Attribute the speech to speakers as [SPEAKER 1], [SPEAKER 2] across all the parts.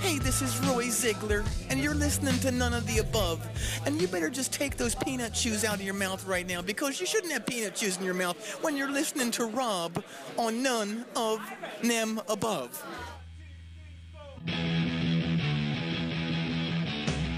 [SPEAKER 1] Hey, this is Roy Ziegler, and you're listening to none of the above. And you better just take those peanut chews out of your mouth right now because you shouldn't have peanut chews in your mouth when you're listening to Rob on none of them above.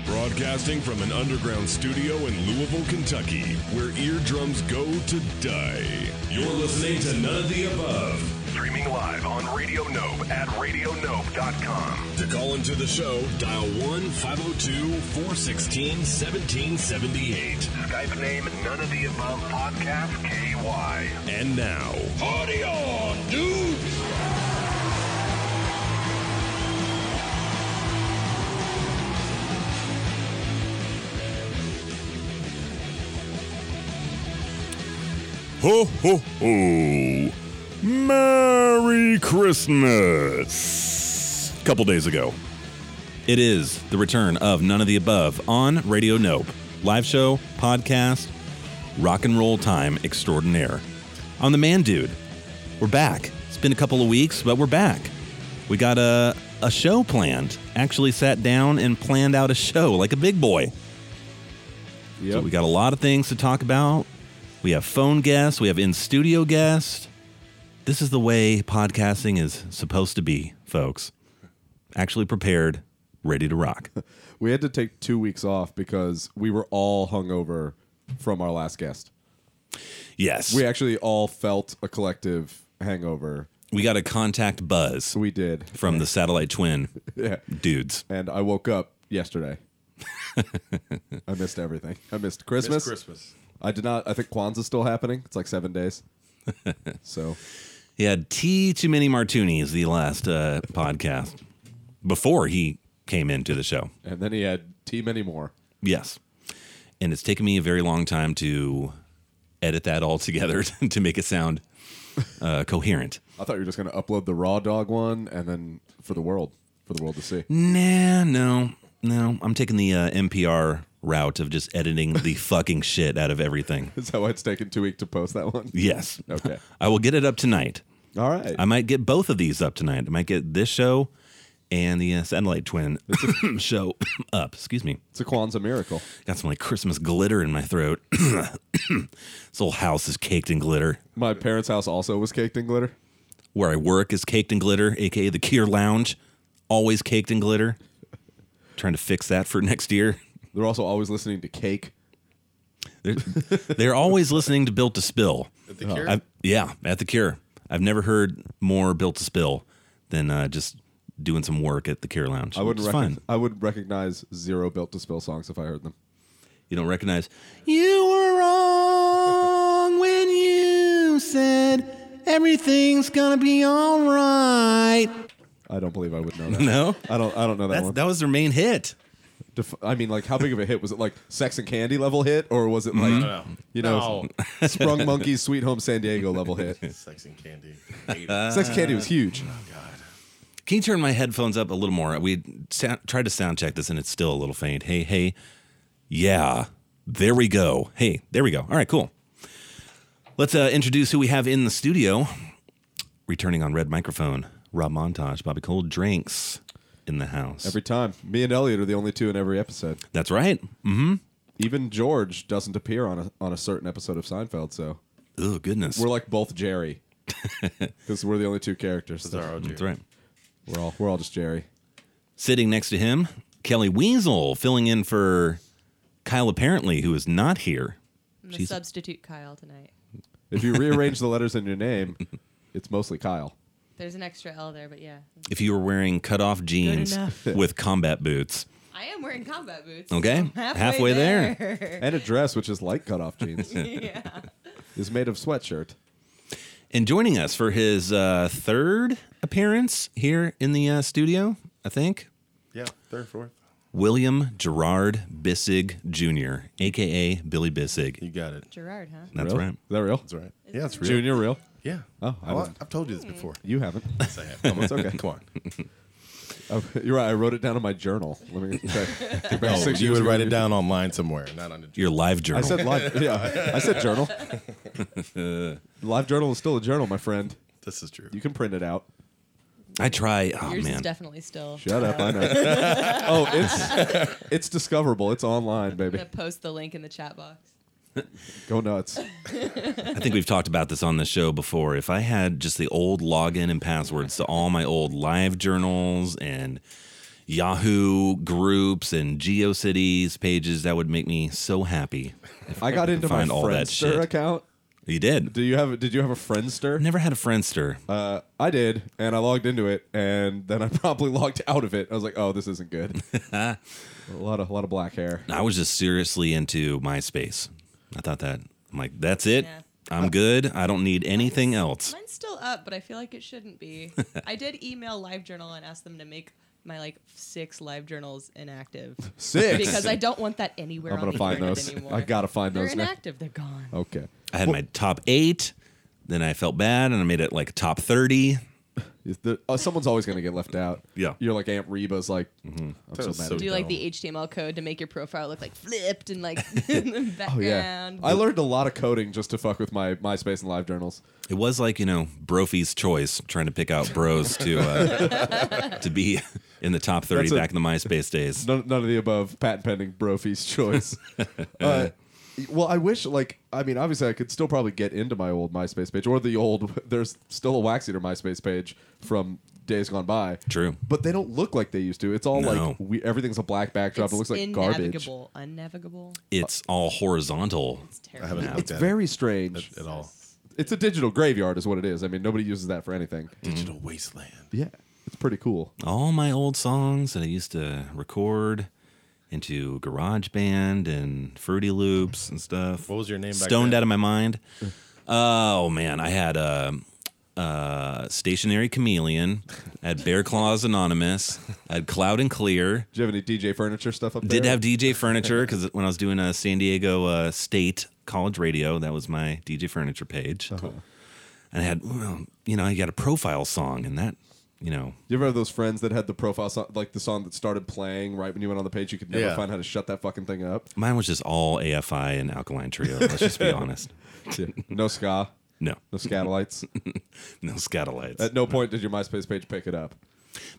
[SPEAKER 2] Broadcasting from an underground studio in Louisville, Kentucky, where eardrums go to die. You're listening to None of the Above.
[SPEAKER 3] Streaming live on Radio Nope at RadioNope.com.
[SPEAKER 2] To call into the show, dial oh 1 502 416 1778.
[SPEAKER 3] Skype name None of the Above Podcast KY.
[SPEAKER 2] And now, party on, dude!
[SPEAKER 4] Ho, ho, ho. Merry Christmas. Couple days ago. It is the return of None of the Above on Radio Nope. Live show, podcast, rock and roll time extraordinaire. On the man dude. We're back. It's been a couple of weeks, but we're back. We got a a show planned. Actually sat down and planned out a show like a big boy. So we got a lot of things to talk about. We have phone guests, we have in studio guests. This is the way podcasting is supposed to be, folks. Actually prepared, ready to rock.
[SPEAKER 5] We had to take two weeks off because we were all hungover from our last guest.
[SPEAKER 4] Yes.
[SPEAKER 5] We actually all felt a collective hangover.
[SPEAKER 4] We got a contact buzz
[SPEAKER 5] We did.
[SPEAKER 4] from the satellite twin
[SPEAKER 5] Yeah.
[SPEAKER 4] dudes.
[SPEAKER 5] And I woke up yesterday. I missed everything. I missed Christmas.
[SPEAKER 6] Christmas.
[SPEAKER 5] I did not. I think Kwanzaa's still happening. It's like seven days. so
[SPEAKER 4] He had tea too many martinis the last uh, podcast before he came into the show.
[SPEAKER 5] and then he had tea many more.
[SPEAKER 4] Yes. And it's taken me a very long time to edit that all together to make it sound uh, coherent.
[SPEAKER 5] I thought you were just going to upload the raw dog one and then for the world, for the world to see.
[SPEAKER 4] Nah, no, no. I'm taking the uh, NPR route of just editing the fucking shit out of everything.
[SPEAKER 5] Is that why it's taken two weeks to post that one?
[SPEAKER 4] Yes.
[SPEAKER 5] Okay.
[SPEAKER 4] I will get it up tonight.
[SPEAKER 5] All right.
[SPEAKER 4] I might get both of these up tonight. I might get this show and the uh, satellite twin show up. Excuse me.
[SPEAKER 5] it's a Kwanzaa miracle.
[SPEAKER 4] Got some like Christmas glitter in my throat. this whole house is caked in glitter.
[SPEAKER 5] My parents' house also was caked in glitter.
[SPEAKER 4] Where I work is caked in glitter, aka the Kier Lounge, always caked in glitter. Trying to fix that for next year.
[SPEAKER 5] They're also always listening to Cake.
[SPEAKER 4] They're, they're always listening to Built to Spill. Uh,
[SPEAKER 6] At the Cure?
[SPEAKER 4] I've, yeah, at the Cure. I've never heard more Built to Spill than uh, just doing some work at the Cure Lounge.
[SPEAKER 5] I would
[SPEAKER 4] which is
[SPEAKER 5] recog-
[SPEAKER 4] fun.
[SPEAKER 5] I would recognize zero built to spill songs if I heard them.
[SPEAKER 4] You don't recognize. You were wrong when you said everything's gonna be all right.
[SPEAKER 5] I don't believe I would know that.
[SPEAKER 4] No,
[SPEAKER 5] I don't. I don't know that
[SPEAKER 4] That's,
[SPEAKER 5] one.
[SPEAKER 4] that was their main hit.
[SPEAKER 5] Def- I mean, like, how big of a hit was it? Like, Sex and Candy level hit, or was it like,
[SPEAKER 4] Mm-hmm.
[SPEAKER 6] No.
[SPEAKER 5] you know, Sprung Monkeys, Sweet Home San Diego level hit?
[SPEAKER 6] Sex and candy.
[SPEAKER 5] Sex and Candy was huge.
[SPEAKER 4] Can you turn my headphones up a little more? We sound, tried to sound check this and it's still a little faint. Hey, hey, yeah, there we go. Hey, there we go. All right, cool. Let's uh, introduce who we have in the studio. Returning on red microphone, Rob Montage, Bobby Cold drinks in the house.
[SPEAKER 5] Every time, me and Elliot are the only two in every episode.
[SPEAKER 4] That's right.
[SPEAKER 5] Even George doesn't appear on a on a certain episode of Seinfeld. So
[SPEAKER 4] Oh goodness,
[SPEAKER 5] we're like both Jerry, because we're the only two characters.
[SPEAKER 6] Bizarro
[SPEAKER 4] that's
[SPEAKER 6] Jerry.
[SPEAKER 4] right.
[SPEAKER 5] We're all we're all just Jerry.
[SPEAKER 4] Sitting next to him, Kelly Weasel filling in for Kyle apparently, who is not here.
[SPEAKER 7] I'm the
[SPEAKER 4] She's-
[SPEAKER 7] substitute Kyle tonight.
[SPEAKER 5] If you rearrange the letters in your name, it's mostly Kyle.
[SPEAKER 7] There's an extra L there, but yeah.
[SPEAKER 4] If you were wearing cut-off jeans
[SPEAKER 7] enough.
[SPEAKER 4] with combat boots.
[SPEAKER 7] I am wearing combat boots.
[SPEAKER 4] Okay,
[SPEAKER 7] I'm halfway,
[SPEAKER 4] halfway there.
[SPEAKER 7] there.
[SPEAKER 5] and a dress which is like cutoff jeans
[SPEAKER 7] yeah.
[SPEAKER 5] is made of sweatshirt.
[SPEAKER 4] And joining us for his uh, third appearance here in the uh, studio, I think,
[SPEAKER 6] Yeah, third, fourth.
[SPEAKER 4] William Gerard Bissig Jr., aka Billy Bissig.
[SPEAKER 6] You got it.
[SPEAKER 7] Gerard, huh?
[SPEAKER 4] That's
[SPEAKER 5] Real?
[SPEAKER 4] right.
[SPEAKER 5] Is that real?
[SPEAKER 6] That's right. Yeah, it's real.
[SPEAKER 5] Junior real?
[SPEAKER 6] Yeah.
[SPEAKER 5] Oh, I
[SPEAKER 6] I
[SPEAKER 5] didn't-
[SPEAKER 6] have told you this before.
[SPEAKER 5] You haven't.
[SPEAKER 6] Yes, I have. Come on, it's okay. Come on.
[SPEAKER 5] Oh, you're right. I wrote it down in my journal. Let me check. Took back
[SPEAKER 6] Oh,
[SPEAKER 5] six
[SPEAKER 6] you
[SPEAKER 5] years
[SPEAKER 6] would
[SPEAKER 5] ago.
[SPEAKER 6] write it down online somewhere, not on the.
[SPEAKER 4] Your live journal.
[SPEAKER 5] I said live. Yeah, I said journal. live journal is still a journal, my friend.
[SPEAKER 6] This is true.
[SPEAKER 5] You can print it out.
[SPEAKER 4] I try. Oh
[SPEAKER 7] Yours is
[SPEAKER 4] man,
[SPEAKER 7] definitely still.
[SPEAKER 5] Shut up, I know. oh, it's it's discoverable. It's online,
[SPEAKER 7] I'm
[SPEAKER 5] baby.
[SPEAKER 7] gonna post the link in the chat box.
[SPEAKER 5] Go nuts.
[SPEAKER 4] I think we've talked about this on the show before. If I had just the old login and passwords to all my old live journals and Yahoo groups and GeoCities pages, that would make me so happy.
[SPEAKER 5] I got into my
[SPEAKER 4] find all that shit.
[SPEAKER 5] Friendster account.
[SPEAKER 4] You did.
[SPEAKER 5] Do you have did you have a Friendster?
[SPEAKER 4] I never had a Friendster.
[SPEAKER 5] Uh, I did, and I logged into it, and then I probably logged out of it. I was like, "Oh, this isn't good." a lot of a lot of black hair.
[SPEAKER 4] I was just seriously into MySpace. I thought that I'm like, that's it.
[SPEAKER 7] Yeah.
[SPEAKER 4] I'm good. I don't need anything else.
[SPEAKER 7] Mine's still up, but I feel like it shouldn't be. I did email LiveJournal and ask them to make my like six live journals inactive
[SPEAKER 5] Six.
[SPEAKER 7] because I don't want that anywhere
[SPEAKER 5] I'm
[SPEAKER 7] on
[SPEAKER 5] gonna
[SPEAKER 7] the
[SPEAKER 5] find
[SPEAKER 7] internet
[SPEAKER 5] those.
[SPEAKER 7] anymore.
[SPEAKER 5] I gotta find
[SPEAKER 7] They're
[SPEAKER 5] those now.
[SPEAKER 7] inactive. They're gone.
[SPEAKER 5] Okay.
[SPEAKER 4] I had my top eight. Then I felt bad and I made it like top 30.
[SPEAKER 5] Is the- oh, someone's always gonna get left out.
[SPEAKER 4] Yeah. Mm-hmm.
[SPEAKER 5] You're like Aunt Reba's. Like, I'm so
[SPEAKER 6] That's
[SPEAKER 5] mad.
[SPEAKER 6] so
[SPEAKER 5] at
[SPEAKER 7] Do
[SPEAKER 5] you.
[SPEAKER 7] like the HTML code to make your profile look like flipped and like
[SPEAKER 5] oh yeah.
[SPEAKER 7] background.
[SPEAKER 5] I learned a lot of coding just to fuck with my MySpace and live journals.
[SPEAKER 4] It was like, you know, Brophy's choice, trying to pick out bros to uh, to be in the top 30
[SPEAKER 5] That's a-
[SPEAKER 4] back in the MySpace days.
[SPEAKER 5] None, none of the above. Patent pending. Brophy's choice. uh, well, I wish. Like, I mean, obviously, I could still probably get into my old MySpace page or the old. There's still a Wax Eater MySpace page from days gone by.
[SPEAKER 4] True.
[SPEAKER 5] but they don't look like they used to. It's all
[SPEAKER 4] No.
[SPEAKER 5] like we, everything's a black backdrop.
[SPEAKER 7] it's
[SPEAKER 5] it looks like garbage.
[SPEAKER 7] unnavigable. Unnavigable.
[SPEAKER 4] It's all horizontal.
[SPEAKER 7] It's
[SPEAKER 6] I
[SPEAKER 7] terrible.
[SPEAKER 6] haven't looked
[SPEAKER 5] It's
[SPEAKER 6] at
[SPEAKER 5] very
[SPEAKER 6] it
[SPEAKER 5] strange.
[SPEAKER 6] at, at all.
[SPEAKER 5] It's a digital graveyard, is what it is. I mean, nobody uses that for anything.
[SPEAKER 6] Digital wasteland.
[SPEAKER 5] Yeah, it's pretty cool.
[SPEAKER 4] Mm. All my old songs that I used to record into GarageBand and Fruity Loops and stuff.
[SPEAKER 6] What was your name back
[SPEAKER 4] Stoned
[SPEAKER 6] then?
[SPEAKER 4] out of my mind. Oh, man. I had a. Uh, stationary chameleon I had bear claws anonymous I had cloud and clear
[SPEAKER 5] Do you have any DJ furniture stuff up there?
[SPEAKER 4] Did have DJ furniture because when I was doing a San Diego uh, State College Radio, that was my DJ furniture page.
[SPEAKER 5] Uh-huh.
[SPEAKER 4] And I had, well, you know, you got a profile song, and that, you know,
[SPEAKER 5] You ever have those friends that had the profile song, like the song that started playing right when you went on the page? You could never
[SPEAKER 6] Yeah.
[SPEAKER 5] find how to shut that fucking thing up.
[SPEAKER 4] mine was just all AFI and Alkaline Trio. Let's just be honest.
[SPEAKER 5] No ska,
[SPEAKER 4] No,
[SPEAKER 5] no scatolites.
[SPEAKER 4] no scatolites.
[SPEAKER 5] At no point did your MySpace page pick it up.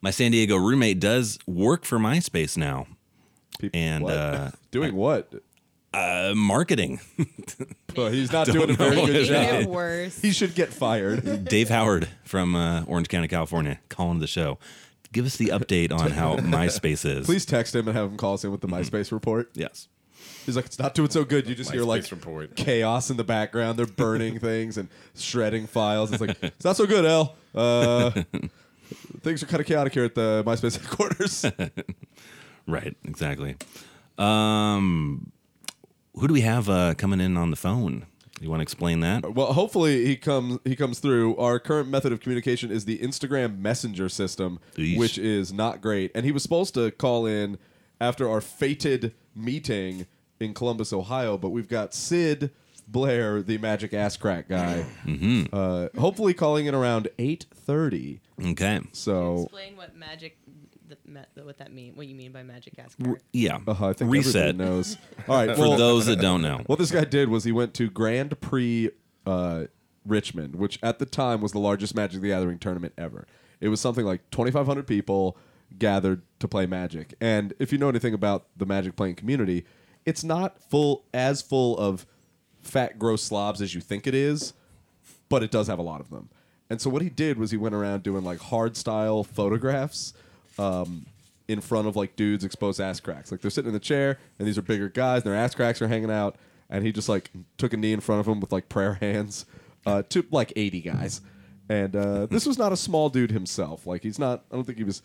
[SPEAKER 4] my San Diego roommate does work for MySpace now,
[SPEAKER 5] Peop-
[SPEAKER 4] And,
[SPEAKER 5] what?
[SPEAKER 4] uh,
[SPEAKER 5] doing what?
[SPEAKER 4] uh, marketing.
[SPEAKER 5] Well, he's not doing a very
[SPEAKER 4] know.
[SPEAKER 5] good
[SPEAKER 7] Making
[SPEAKER 5] job.
[SPEAKER 7] it worse.
[SPEAKER 5] He should get fired.
[SPEAKER 4] Dave Howard from uh, Orange County, California, calling the show. Give us the update on how MySpace is.
[SPEAKER 5] Please text him and have him call us in with the MySpace report.
[SPEAKER 4] Yes.
[SPEAKER 5] He's like, it's not doing so good. You just hear like
[SPEAKER 6] MySpace report.
[SPEAKER 5] chaos in the background. They're burning things and shredding files. It's like it's not so good, L. Uh, things are kind of chaotic here at the MySpace headquarters.
[SPEAKER 4] Right, exactly. Um, who do we have uh, coming in on the phone? You want to explain that?
[SPEAKER 5] well, hopefully he comes he comes through. Our current method of communication is the Instagram Messenger system,
[SPEAKER 4] Yeesh.
[SPEAKER 5] which is not great. And he was supposed to call in after our fated meeting in Columbus, Ohio, but we've got Sid Blair, the magic ass crack guy,
[SPEAKER 4] Mm-hmm.
[SPEAKER 5] uh, hopefully calling in around eight thirty.
[SPEAKER 4] Okay.
[SPEAKER 5] So
[SPEAKER 7] Explain what magic, the, ma- what that mean, what you mean by magic ass card.
[SPEAKER 4] Yeah.
[SPEAKER 5] uh, I think
[SPEAKER 4] Reset.
[SPEAKER 5] everybody knows. All right.
[SPEAKER 4] For
[SPEAKER 5] Well,
[SPEAKER 4] those that don't know.
[SPEAKER 5] what this guy did was he went to Grand Prix uh, Richmond, which at the time was the largest Magic the Gathering tournament ever. It was something like 2,500 people gathered to play Magic. And if you know anything about the Magic playing community, it's not full as full of fat, gross slobs as you think it is but it does have a lot of them. And so what he did was he went around doing like hard style photographs um, in front of like dudes exposed ass cracks. Like they're sitting in the chair and these are bigger guys and their ass cracks are hanging out. And he just like took a knee in front of them with like prayer hands uh, to like 80 guys. And uh, this was not a small dude himself. Like he's not, I don't think he was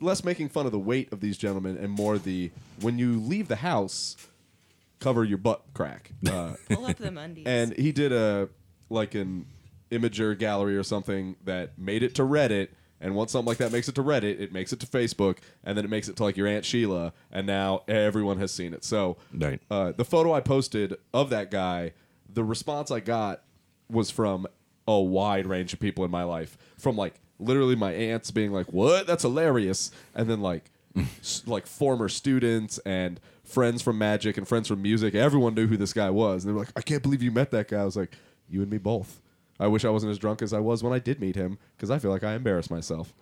[SPEAKER 5] less making fun of the weight of these gentlemen and more the when you leave the house, cover your butt crack. Uh,
[SPEAKER 7] Pull up the undies.
[SPEAKER 5] and he did a like an imager gallery or something that made it to Reddit. And once something like that makes it to Reddit, it makes it to Facebook, and then it makes it to like your Aunt Sheila, and now everyone has seen it. So,
[SPEAKER 4] Right.
[SPEAKER 5] uh, the photo I posted of that guy, the response I got was from a wide range of people in my life, from like literally my aunts being like, "What? That's hilarious," and then like s- like former students and friends from magic and friends from music. Everyone knew who this guy was, and they were like, "I can't believe you met that guy." I was like, "You and me both." I wish I wasn't as drunk as I was when I did meet him because I feel like I embarrassed myself.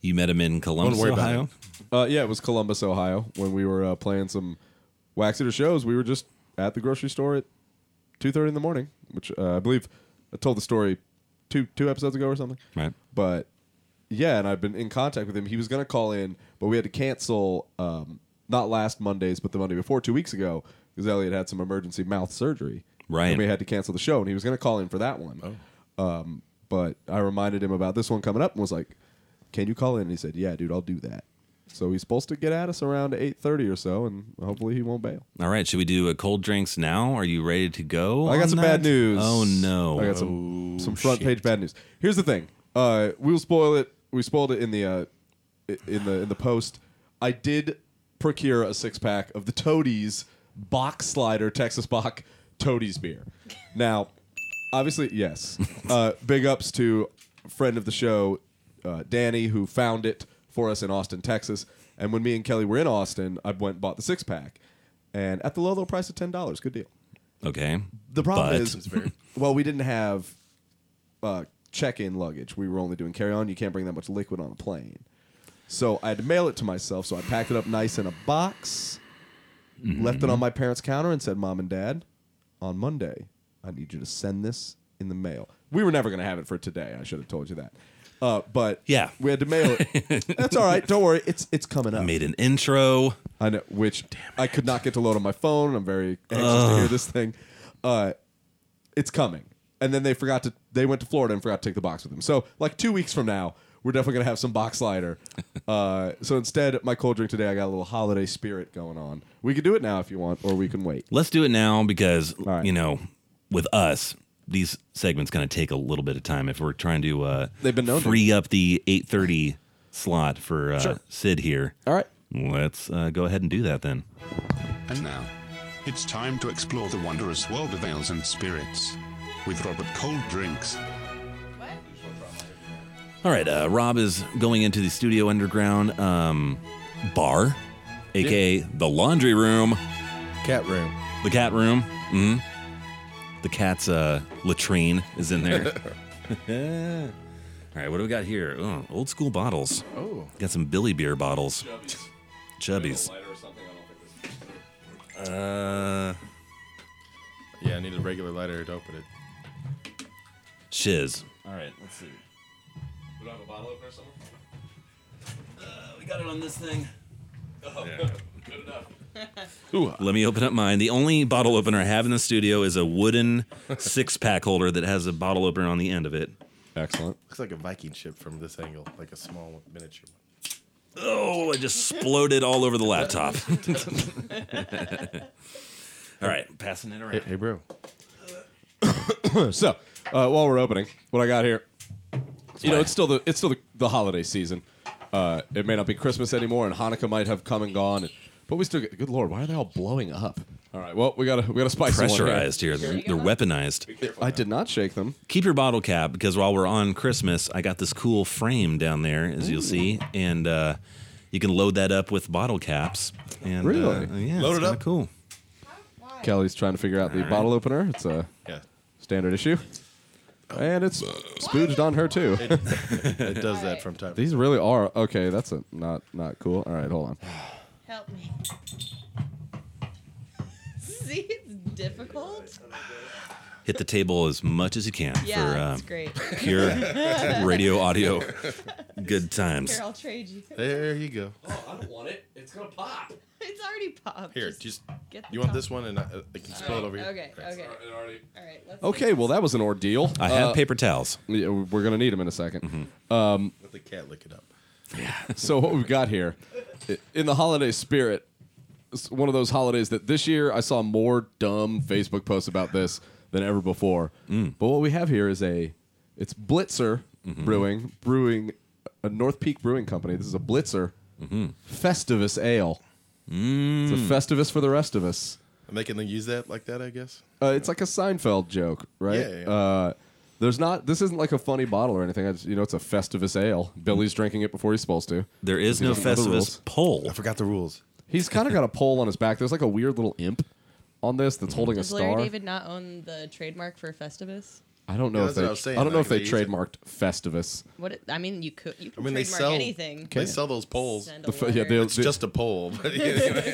[SPEAKER 4] You met him in Columbus,
[SPEAKER 6] worry about
[SPEAKER 4] Ohio.
[SPEAKER 6] it.
[SPEAKER 5] Uh, yeah, it was Columbus, Ohio, when we were uh, playing some Waxeter shows. We were just at the grocery store at two thirty in the morning, which uh, I believe I told the story two two episodes ago or something.
[SPEAKER 4] Right.
[SPEAKER 5] But yeah, and I've been in contact with him. He was going to call in, but we had to cancel um, not last Monday's, but the Monday before, two weeks ago, because Elliot had some emergency mouth surgery.
[SPEAKER 4] Right.
[SPEAKER 5] And we had to cancel the show, and he was going to call in for that one. Um, but I reminded him about this one coming up and was like, "Can you call in?" And he said, "Yeah, dude, I'll do that." So he's supposed to get at us around eight thirty or so, and hopefully he won't bail.
[SPEAKER 4] All right, should we do a cold drinks now? Are you ready to go?
[SPEAKER 5] I got
[SPEAKER 4] on
[SPEAKER 5] some
[SPEAKER 4] that?
[SPEAKER 5] bad news.
[SPEAKER 4] Oh no! Oh,
[SPEAKER 5] I got some some front page bad news. Here's the thing. Uh, we'll spoil it. We spoiled it in the uh, i- in the in the post. I did procure a six pack of the Toadies Box Slider Texas Bock Toadies beer. Now, obviously, yes. Uh, big ups to friend of the show, uh, Danny, who found it for us in Austin, Texas. And when me and Kelly were in Austin, I went and bought the six pack, and at the low low price of ten dollars, good deal.
[SPEAKER 4] okay.
[SPEAKER 5] The problem
[SPEAKER 4] But-
[SPEAKER 5] is, well, we didn't have uh, check-in luggage. We were only doing carry-on. You can't bring that much liquid on a plane, so I had to mail it to myself. So I packed it up nice in a box, left it
[SPEAKER 4] Mm-hmm.
[SPEAKER 5] on my parents' counter, and said, "Mom and Dad, on Monday, I need you to send this in the mail." We were never going to have it for today. I should have told you that. Uh, but
[SPEAKER 4] Yeah.
[SPEAKER 5] we had to mail it. That's all right. Don't worry. It's it's coming up.
[SPEAKER 4] I made an intro.
[SPEAKER 5] I know, which I could not get to load on my phone. I'm very anxious to hear this thing. Uh, it's coming. And then they forgot to. They went to Florida and forgot to take the box with them. So like two weeks from now, we're definitely gonna have some box slider. uh, so instead, my cold drink today, I got a little holiday spirit going on. We could do it now if you want, or we can wait.
[SPEAKER 4] Let's do it now because
[SPEAKER 5] right.
[SPEAKER 4] you know, with us, these segments kind of take a little bit of time if we're trying to. Uh,
[SPEAKER 5] They've been known to.
[SPEAKER 4] free up the eight thirty slot for uh, Sid here.
[SPEAKER 5] All right.
[SPEAKER 4] Let's uh, go ahead and do that then.
[SPEAKER 8] And now, it's time to explore the wondrous world of ales and spirits with Robert Cold Drinks.
[SPEAKER 4] All right, uh, Rob is going into the Studio Underground um, bar, aka the laundry room,
[SPEAKER 6] Cat room.
[SPEAKER 4] the cat room. hmm The cat's uh, latrine is in there. All right, what do we got here? Oh, old school bottles.
[SPEAKER 6] Oh.
[SPEAKER 4] Got some Billy beer bottles. Chubbies. Uh,
[SPEAKER 6] Yeah, I need a regular lighter to open it.
[SPEAKER 4] shiz. All right, let's see. We don't have a bottle opener somewhere? Uh, we got it on this thing. Let me open up mine. The only bottle opener I have in the studio is a wooden six pack holder that has a bottle opener on the end of it.
[SPEAKER 5] Excellent.
[SPEAKER 6] Looks like a Viking ship from this angle, like a small one, miniature one.
[SPEAKER 4] Oh, I just exploded all over the laptop. all right, passing it around.
[SPEAKER 6] Hey, bro.
[SPEAKER 5] So uh, while we're opening, what I got here, you know, it's still the it's still the, the holiday season. Uh, it may not be Christmas anymore, and Hanukkah might have come and gone, but we still get. Good lord, why are they all blowing up? All right, well, we gotta we gotta spice the one here.
[SPEAKER 4] Pressurized here. They're, they're weaponized.
[SPEAKER 5] I did not shake them.
[SPEAKER 4] keep your bottle cap because while we're on Christmas, I got this cool frame down there, as you'll see, and uh, you can load that up with bottle caps. And,
[SPEAKER 5] Really?
[SPEAKER 4] uh, yeah,
[SPEAKER 6] Load
[SPEAKER 4] it's
[SPEAKER 6] it
[SPEAKER 4] kinda
[SPEAKER 6] up.
[SPEAKER 4] Cool.
[SPEAKER 5] Kelly's trying to figure out the bottle opener. It's a
[SPEAKER 6] Yeah.
[SPEAKER 5] standard issue, and it's spooged on her too.
[SPEAKER 6] It does that from time to
[SPEAKER 5] These really are okay. That's a, not not cool. All right, hold on.
[SPEAKER 7] Help me. See, it's difficult.
[SPEAKER 4] Hit the table as much as you can
[SPEAKER 7] Yeah,
[SPEAKER 4] for uh,
[SPEAKER 7] it's great.
[SPEAKER 4] pure radio audio. Good times.
[SPEAKER 7] Here, I'll trade you.
[SPEAKER 6] There you go.
[SPEAKER 5] Oh, I don't want it. It's gonna pop.
[SPEAKER 7] It's already popped.
[SPEAKER 6] Here, just.
[SPEAKER 7] get the
[SPEAKER 6] You want
[SPEAKER 7] top.
[SPEAKER 6] this one and I, I can spill it over here?
[SPEAKER 7] Okay, okay. All right, let's
[SPEAKER 5] Okay, well that was an ordeal.
[SPEAKER 4] I have
[SPEAKER 5] Uh,
[SPEAKER 4] paper towels. Mm-hmm.
[SPEAKER 5] yeah, we're gonna need them in a Um, 2nd
[SPEAKER 6] Let the cat lick it up.
[SPEAKER 5] so what we've got here i- in the holiday spirit it's one of those holidays that this year i saw more dumb facebook posts about this than ever before but what we have here is a it's blitzer brewing brewing a north peak brewing company this is a blitzer festivus ale it's a festivus for the rest of us
[SPEAKER 6] And they can then use that like that, I guess.
[SPEAKER 5] uh, it's like a Seinfeld joke, right?
[SPEAKER 6] Yeah, yeah, yeah.
[SPEAKER 5] Uh, there's not. This isn't like a funny bottle or anything. I just, you know, it's a Festivus ale. Billy's drinking it before he's supposed to.
[SPEAKER 4] There is no
[SPEAKER 5] doesn't know the rules.
[SPEAKER 4] Festivus pole.
[SPEAKER 6] I forgot the rules.
[SPEAKER 5] He's kind of got a pole on his back. There's like a weird little imp on this that's holding a
[SPEAKER 7] Does Larry
[SPEAKER 5] star.
[SPEAKER 7] David not own the trademark for Festivus?
[SPEAKER 5] I don't know
[SPEAKER 6] Yeah,
[SPEAKER 5] if
[SPEAKER 6] that's
[SPEAKER 5] they.
[SPEAKER 6] what I was saying,
[SPEAKER 5] I don't know
[SPEAKER 6] like,
[SPEAKER 5] if they
[SPEAKER 6] they use it.
[SPEAKER 5] trademarked Festivus.
[SPEAKER 7] What it- I mean, you could you
[SPEAKER 6] I
[SPEAKER 7] can
[SPEAKER 6] mean, they
[SPEAKER 7] trademark
[SPEAKER 6] sell
[SPEAKER 7] anything.
[SPEAKER 6] They sell those poles.
[SPEAKER 7] Send a
[SPEAKER 5] The f- yeah,
[SPEAKER 7] letter.
[SPEAKER 5] they-
[SPEAKER 6] It's just a pole. But yeah,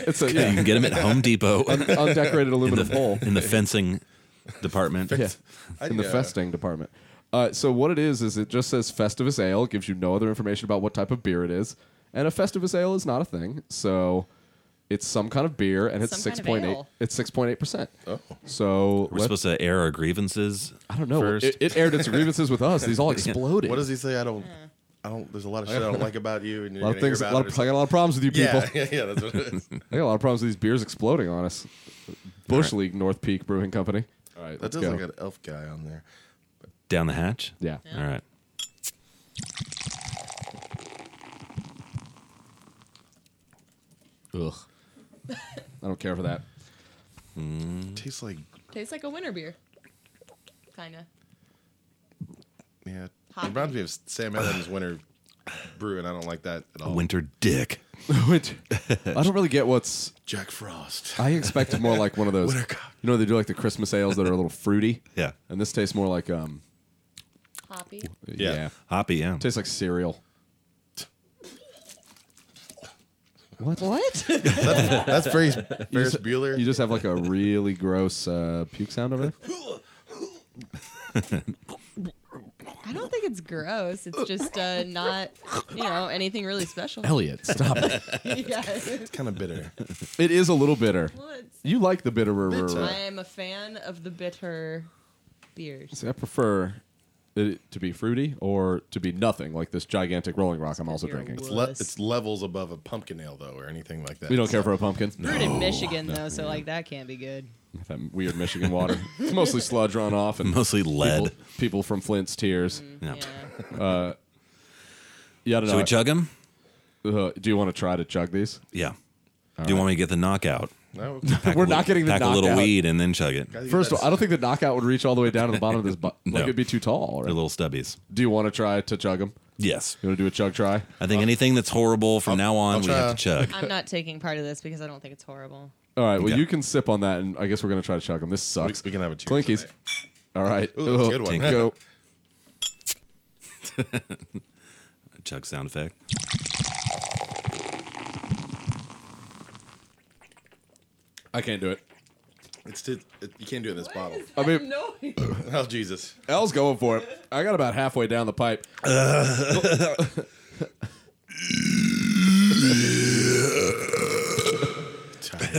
[SPEAKER 5] It's a
[SPEAKER 4] You
[SPEAKER 5] yeah,
[SPEAKER 4] can get them at Home Depot in
[SPEAKER 5] undecorated aluminum
[SPEAKER 4] the,
[SPEAKER 5] pole.
[SPEAKER 4] in the fencing department.
[SPEAKER 5] Yeah.
[SPEAKER 6] I-
[SPEAKER 5] in the
[SPEAKER 6] yeah.
[SPEAKER 5] festing department. Uh, so what it is is it just says Festivus Ale, gives you no other information about what type of beer it is, and a Festivus Ale is not a thing. So it's some kind of beer, and it's
[SPEAKER 7] Some
[SPEAKER 5] six
[SPEAKER 7] kind of
[SPEAKER 5] point eight.
[SPEAKER 7] ale.
[SPEAKER 5] It's six point eight percent.
[SPEAKER 6] Oh.
[SPEAKER 5] So
[SPEAKER 4] We're
[SPEAKER 5] let-
[SPEAKER 4] supposed to air our grievances.
[SPEAKER 5] I don't know.
[SPEAKER 4] First.
[SPEAKER 5] It, it aired its grievances with us. These all exploded.
[SPEAKER 6] What does he say? I don't. I don't. There's a lot of shit I don't like about you, and
[SPEAKER 5] a
[SPEAKER 6] you're
[SPEAKER 5] lot of
[SPEAKER 6] gonna hear
[SPEAKER 5] things. A
[SPEAKER 6] about
[SPEAKER 5] lot
[SPEAKER 6] it.
[SPEAKER 5] of, I got a lot of problems with you people.
[SPEAKER 6] yeah, yeah, yeah. That's what it is.
[SPEAKER 5] I got a lot of problems with these beers exploding on us. Bush League North Peak Brewing Company. All right,
[SPEAKER 6] That
[SPEAKER 5] let's
[SPEAKER 6] does
[SPEAKER 5] go.
[SPEAKER 6] look like an elf guy on there.
[SPEAKER 4] Down the hatch?
[SPEAKER 5] Yeah.
[SPEAKER 4] All right.
[SPEAKER 5] Ugh. I don't care for that.
[SPEAKER 4] Hmm.
[SPEAKER 6] tastes like
[SPEAKER 7] Tastes like a winter beer. Kinda.
[SPEAKER 6] yeah. It
[SPEAKER 7] Hot.
[SPEAKER 6] reminds me of Sam Adams Winter Brew, and I don't like that at all.
[SPEAKER 4] Winter dick.
[SPEAKER 5] Which- I don't really get what's.
[SPEAKER 6] Jack Frost.
[SPEAKER 5] I expect more like one of those. You
[SPEAKER 6] Wintercup.
[SPEAKER 5] know, they do like the Christmas ales that are a little fruity.
[SPEAKER 4] Yeah.
[SPEAKER 5] And this tastes more like um.
[SPEAKER 7] Hoppy.
[SPEAKER 5] Yeah.
[SPEAKER 4] Hoppy, yeah.
[SPEAKER 5] Tastes like cereal. What? What?
[SPEAKER 6] That's Ferris, Ferris Bueller.
[SPEAKER 5] you just have like a really gross uh, puke sound over there.
[SPEAKER 7] I don't think it's gross. It's just uh, not, you know, anything really special.
[SPEAKER 5] Elliot, stop it.
[SPEAKER 7] yeah.
[SPEAKER 6] it's kind of bitter.
[SPEAKER 5] It is a little bitter.
[SPEAKER 7] Well, it's-
[SPEAKER 5] You like the bitterer.
[SPEAKER 7] I am a fan of the bitter beers.
[SPEAKER 5] See, I prefer it to be fruity or to be nothing like this gigantic rolling rock I'm also
[SPEAKER 7] You're a
[SPEAKER 5] drinking.
[SPEAKER 7] wuss.
[SPEAKER 6] Le- it's levels above a pumpkin ale though, or anything like that.
[SPEAKER 5] We don't care for a pumpkin.
[SPEAKER 7] Brewed in Michigan though, so like that can't be good.
[SPEAKER 5] That weird Michigan water. it's mostly sludge runoff and
[SPEAKER 4] Mostly lead.
[SPEAKER 5] people, people from Flint's tears. Uh,
[SPEAKER 4] Yeah.
[SPEAKER 5] Yeah, I don't
[SPEAKER 4] Should we
[SPEAKER 5] know.
[SPEAKER 4] chug him?
[SPEAKER 5] Uh, do you want to try to chug these?
[SPEAKER 4] Yeah. Do you want me to get the knockout?
[SPEAKER 6] No.
[SPEAKER 4] Pack a
[SPEAKER 5] We're
[SPEAKER 4] li-
[SPEAKER 5] not getting the
[SPEAKER 4] Pack a little
[SPEAKER 5] knockout.
[SPEAKER 4] weed and then chug it. They're
[SPEAKER 5] First of all, I don't think the knockout would reach all the way down to the bottom of this. Bu-
[SPEAKER 4] No.
[SPEAKER 5] Like it'd be too tall. Right?
[SPEAKER 4] little stubbies.
[SPEAKER 5] Do you want to try to chug them?
[SPEAKER 4] Yes.
[SPEAKER 5] You want to do a chug try? Uh,
[SPEAKER 4] I think anything that's horrible from now on,
[SPEAKER 6] I'll
[SPEAKER 4] we
[SPEAKER 6] try.
[SPEAKER 4] have to chug.
[SPEAKER 7] I'm not taking part of this because I don't think it's horrible.
[SPEAKER 5] All right. Well,
[SPEAKER 4] Okay.
[SPEAKER 5] you can sip on that, and I guess we're gonna try to chug them. This
[SPEAKER 6] we,
[SPEAKER 5] sucks.
[SPEAKER 6] we can have a cheers.
[SPEAKER 5] Clinkies.
[SPEAKER 6] tonight.
[SPEAKER 5] All right.
[SPEAKER 6] Ooh, that's a
[SPEAKER 5] Ugh.
[SPEAKER 6] good one.
[SPEAKER 5] Go.
[SPEAKER 4] Chug sound effect.
[SPEAKER 5] I can't do it.
[SPEAKER 6] It's too, it, you can't do it in this bottle.
[SPEAKER 5] I mean,
[SPEAKER 7] No.
[SPEAKER 6] Oh Jesus!
[SPEAKER 5] L's going for it. I got about halfway down the pipe.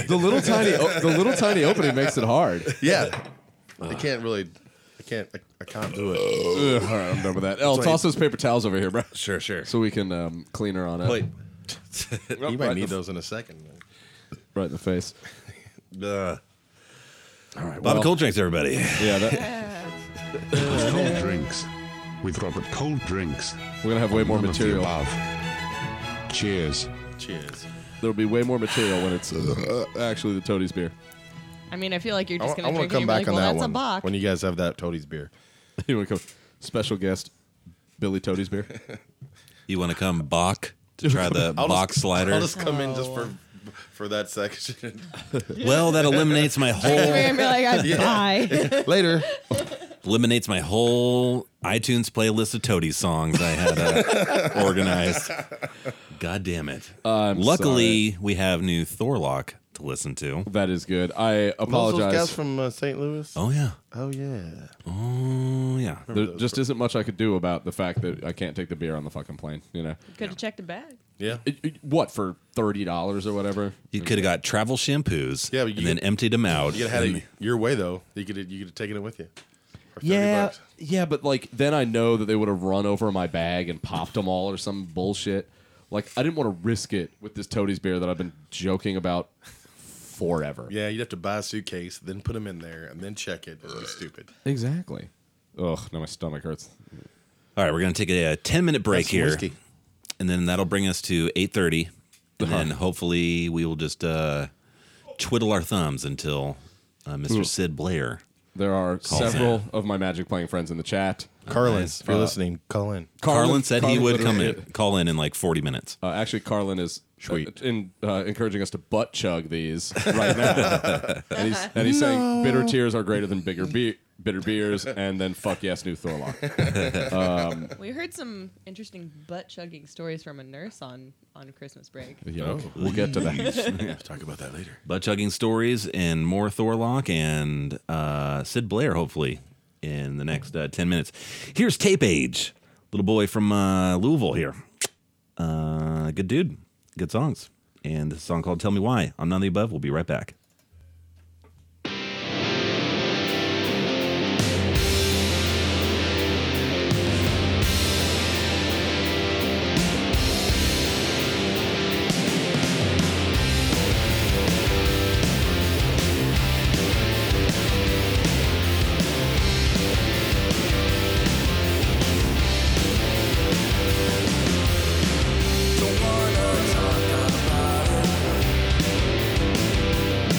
[SPEAKER 5] The little tiny, o- the little tiny opening makes it hard.
[SPEAKER 6] yeah, I can't really. I can't. I, I can't do it.
[SPEAKER 5] Ugh, all right, I'm done with that. L,
[SPEAKER 6] That's why
[SPEAKER 5] toss those paper towels over here, bro,
[SPEAKER 6] Sure, sure.
[SPEAKER 5] so we can um, clean her on it.
[SPEAKER 6] Wait,
[SPEAKER 5] Oh,
[SPEAKER 6] you
[SPEAKER 5] right
[SPEAKER 6] might
[SPEAKER 5] in
[SPEAKER 6] need
[SPEAKER 5] the-
[SPEAKER 6] those in a second.
[SPEAKER 5] right in the face.
[SPEAKER 6] Uh,
[SPEAKER 5] All right,
[SPEAKER 4] Bobby
[SPEAKER 5] well,
[SPEAKER 4] Cold Drinks, everybody.
[SPEAKER 5] Yeah, that,
[SPEAKER 8] Cold drinks with Robert Cold Drinks.
[SPEAKER 5] we're gonna have way more
[SPEAKER 8] None of the
[SPEAKER 5] material.
[SPEAKER 8] above. Cheers.
[SPEAKER 6] cheers.
[SPEAKER 5] There'll be way more material when it's uh, actually the Toadies beer.
[SPEAKER 7] I mean, I feel like you're
[SPEAKER 6] I,
[SPEAKER 7] just gonna
[SPEAKER 6] want
[SPEAKER 7] drink
[SPEAKER 6] to come
[SPEAKER 7] and you're
[SPEAKER 6] back
[SPEAKER 7] like,
[SPEAKER 6] on
[SPEAKER 7] well,
[SPEAKER 6] that
[SPEAKER 7] that's
[SPEAKER 6] one
[SPEAKER 7] a bock.
[SPEAKER 6] when you guys have that Toadie's beer.
[SPEAKER 5] you want to come? Special guest, Billy Toadies beer.
[SPEAKER 4] You want to come Bach to try the
[SPEAKER 6] I'll
[SPEAKER 4] Bach
[SPEAKER 6] just,
[SPEAKER 4] slider? Oh.
[SPEAKER 6] I'll just come in just for for that section
[SPEAKER 4] Well, that eliminates my whole
[SPEAKER 7] You're gonna be like, bye.
[SPEAKER 6] later.
[SPEAKER 4] eliminates my whole iTunes playlist of Toady songs I had uh, organized. God damn it! Luckily, we have new Thorlock to listen to.
[SPEAKER 5] That is good. I
[SPEAKER 6] Those those guys
[SPEAKER 5] apologize.
[SPEAKER 6] from uh, St. Louis.
[SPEAKER 4] Oh yeah,
[SPEAKER 6] Oh yeah.
[SPEAKER 4] oh yeah.
[SPEAKER 5] There just isn't much I could do about the fact that I can't take the beer on the fucking plane. You know,
[SPEAKER 7] Could have checked the bag.
[SPEAKER 6] Yeah.
[SPEAKER 5] It- it- what for thirty dollars or whatever?
[SPEAKER 4] You could have got travel shampoos,
[SPEAKER 6] Yeah, but
[SPEAKER 4] and
[SPEAKER 6] you-
[SPEAKER 4] then emptied them out.
[SPEAKER 6] You could have had
[SPEAKER 4] and-
[SPEAKER 6] it your way though. You could you could have taken it with you. For 30
[SPEAKER 5] Yeah,
[SPEAKER 6] bucks.
[SPEAKER 5] yeah, but like then I know that they would have run over my bag and popped them all or some bullshit. Like I didn't want to risk it with this Toadies beer that I've been joking about forever.
[SPEAKER 6] Yeah, you'd have to buy a suitcase, then put them in there, and then check it. It'd be stupid.
[SPEAKER 5] exactly. Ugh, now my stomach hurts.
[SPEAKER 4] All right, we're gonna take a, uh ten minute break
[SPEAKER 6] That's
[SPEAKER 4] here,
[SPEAKER 6] whiskey.
[SPEAKER 4] and then that'll bring us to eight thirty,
[SPEAKER 6] Uh-huh.
[SPEAKER 4] and then hopefully we will just uh, twiddle our thumbs until uh, Mr. Sid Blair.
[SPEAKER 5] There are several of my Magic playing friends in the chat. Uh,
[SPEAKER 6] Carlin, if you're listening, call in.
[SPEAKER 4] Carlin, said he would
[SPEAKER 5] literally-
[SPEAKER 4] come in, call in in like forty minutes.
[SPEAKER 5] Uh, actually, Carlin is
[SPEAKER 6] Sweet.
[SPEAKER 5] uh, in, uh, encouraging us to butt chug these right now, and he's, and he's saying bitter tears are greater than bigger be- bitter beers, and then fuck yes, new Thorlock.
[SPEAKER 6] Um,
[SPEAKER 5] Um,
[SPEAKER 7] We heard some interesting butt chugging stories from a nurse on on Christmas break.
[SPEAKER 5] You
[SPEAKER 4] Oh.
[SPEAKER 5] know, We'll get to that.
[SPEAKER 6] Talk about that later.
[SPEAKER 4] Butt chugging stories and more Thorlock and uh, Sid Blair, hopefully, in the next uh, 10 minutes. Here's Tape Age, little boy from uh, Louisville here. Uh, good dude, good songs. And this song called Tell Me Why. I'm None of the Above. We'll be right back.
[SPEAKER 9] Don't wanna talk about it.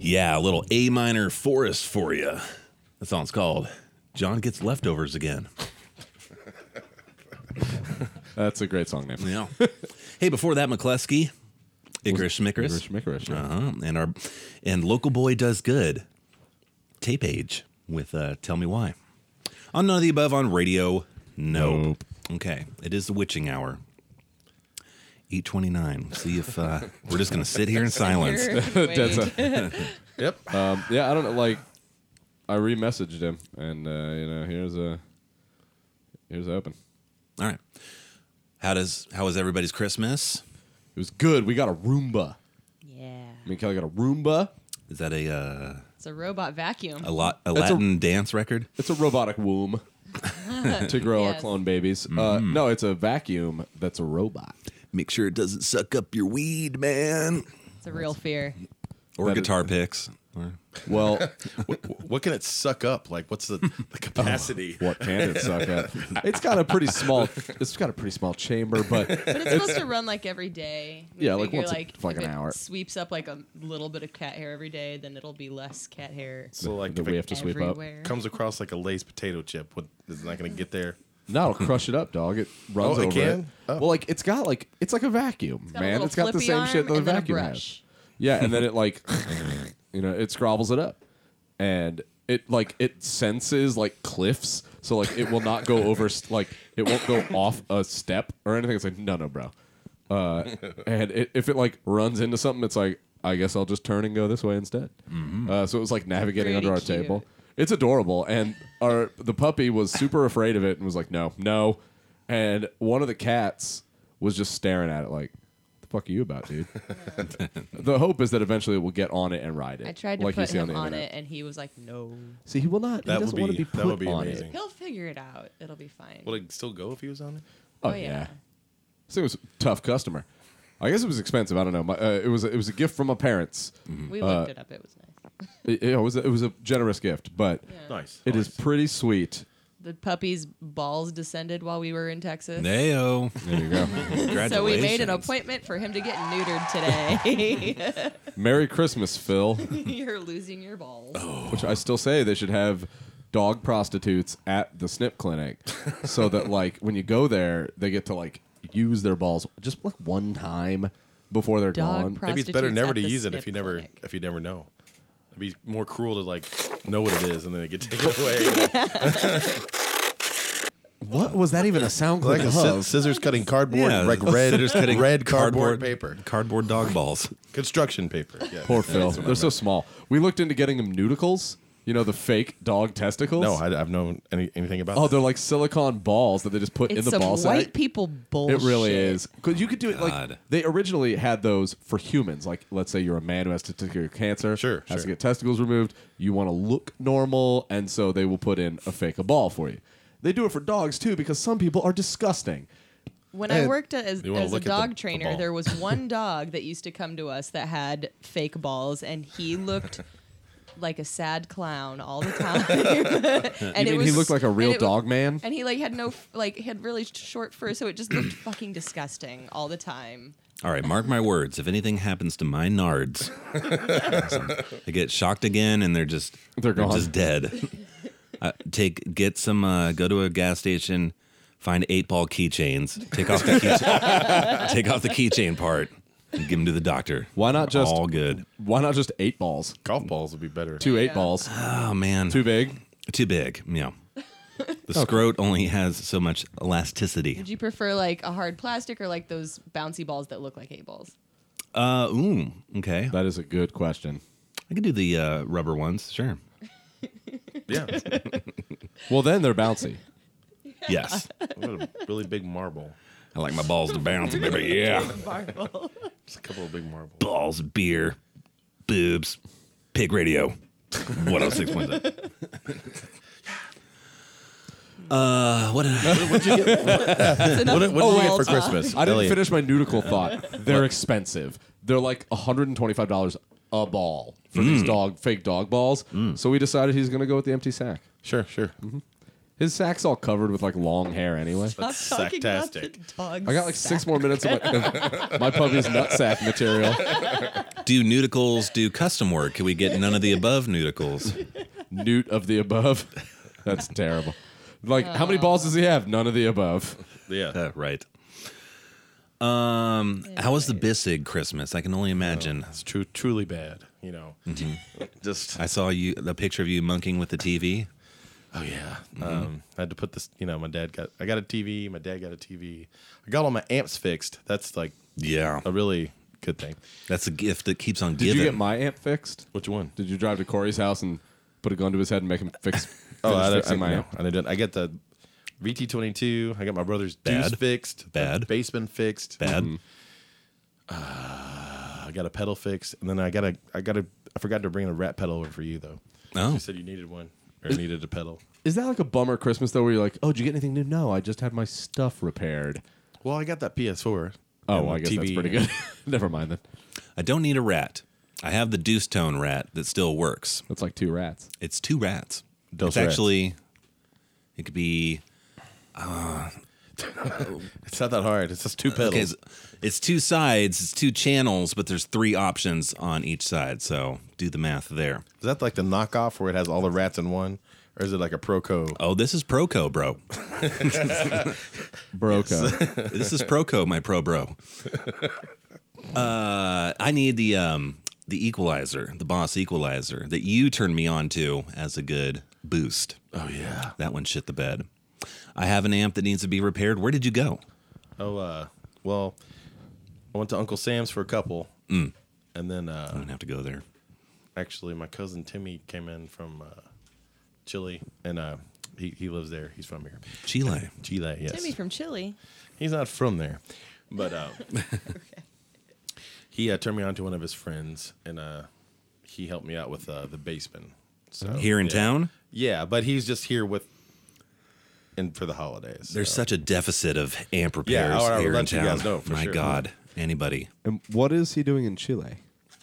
[SPEAKER 4] Yeah, a little A minor forest for you. That's all it's called. John gets leftovers again.
[SPEAKER 5] That's a great song name.
[SPEAKER 4] Yeah. hey, before that, McCleskey, Icarus
[SPEAKER 5] Licorice
[SPEAKER 4] Schmickris,
[SPEAKER 5] Micorice, yeah.
[SPEAKER 4] uh-huh. and our and local boy does good. Tape age with uh, tell me why. On none of the above on radio. Nope.
[SPEAKER 5] Nope.
[SPEAKER 4] Okay, it is the witching hour. Eight twenty nine. See if uh, we're just gonna sit here in silence.
[SPEAKER 5] Dead
[SPEAKER 7] Wait.
[SPEAKER 5] set.
[SPEAKER 6] Yep.
[SPEAKER 5] Um, yeah, I don't know. Like, I re-messaged him, and uh, you know, here's a here's a open.
[SPEAKER 4] All right. How does how was everybody's Christmas?
[SPEAKER 5] It was good. We got a Roomba.
[SPEAKER 7] Yeah.
[SPEAKER 5] Me and Kelly got a Roomba.
[SPEAKER 4] Is that a uh,
[SPEAKER 7] It's a robot vacuum.
[SPEAKER 4] a lot a
[SPEAKER 5] That's a-
[SPEAKER 4] Latin dance record?
[SPEAKER 5] It's a robotic womb to grow our
[SPEAKER 7] Yes.
[SPEAKER 5] clone babies. Uh, no, it's a vacuum that's a robot.
[SPEAKER 4] Mm-hmm. Make sure it doesn't suck up your weed, man.
[SPEAKER 7] It's a real fear.
[SPEAKER 4] Or guitar picks. Or
[SPEAKER 5] Well,
[SPEAKER 6] what, what can it suck up? Like, what's the, the capacity?
[SPEAKER 5] Oh, what can it suck up? It's got a pretty small. It's got a pretty small chamber, but
[SPEAKER 7] But it's supposed to run like every day. We
[SPEAKER 5] Yeah, like,
[SPEAKER 7] figure,
[SPEAKER 5] once a
[SPEAKER 7] like,
[SPEAKER 5] fucking
[SPEAKER 7] if it
[SPEAKER 5] hour.
[SPEAKER 7] Sweeps up like a little bit of cat hair every day, then it'll be less cat hair
[SPEAKER 6] so, like,
[SPEAKER 5] that
[SPEAKER 6] if
[SPEAKER 5] we have
[SPEAKER 6] it
[SPEAKER 5] to sweep up.
[SPEAKER 7] everywhere.
[SPEAKER 6] comes across like a Lay's potato chip, what is it not going to get there?
[SPEAKER 5] No, it'll crush it up, dog. It runs
[SPEAKER 6] Oh, it
[SPEAKER 5] over
[SPEAKER 6] can? Oh.
[SPEAKER 5] Well, like it's got like it's like a vacuum,
[SPEAKER 7] got a
[SPEAKER 5] man.
[SPEAKER 7] little
[SPEAKER 5] It's got the
[SPEAKER 7] flippy
[SPEAKER 5] same shit that
[SPEAKER 7] arm
[SPEAKER 5] the
[SPEAKER 7] and then a
[SPEAKER 5] vacuum has.
[SPEAKER 7] brush.
[SPEAKER 5] Yeah, and then it like, you know, it scrobbles it up, and it like it senses like cliffs, so like it will not go over s- like it won't go off a step or anything. It's like no, no, bro. Uh, and it, if it like runs into something, it's like I guess I'll just turn and go this way instead. Uh, so it was like navigating
[SPEAKER 7] Pretty
[SPEAKER 5] under our
[SPEAKER 7] cute.
[SPEAKER 5] table. It's adorable, and our the puppy was super afraid of it and was like no, no, and one of the cats was just staring at it like. "What The fuck are you about, dude? the hope is that eventually it will get on it and ride it.
[SPEAKER 7] I tried to
[SPEAKER 5] like you
[SPEAKER 7] put
[SPEAKER 5] see
[SPEAKER 7] him
[SPEAKER 5] the
[SPEAKER 7] on
[SPEAKER 5] internet.
[SPEAKER 7] it, and he was like, "No,
[SPEAKER 5] See, he will not.
[SPEAKER 6] That
[SPEAKER 5] he
[SPEAKER 6] would
[SPEAKER 5] doesn't want to
[SPEAKER 6] be-
[SPEAKER 5] be
[SPEAKER 6] that
[SPEAKER 5] put
[SPEAKER 6] would be
[SPEAKER 5] on
[SPEAKER 6] amazing.
[SPEAKER 5] it.
[SPEAKER 7] he'll figure it out. It'll be fine."
[SPEAKER 6] Would it still go if he was on it?
[SPEAKER 5] Oh,
[SPEAKER 7] Oh,
[SPEAKER 5] yeah.
[SPEAKER 7] yeah.
[SPEAKER 5] So it was a tough customer. I guess it was expensive. I don't know. My, uh, it was it was a gift from my parents.
[SPEAKER 7] Mm-hmm.
[SPEAKER 5] Mm-hmm. Uh,
[SPEAKER 7] we looked it up. It was nice.
[SPEAKER 5] It, it was a, it was a generous gift, but
[SPEAKER 6] Nice.
[SPEAKER 5] it is pretty sweet.
[SPEAKER 7] The puppy's balls descended while we were in Texas.
[SPEAKER 4] Nayo.
[SPEAKER 5] There you go.
[SPEAKER 4] Congratulations.
[SPEAKER 7] So we made an appointment for him to get neutered today.
[SPEAKER 5] Merry Christmas, Phil.
[SPEAKER 7] You're losing your balls.
[SPEAKER 5] Which I still say they should have dog prostitutes at the snip clinic, so that like when you go there, they get to like use their balls just like one time before they're gone.
[SPEAKER 7] Dog
[SPEAKER 6] Maybe it's better
[SPEAKER 7] prostitutes
[SPEAKER 6] never
[SPEAKER 7] at
[SPEAKER 6] to
[SPEAKER 7] the
[SPEAKER 6] use it
[SPEAKER 7] snip
[SPEAKER 6] if you never
[SPEAKER 7] clinic.
[SPEAKER 6] if you never know. It'd be more cruel to like know what it is and then it get taken away.
[SPEAKER 5] What was that even a sound clip
[SPEAKER 6] like a sci- scissors cutting cardboard,
[SPEAKER 4] Yeah,
[SPEAKER 6] like red,
[SPEAKER 4] scissors cutting
[SPEAKER 6] red cardboard, paper,
[SPEAKER 4] Cardboard dog balls.
[SPEAKER 6] construction paper. Yeah.
[SPEAKER 5] Poor Phil. They're so small. We looked into getting them nudicles. You know the fake dog testicles.
[SPEAKER 6] No, I, I've known any, anything about.
[SPEAKER 5] oh,
[SPEAKER 6] that.
[SPEAKER 5] they're like silicon balls that they just put
[SPEAKER 7] It's
[SPEAKER 5] in the
[SPEAKER 7] some
[SPEAKER 5] ball
[SPEAKER 7] white
[SPEAKER 5] sack.
[SPEAKER 7] people bullshit.
[SPEAKER 5] It really is because you could do it like
[SPEAKER 4] God.
[SPEAKER 5] they originally had those for humans. Like, let's say you're a man who has testicular cancer,
[SPEAKER 6] Sure,
[SPEAKER 5] has
[SPEAKER 6] sure.
[SPEAKER 5] to get testicles removed. You want to look normal, and so they will put in a fake a ball for you. They do it for dogs too because some people are disgusting.
[SPEAKER 7] When I
[SPEAKER 6] And-
[SPEAKER 7] worked as,
[SPEAKER 6] You wanna
[SPEAKER 7] as a
[SPEAKER 6] look at the-
[SPEAKER 7] dog
[SPEAKER 6] the
[SPEAKER 7] trainer,
[SPEAKER 6] ball.
[SPEAKER 7] there was one dog that used to come to us that had fake balls, and he looked like a sad clown all the time. and
[SPEAKER 5] you mean he looked like a
[SPEAKER 7] and
[SPEAKER 5] real
[SPEAKER 7] it wa-
[SPEAKER 5] dog man?
[SPEAKER 7] And he like had no f- like he had really sh- short fur, so it just looked fucking disgusting all the time.
[SPEAKER 4] All right, mark my words. If anything happens to my nards, they get shocked again and they're just
[SPEAKER 5] They're gone.
[SPEAKER 4] just dead. uh, take get some. Uh, go to a gas station, find eight ball keychains. Take off the keychain. take off the keychain part. and Give them to the doctor.
[SPEAKER 5] Why not just-
[SPEAKER 4] all good?
[SPEAKER 5] Why not just eight balls?
[SPEAKER 6] golf balls would be better.
[SPEAKER 5] Two eight balls,
[SPEAKER 4] Oh man,
[SPEAKER 5] too big.
[SPEAKER 4] too big. Yeah, the scrote only has so much elasticity.
[SPEAKER 7] Would you prefer like a hard plastic or like those bouncy balls that look like eight balls?
[SPEAKER 4] Uh, ooh, okay.
[SPEAKER 5] That is a good question.
[SPEAKER 4] I could do the uh, rubber ones. Sure.
[SPEAKER 6] Yeah,
[SPEAKER 5] Well, then they're bouncy.
[SPEAKER 4] Yes.
[SPEAKER 6] what a really big marble.
[SPEAKER 4] I like my balls to bounce, baby. Yeah.
[SPEAKER 7] Marble.
[SPEAKER 6] Just a couple of big marbles.
[SPEAKER 4] Balls, beer, boobs, pig radio. 106.7. Uh, what did I,
[SPEAKER 6] What did what did you get for Christmas?
[SPEAKER 5] I didn't
[SPEAKER 6] Elliot?
[SPEAKER 5] finish my nudicle thought. They're expensive. They're like $125 a ball for
[SPEAKER 6] Mm.
[SPEAKER 5] these dog fake dog balls. So we decided he's going to go with the empty sack. Mm-hmm.
[SPEAKER 6] Sure, sure.
[SPEAKER 5] His sack's all covered with like long hair anyway.
[SPEAKER 7] That's talking about the
[SPEAKER 6] Sacktastic.
[SPEAKER 7] dog
[SPEAKER 5] I got like six more minutes of my, of my puppy's nut sack material.
[SPEAKER 4] do nudicles do custom work? Can we get none of the above nudicles?
[SPEAKER 5] Newt of the above. That's terrible. Like, how many balls does he have? None of the above.
[SPEAKER 6] Yeah.
[SPEAKER 4] Uh, right. Um, how was the Bissig Christmas? I can only imagine. Mm-hmm.
[SPEAKER 6] It's true, truly bad, you know. Just
[SPEAKER 4] I saw you the picture of you monkeying with the TV.
[SPEAKER 6] oh yeah.
[SPEAKER 4] mm-hmm.
[SPEAKER 6] Um, I had to put this. You know, my dad got. I got a TV. My dad got a TV. I got all my amps fixed. That's like
[SPEAKER 4] Yeah,
[SPEAKER 6] a really good thing.
[SPEAKER 4] that's a gift that keeps on
[SPEAKER 5] Did
[SPEAKER 4] giving.
[SPEAKER 5] you get my amp fixed?
[SPEAKER 6] Which one?
[SPEAKER 5] Did you drive to Corey's house and put a gun to his head and make him fix?
[SPEAKER 6] Oh,
[SPEAKER 5] finish
[SPEAKER 6] I, I, I,
[SPEAKER 5] fixing my
[SPEAKER 6] no,
[SPEAKER 5] amp?
[SPEAKER 6] I didn't. I got the VT22. I got my brother's deuce
[SPEAKER 4] Bad.
[SPEAKER 6] fixed. the
[SPEAKER 4] Bad.
[SPEAKER 6] Basement fixed. Uh,
[SPEAKER 4] Bad.
[SPEAKER 6] I got a pedal fixed, and then I got a. I got a. I forgot to bring a rat pedal over for you though.
[SPEAKER 4] Oh.
[SPEAKER 6] You said you needed one or needed a pedal.
[SPEAKER 5] Is that like a bummer Christmas though, where you're like, "Oh, did you get anything new?" No, I just had my stuff repaired.
[SPEAKER 6] Well, I got that PS4.
[SPEAKER 5] Oh,
[SPEAKER 6] and
[SPEAKER 5] well, I
[SPEAKER 6] the
[SPEAKER 5] guess that's
[SPEAKER 6] TV
[SPEAKER 5] pretty
[SPEAKER 6] and-
[SPEAKER 5] good. Never mind then.
[SPEAKER 4] I don't need a rat. I have the Deuce Tone rat that still works.
[SPEAKER 5] That's like two rats.
[SPEAKER 4] It's two rats.
[SPEAKER 6] Dos
[SPEAKER 4] it's
[SPEAKER 6] rats.
[SPEAKER 4] actually it could be uh,
[SPEAKER 6] It's not that hard. It's just two pedals.
[SPEAKER 4] okay. It's, it's two sides. It's two channels, but there's three options on each side. So do the math there.
[SPEAKER 6] Is that like the knockoff where it has all the rats in one, or is it like a Proco?
[SPEAKER 4] Oh, this is Proco, bro.
[SPEAKER 5] Broco.
[SPEAKER 4] this is Proco, my pro bro. Uh, I need the um, the equalizer, the boss equalizer that you turned me on to as a good boost.
[SPEAKER 6] Oh yeah.
[SPEAKER 4] That one shit the bed. I have an amp that needs to be repaired. Where did you go?
[SPEAKER 6] Oh uh, well, I went to Uncle Sam's for a couple,
[SPEAKER 4] Mm.
[SPEAKER 6] and then
[SPEAKER 4] I
[SPEAKER 6] uh,
[SPEAKER 4] don't have to go there.
[SPEAKER 6] actually my cousin Timmy came in from uh, Chile, and uh, he he lives there. He's from here,
[SPEAKER 4] Chile.
[SPEAKER 6] Chile. Yes,
[SPEAKER 7] Timmy from Chile.
[SPEAKER 6] he's not from there, but uh, he uh, turned me on to one of his friends, and uh, he helped me out with uh, the basement. So
[SPEAKER 4] Here in
[SPEAKER 6] yeah.
[SPEAKER 4] town,
[SPEAKER 6] yeah, but he's just here with. And for the holidays,
[SPEAKER 4] there's
[SPEAKER 6] so.
[SPEAKER 4] such a deficit of amp repairs
[SPEAKER 6] Yeah, all right, I'll
[SPEAKER 4] here in
[SPEAKER 6] let you
[SPEAKER 4] town.
[SPEAKER 6] guys know, for
[SPEAKER 4] My
[SPEAKER 6] sure.
[SPEAKER 4] God, anybody?
[SPEAKER 5] and what is he doing in Chile?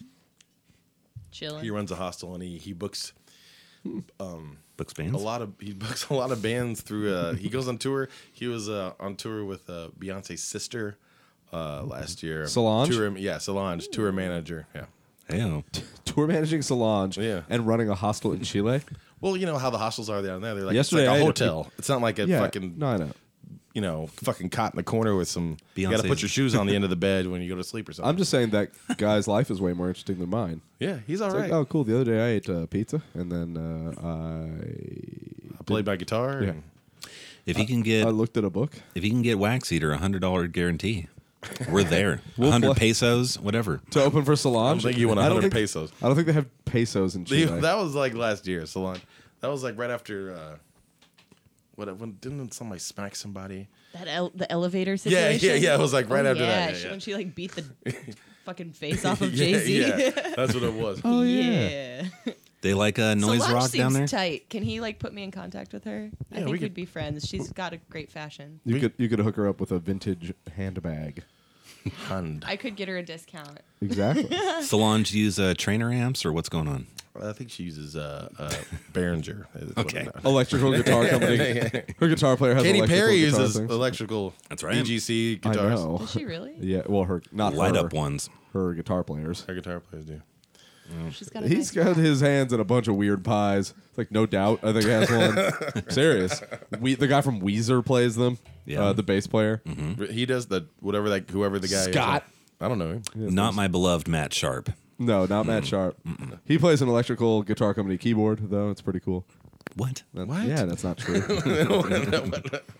[SPEAKER 7] Chilling.
[SPEAKER 6] he runs a hostel and he he books um,
[SPEAKER 4] Books bands.
[SPEAKER 6] a lot of he books a lot of bands through uh he goes on tour he was uh on tour with uh beyonce's sister uh last year
[SPEAKER 5] Solange?
[SPEAKER 6] tour, yeah solange tour manager yeah
[SPEAKER 4] Ew.
[SPEAKER 5] Tour managing Solange
[SPEAKER 6] Yeah.
[SPEAKER 5] and running a hostel in Chile.
[SPEAKER 6] well you know how the hostels are down there they're like
[SPEAKER 5] Yesterday
[SPEAKER 6] it's
[SPEAKER 5] I
[SPEAKER 6] like a
[SPEAKER 5] ate a
[SPEAKER 6] hotel it's not like a
[SPEAKER 5] yeah,
[SPEAKER 6] fucking
[SPEAKER 5] no, I know.
[SPEAKER 6] you know fucking cot in the corner with some you gotta put
[SPEAKER 4] Beyonce's-
[SPEAKER 6] your shoes on the end of the bed when you go to sleep or something
[SPEAKER 5] I'm just saying that guy's life is way more interesting than mine.
[SPEAKER 6] yeah he's all
[SPEAKER 5] It's
[SPEAKER 6] right
[SPEAKER 5] like, oh, cool. The other day I ate uh, pizza, and then uh,
[SPEAKER 6] i played my guitar
[SPEAKER 5] Yeah.
[SPEAKER 6] and
[SPEAKER 4] If you can
[SPEAKER 5] I
[SPEAKER 4] get
[SPEAKER 5] I looked at a book.
[SPEAKER 4] if you can get wax eater, a hundred dollar guarantee. We're there.
[SPEAKER 5] We'll
[SPEAKER 4] hundred
[SPEAKER 5] fly-
[SPEAKER 4] pesos, whatever.
[SPEAKER 5] To open for Solange, I
[SPEAKER 6] don't think you want
[SPEAKER 5] don't
[SPEAKER 6] 100
[SPEAKER 5] think-
[SPEAKER 6] pesos.
[SPEAKER 5] I don't think they have pesos in Chile.
[SPEAKER 6] They- that was like last year, Solange. That was like right after. Uh, what when didn't somebody smack somebody?
[SPEAKER 7] that el- the elevator
[SPEAKER 6] Yeah,
[SPEAKER 7] situation.
[SPEAKER 6] yeah, yeah, it was, like, right
[SPEAKER 7] Oh,
[SPEAKER 6] after that,
[SPEAKER 7] yeah,
[SPEAKER 6] yeah,
[SPEAKER 7] she-
[SPEAKER 6] yeah.
[SPEAKER 7] When she like beat the fucking face off of Jay Z.
[SPEAKER 6] Yeah, yeah, that's what it was.
[SPEAKER 5] oh
[SPEAKER 7] yeah.
[SPEAKER 4] They like uh, noise
[SPEAKER 7] Solange
[SPEAKER 4] rock
[SPEAKER 7] seems
[SPEAKER 4] down there.
[SPEAKER 7] tight. Can he like put me in contact with her? I think
[SPEAKER 6] we
[SPEAKER 7] we
[SPEAKER 6] could-
[SPEAKER 7] would be friends. She's got a great fashion.
[SPEAKER 5] You could you could hook her up with a vintage handbag.
[SPEAKER 6] Hand.
[SPEAKER 7] I could get her a discount.
[SPEAKER 5] Exactly.
[SPEAKER 4] Solange use uh, trainer amps or what's going on?
[SPEAKER 6] I think she uses uh, uh, Behringer. is what
[SPEAKER 4] Okay.
[SPEAKER 6] I know.
[SPEAKER 5] electrical guitar company. Her guitar player has
[SPEAKER 6] Katy
[SPEAKER 5] electrical
[SPEAKER 6] Perry
[SPEAKER 5] guitar
[SPEAKER 6] uses
[SPEAKER 5] things.
[SPEAKER 6] electrical.
[SPEAKER 4] That's right.
[SPEAKER 6] EGC
[SPEAKER 5] I
[SPEAKER 6] guitars.
[SPEAKER 5] know.
[SPEAKER 7] Is she really?
[SPEAKER 5] Yeah, well, her not
[SPEAKER 4] Light
[SPEAKER 5] her,
[SPEAKER 4] up ones.
[SPEAKER 5] Her guitar players.
[SPEAKER 6] Our guitar players do.
[SPEAKER 7] She's got a
[SPEAKER 5] He's
[SPEAKER 7] nice
[SPEAKER 5] got his hands in a bunch of weird pies. Like no doubt, I think he has one. Serious. We the guy from Weezer plays them.
[SPEAKER 4] Yeah. Mm-hmm.
[SPEAKER 5] uh, the bass player.
[SPEAKER 6] He does the whatever that whoever the guy is.
[SPEAKER 5] Scott.
[SPEAKER 6] I don't know. him.
[SPEAKER 4] Not my beloved Matt Sharp.
[SPEAKER 5] No, not Matt Sharp. He plays an electrical guitar company keyboard though. It's pretty cool.
[SPEAKER 4] What?
[SPEAKER 5] That-
[SPEAKER 6] What?
[SPEAKER 5] Yeah, that's not true.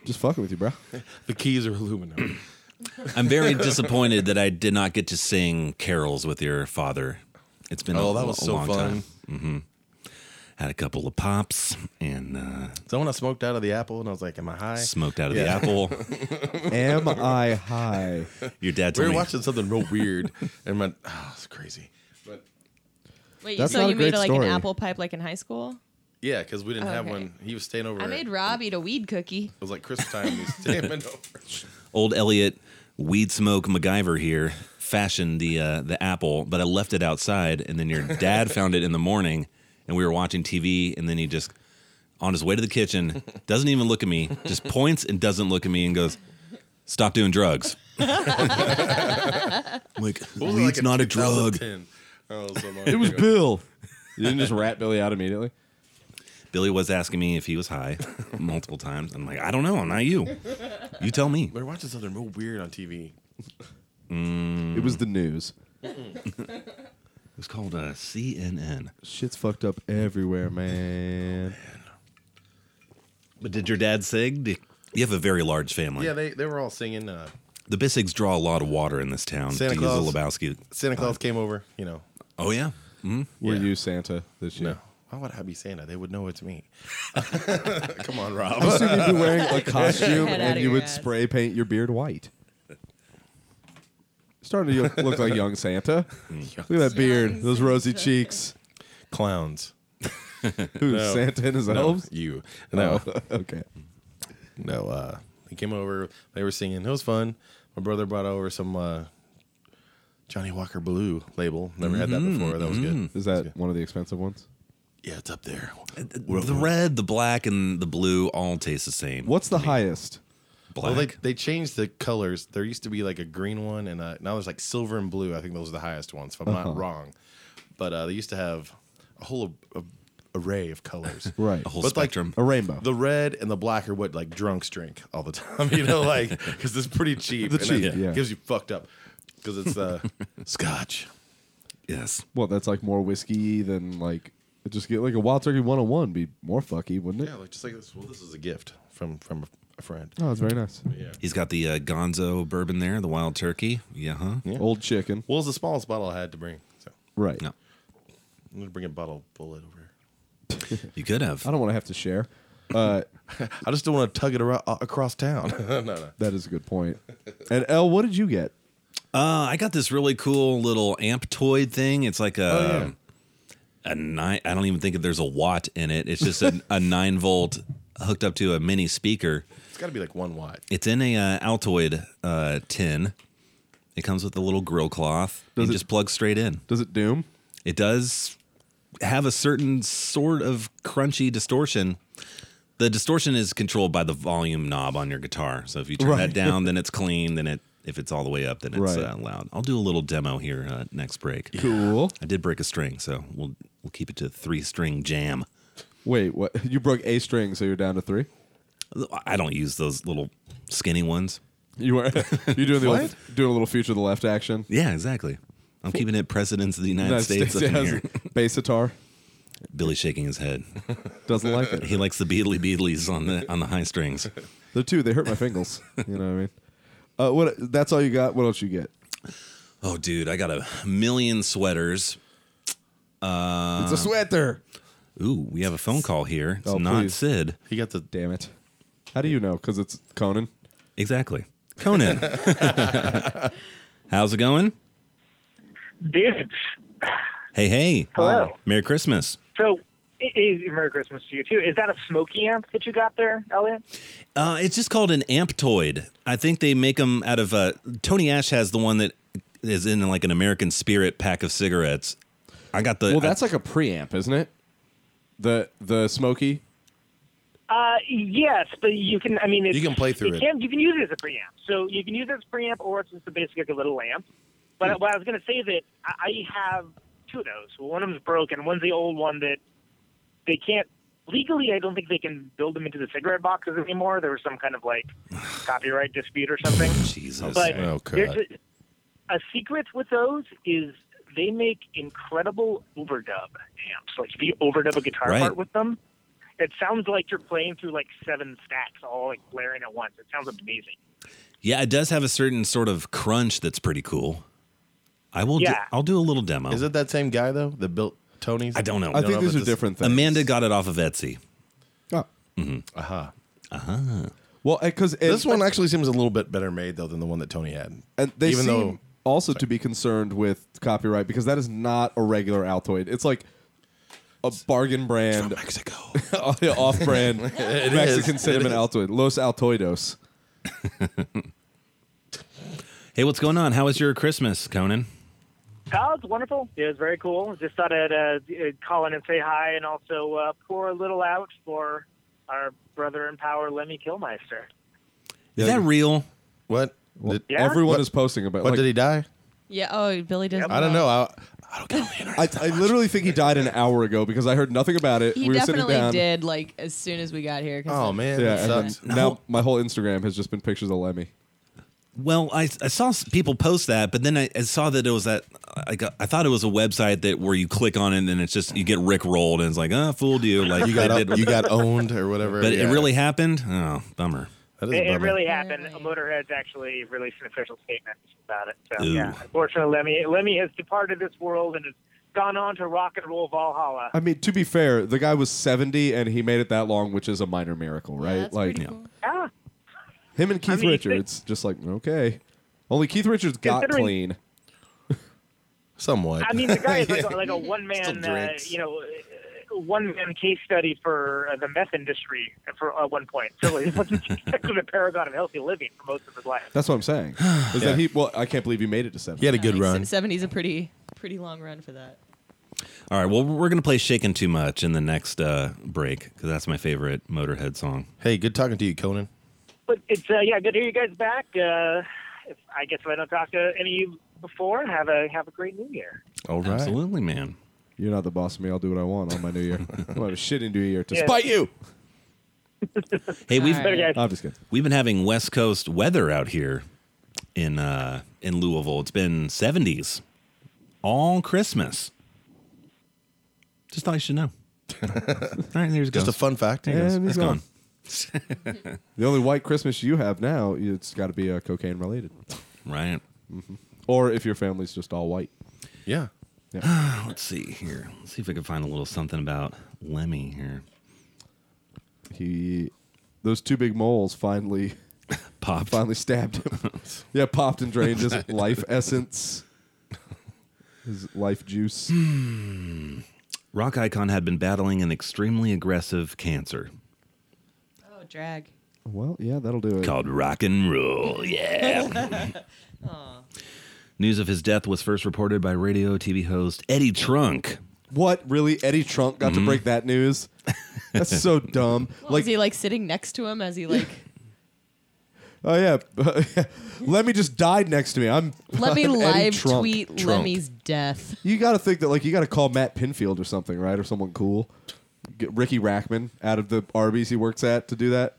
[SPEAKER 5] Just fucking with you, bro.
[SPEAKER 6] The keys are aluminum.
[SPEAKER 4] I'm very disappointed that I did not get to sing carols with your father. It's been
[SPEAKER 6] oh,
[SPEAKER 4] a,
[SPEAKER 6] that was
[SPEAKER 4] a
[SPEAKER 6] so
[SPEAKER 4] long
[SPEAKER 6] fun.
[SPEAKER 4] time. Mm-hmm. Had a couple of pops and uh,
[SPEAKER 6] Someone I smoked out of the apple, and I was like, "Am I high?"
[SPEAKER 4] smoked out of the
[SPEAKER 6] Yeah.
[SPEAKER 4] apple.
[SPEAKER 5] Am I high?
[SPEAKER 4] Your dad
[SPEAKER 6] we
[SPEAKER 4] told
[SPEAKER 6] were
[SPEAKER 4] me
[SPEAKER 6] watching something real weird, and my oh, it's crazy. But
[SPEAKER 7] Wait,
[SPEAKER 5] That's
[SPEAKER 7] so
[SPEAKER 5] not a
[SPEAKER 7] you made
[SPEAKER 5] great
[SPEAKER 7] like
[SPEAKER 5] story.
[SPEAKER 7] an apple pipe like in high school?
[SPEAKER 6] yeah, because we didn't have
[SPEAKER 7] Okay.
[SPEAKER 6] one. He was staying over.
[SPEAKER 7] I
[SPEAKER 6] at-
[SPEAKER 7] made Rob eat a weed cookie.
[SPEAKER 6] It was like Christmas time. and He was staying over.
[SPEAKER 4] old Elliot weed smoke MacGyver here fashioned the uh, the apple, but I left it outside, and then your dad found it in the morning, and we were watching TV, and then he just on his way to the kitchen doesn't even look at me, just points and doesn't look at me, and goes, "Stop doing drugs." I'm like
[SPEAKER 6] What was it,
[SPEAKER 4] weed's
[SPEAKER 6] in
[SPEAKER 4] not a drug.
[SPEAKER 6] 2010? Oh, so long
[SPEAKER 5] It was
[SPEAKER 6] ago.
[SPEAKER 5] Bill. You didn't just rat Billy out immediately.
[SPEAKER 4] Billy was asking me if he was high multiple times. I'm like, I don't know. I'm not you. You tell me.
[SPEAKER 6] We're watching something real weird on TV.
[SPEAKER 5] Mm. It was the news.
[SPEAKER 4] It's called uh, CNN.
[SPEAKER 5] Shit's fucked up everywhere, man.
[SPEAKER 4] Oh, But did your dad sing? Do- You have a very large family.
[SPEAKER 6] Yeah, they, they were all singing. Uh,
[SPEAKER 4] the Bissigs draw a lot of water in this town.
[SPEAKER 6] Santa
[SPEAKER 4] to use a
[SPEAKER 6] Claus.
[SPEAKER 4] Lebowski.
[SPEAKER 6] Santa Claus came over. You know,
[SPEAKER 4] Oh yeah.
[SPEAKER 5] Were
[SPEAKER 6] Yeah.
[SPEAKER 5] you Santa this year?
[SPEAKER 6] no. Why would I be Santa? They would know it's me. Come on, Rob.
[SPEAKER 5] I assume you'd be wearing a costume
[SPEAKER 7] Head outta
[SPEAKER 5] and you
[SPEAKER 7] your
[SPEAKER 5] would
[SPEAKER 7] ass.
[SPEAKER 5] spray paint your beard white. Starting to look- look like young Santa.
[SPEAKER 6] Mm.
[SPEAKER 4] Mm,
[SPEAKER 5] Look at that beard, those rosy cheeks.
[SPEAKER 6] Clowns.
[SPEAKER 5] Who's Santa and his elves?
[SPEAKER 6] You. No.
[SPEAKER 5] Oh, okay.
[SPEAKER 6] No. Uh, they came over. They were singing. It was fun. My brother brought over some uh, Johnny Walker Blue label. Never had that before. That was good.
[SPEAKER 5] Mm-hmm. Is that one of the expensive ones?
[SPEAKER 6] Yeah, it's up there.
[SPEAKER 4] The red, the black, and the blue all taste the same.
[SPEAKER 5] What's the highest?
[SPEAKER 4] Black.
[SPEAKER 6] Well, they, they changed the colors. There used to be like a green one, and uh, now there's like silver and blue. I think those are the highest ones, if I'm
[SPEAKER 5] Uh-huh.
[SPEAKER 6] not wrong. But uh, they used to have a whole a, array of colors.
[SPEAKER 5] Right.
[SPEAKER 4] a whole
[SPEAKER 6] but, like,
[SPEAKER 4] spectrum.
[SPEAKER 5] A rainbow.
[SPEAKER 6] The red and the black are what like drunks drink all the time, you know, like because it's pretty cheap.
[SPEAKER 5] The
[SPEAKER 6] and
[SPEAKER 5] cheap,
[SPEAKER 6] it
[SPEAKER 5] yeah.
[SPEAKER 6] gives you fucked up because it's uh, scotch.
[SPEAKER 4] yes.
[SPEAKER 5] well, that's like more whiskey than like just get like a wild turkey 101 be more fucky, wouldn't it?
[SPEAKER 6] Yeah, like just like this. Well, this is a gift from from a friend.
[SPEAKER 5] Oh, it's very nice.
[SPEAKER 4] He's got the uh, Gonzo bourbon there, the wild turkey. Yeah, huh?
[SPEAKER 6] Yeah.
[SPEAKER 5] Old chicken.
[SPEAKER 6] Well, it's the smallest bottle I had to bring, so
[SPEAKER 5] Right.
[SPEAKER 4] No,
[SPEAKER 6] I'm gonna bring a bottle bullet over. here.
[SPEAKER 4] you could have.
[SPEAKER 5] I don't want to have to share. Uh,
[SPEAKER 6] I just don't want to tug it aro- uh, across town. no, no.
[SPEAKER 5] that is a good point. And L, what did you get?
[SPEAKER 4] Uh, I got this really cool little amptoid thing. It's like a
[SPEAKER 5] Oh,
[SPEAKER 4] a nine. I don't even think there's a watt in it. It's just a, a nine volt hooked up to a mini speaker.
[SPEAKER 6] It's got to be like one watt.
[SPEAKER 4] It's in a uh, Altoid uh, tin. It comes with a little grill cloth.
[SPEAKER 5] Does
[SPEAKER 4] you
[SPEAKER 5] it-
[SPEAKER 4] just plug straight in.
[SPEAKER 5] Does it doom?
[SPEAKER 4] It does have a certain sort of crunchy distortion. The distortion is controlled by the volume knob on your guitar. So if you turn
[SPEAKER 5] Right.
[SPEAKER 4] that down, then it's clean. Then it if it's all the way up, then it's
[SPEAKER 5] Right.
[SPEAKER 4] uh, loud. I'll do a little demo here uh, next break.
[SPEAKER 5] Cool.
[SPEAKER 4] I did break a string, so we'll we'll keep it to three string jam.
[SPEAKER 5] Wait, what? You broke a string, so you're down to three.
[SPEAKER 4] I don't use those little skinny ones.
[SPEAKER 5] You were you doing the old, doing a little future of the left action.
[SPEAKER 4] Yeah, exactly. I'm keeping it presidents of the United, States, up in here.
[SPEAKER 5] has bass guitar
[SPEAKER 4] Billy shaking his head.
[SPEAKER 5] doesn't like it.
[SPEAKER 4] He likes the beadly beadlies on the on the high strings.
[SPEAKER 5] They're two. They hurt my fingers. You know what I mean? Uh, what? That's all you got. What else you get?
[SPEAKER 4] Oh, dude, I got a million sweaters.
[SPEAKER 5] it's a sweater.
[SPEAKER 4] Ooh, we have a phone call here. It's
[SPEAKER 5] Oh,
[SPEAKER 4] not
[SPEAKER 5] please.
[SPEAKER 4] Sid.
[SPEAKER 6] He got the
[SPEAKER 5] Damn it! How do you know? Because it's Conan.
[SPEAKER 4] Exactly. Conan. How's it going?
[SPEAKER 9] Dudes.
[SPEAKER 4] Hey, hey.
[SPEAKER 9] Hello.
[SPEAKER 4] Merry Christmas.
[SPEAKER 9] So, i- is, Merry Christmas to you too. Is that a smoky amp that you got there, Elliot?
[SPEAKER 4] Uh, it's just called an amptoid. I think they make them out of. Uh, Tony Ash has the one that is in like an American Spirit pack of cigarettes. I got the.
[SPEAKER 5] Well, that's like a preamp, isn't it? The the Smoky.
[SPEAKER 9] Uh, yes, but you can. I mean, it's,
[SPEAKER 6] You can play through it.
[SPEAKER 9] Can, you can use it as a preamp. So you can use it as a preamp, or it's just a basic like a little amp.
[SPEAKER 6] Hmm.
[SPEAKER 9] But what I was going to say that I I have two of those. One of them's broken. One's the old one that they can't legally. I don't think they can build them into the cigarette boxes anymore. There was some kind of like copyright dispute or something.
[SPEAKER 4] Jesus.
[SPEAKER 9] But
[SPEAKER 6] Oh, God.
[SPEAKER 9] there's a, a secret with those is they make incredible overdub amps. Like if you overdub a guitar
[SPEAKER 4] Right.
[SPEAKER 9] part with them, it sounds like you're playing through like seven stacks all like blaring at once. It sounds amazing.
[SPEAKER 4] yeah, it does have a certain sort of crunch that's pretty cool. I will. Do,
[SPEAKER 9] Yeah.
[SPEAKER 4] I'll do a little demo.
[SPEAKER 6] Is it that same guy though that built Tony's?
[SPEAKER 4] I don't know.
[SPEAKER 5] I think
[SPEAKER 6] know,
[SPEAKER 5] these
[SPEAKER 6] but
[SPEAKER 5] are
[SPEAKER 6] this-
[SPEAKER 5] different things.
[SPEAKER 4] Amanda got it off of Etsy.
[SPEAKER 5] Oh.
[SPEAKER 4] Mm-hmm.
[SPEAKER 6] Aha.
[SPEAKER 5] Well, uh, because
[SPEAKER 6] This one actually seems a little bit better made though than the one that Tony had.
[SPEAKER 5] And they
[SPEAKER 6] even
[SPEAKER 5] seem
[SPEAKER 6] though
[SPEAKER 5] also to be concerned with copyright because that is not a regular Altoid. It's like a bargain brand,
[SPEAKER 6] Mexico.
[SPEAKER 5] off-brand Mexican cinnamon Altoid, Los Altoidos.
[SPEAKER 4] Hey, what's going on? How was your Christmas, Conan?
[SPEAKER 9] Oh, it's wonderful. It was very cool. Just thought I'd uh, uh, call in and say hi, and also uh, pour a little out for our brother in power, Lemmy Kilmeister.
[SPEAKER 4] Is that real?
[SPEAKER 6] What? Did,
[SPEAKER 9] Yeah?
[SPEAKER 5] Everyone
[SPEAKER 6] What-
[SPEAKER 5] is posting about.
[SPEAKER 6] What
[SPEAKER 5] like,
[SPEAKER 6] did he die?
[SPEAKER 7] Yeah. Oh, Billy doesn't.
[SPEAKER 6] I don't know. I,
[SPEAKER 5] I, I literally think he died an hour ago because I heard nothing about it.
[SPEAKER 7] He
[SPEAKER 5] we were sitting
[SPEAKER 7] definitely
[SPEAKER 5] down.
[SPEAKER 7] did, like, as soon as we got here. 'cause
[SPEAKER 6] Oh
[SPEAKER 7] the-
[SPEAKER 6] man,
[SPEAKER 5] Yeah,
[SPEAKER 6] that
[SPEAKER 5] and
[SPEAKER 6] sucks.
[SPEAKER 5] then now my whole Instagram has just been pictures of Lemmy.
[SPEAKER 4] Well, I, I saw s- people post that, but then I, I saw that it was that I got, I thought it was a website that where you click on it and it's just you get rick rolled and it's like ah fooled you like
[SPEAKER 6] You got
[SPEAKER 4] I
[SPEAKER 6] up, you got owned or whatever.
[SPEAKER 4] but
[SPEAKER 6] yeah.
[SPEAKER 4] it really happened. Oh, bummer.
[SPEAKER 6] That is a
[SPEAKER 9] It, it
[SPEAKER 6] bummer.
[SPEAKER 9] really happened.
[SPEAKER 7] Really?
[SPEAKER 9] Motorhead's actually released an official statement about it. So
[SPEAKER 4] Ooh.
[SPEAKER 9] yeah, unfortunately, Lemmy Lemmy has departed this world and has gone on to rock and roll Valhalla.
[SPEAKER 5] I mean, to be fair, the guy was 70 and he made it that long, which is a minor miracle, right?
[SPEAKER 7] that's
[SPEAKER 5] like
[SPEAKER 7] pretty cool.
[SPEAKER 9] Ah,
[SPEAKER 5] him and Keith
[SPEAKER 9] mean, if they-
[SPEAKER 5] Richards, just like okay. Only Keith Richards got
[SPEAKER 9] Considering-
[SPEAKER 5] clean.
[SPEAKER 6] somewhat.
[SPEAKER 9] I mean, the guy is like a, like a one
[SPEAKER 6] Still
[SPEAKER 9] man, uh,
[SPEAKER 6] drinks.
[SPEAKER 9] you know, one man case study for uh, the meth industry for at one point. So he was the paragon of healthy living for most of his life.
[SPEAKER 5] That's what I'm saying. Is that he? Well, I can't believe he made it to 70.
[SPEAKER 6] he had a good
[SPEAKER 7] Like,
[SPEAKER 6] run.
[SPEAKER 7] 70's a pretty, pretty long run for that.
[SPEAKER 4] All right, well we're gonna play "Shaken Too Much" in the next uh, break because that's my favorite Motorhead song.
[SPEAKER 6] Hey, good talking to you, Conan.
[SPEAKER 9] But it's uh, yeah, good to hear you guys back. Uh, if, I guess if I don't talk to any of you before, have a have a great New Year.
[SPEAKER 6] All right.
[SPEAKER 4] Absolutely, man.
[SPEAKER 5] You're not the boss of me. I'll do what I want on my new year. I'm have a shit into new year to
[SPEAKER 9] Yeah.
[SPEAKER 5] spite you.
[SPEAKER 4] Hey, we've
[SPEAKER 7] All
[SPEAKER 9] Later, guys.
[SPEAKER 5] I'm just kidding.
[SPEAKER 4] we've been having West Coast weather out here in uh, in Louisville. It's been 70s all Christmas. Just thought you should know. all right, there's
[SPEAKER 6] Just a fun fact.
[SPEAKER 4] There
[SPEAKER 5] And
[SPEAKER 4] has
[SPEAKER 5] he's
[SPEAKER 4] gone.
[SPEAKER 5] gone. The only white Christmas you have now, it's got to be uh, cocaine related, Mm-hmm.
[SPEAKER 4] Right.
[SPEAKER 5] or if your family's just all white.
[SPEAKER 6] Yeah.
[SPEAKER 4] Let's see here. Let's see if I can find a little something about Lemmy here.
[SPEAKER 5] He, those two big moles finally,
[SPEAKER 4] Pop.
[SPEAKER 5] finally stabbed him. yeah, popped and drained his life essence, his life juice.
[SPEAKER 4] Hmm. Rock icon had been battling an extremely aggressive cancer
[SPEAKER 7] Oh, drag.
[SPEAKER 5] well, yeah, that'll do it.
[SPEAKER 4] called rock and roll. Yeah. News of his death was first reported by radio TV host Eddie Trunk. Mm-hmm.
[SPEAKER 5] What really? Eddie Trunk got to break that news. That's so dumb.
[SPEAKER 7] What, was he, like, sitting next to him as he, like,
[SPEAKER 5] Oh yeah, Lemmy just died next to me. I'm.
[SPEAKER 7] let me
[SPEAKER 5] I'm Eddie
[SPEAKER 7] live
[SPEAKER 5] Trunk.
[SPEAKER 7] tweet
[SPEAKER 5] Trunk.
[SPEAKER 7] Lemmy's death?
[SPEAKER 5] You got to think that like you got to call Matt Pinfield or something, right, or someone cool. Get Ricky Rackman out of the Arby's he works at to do that.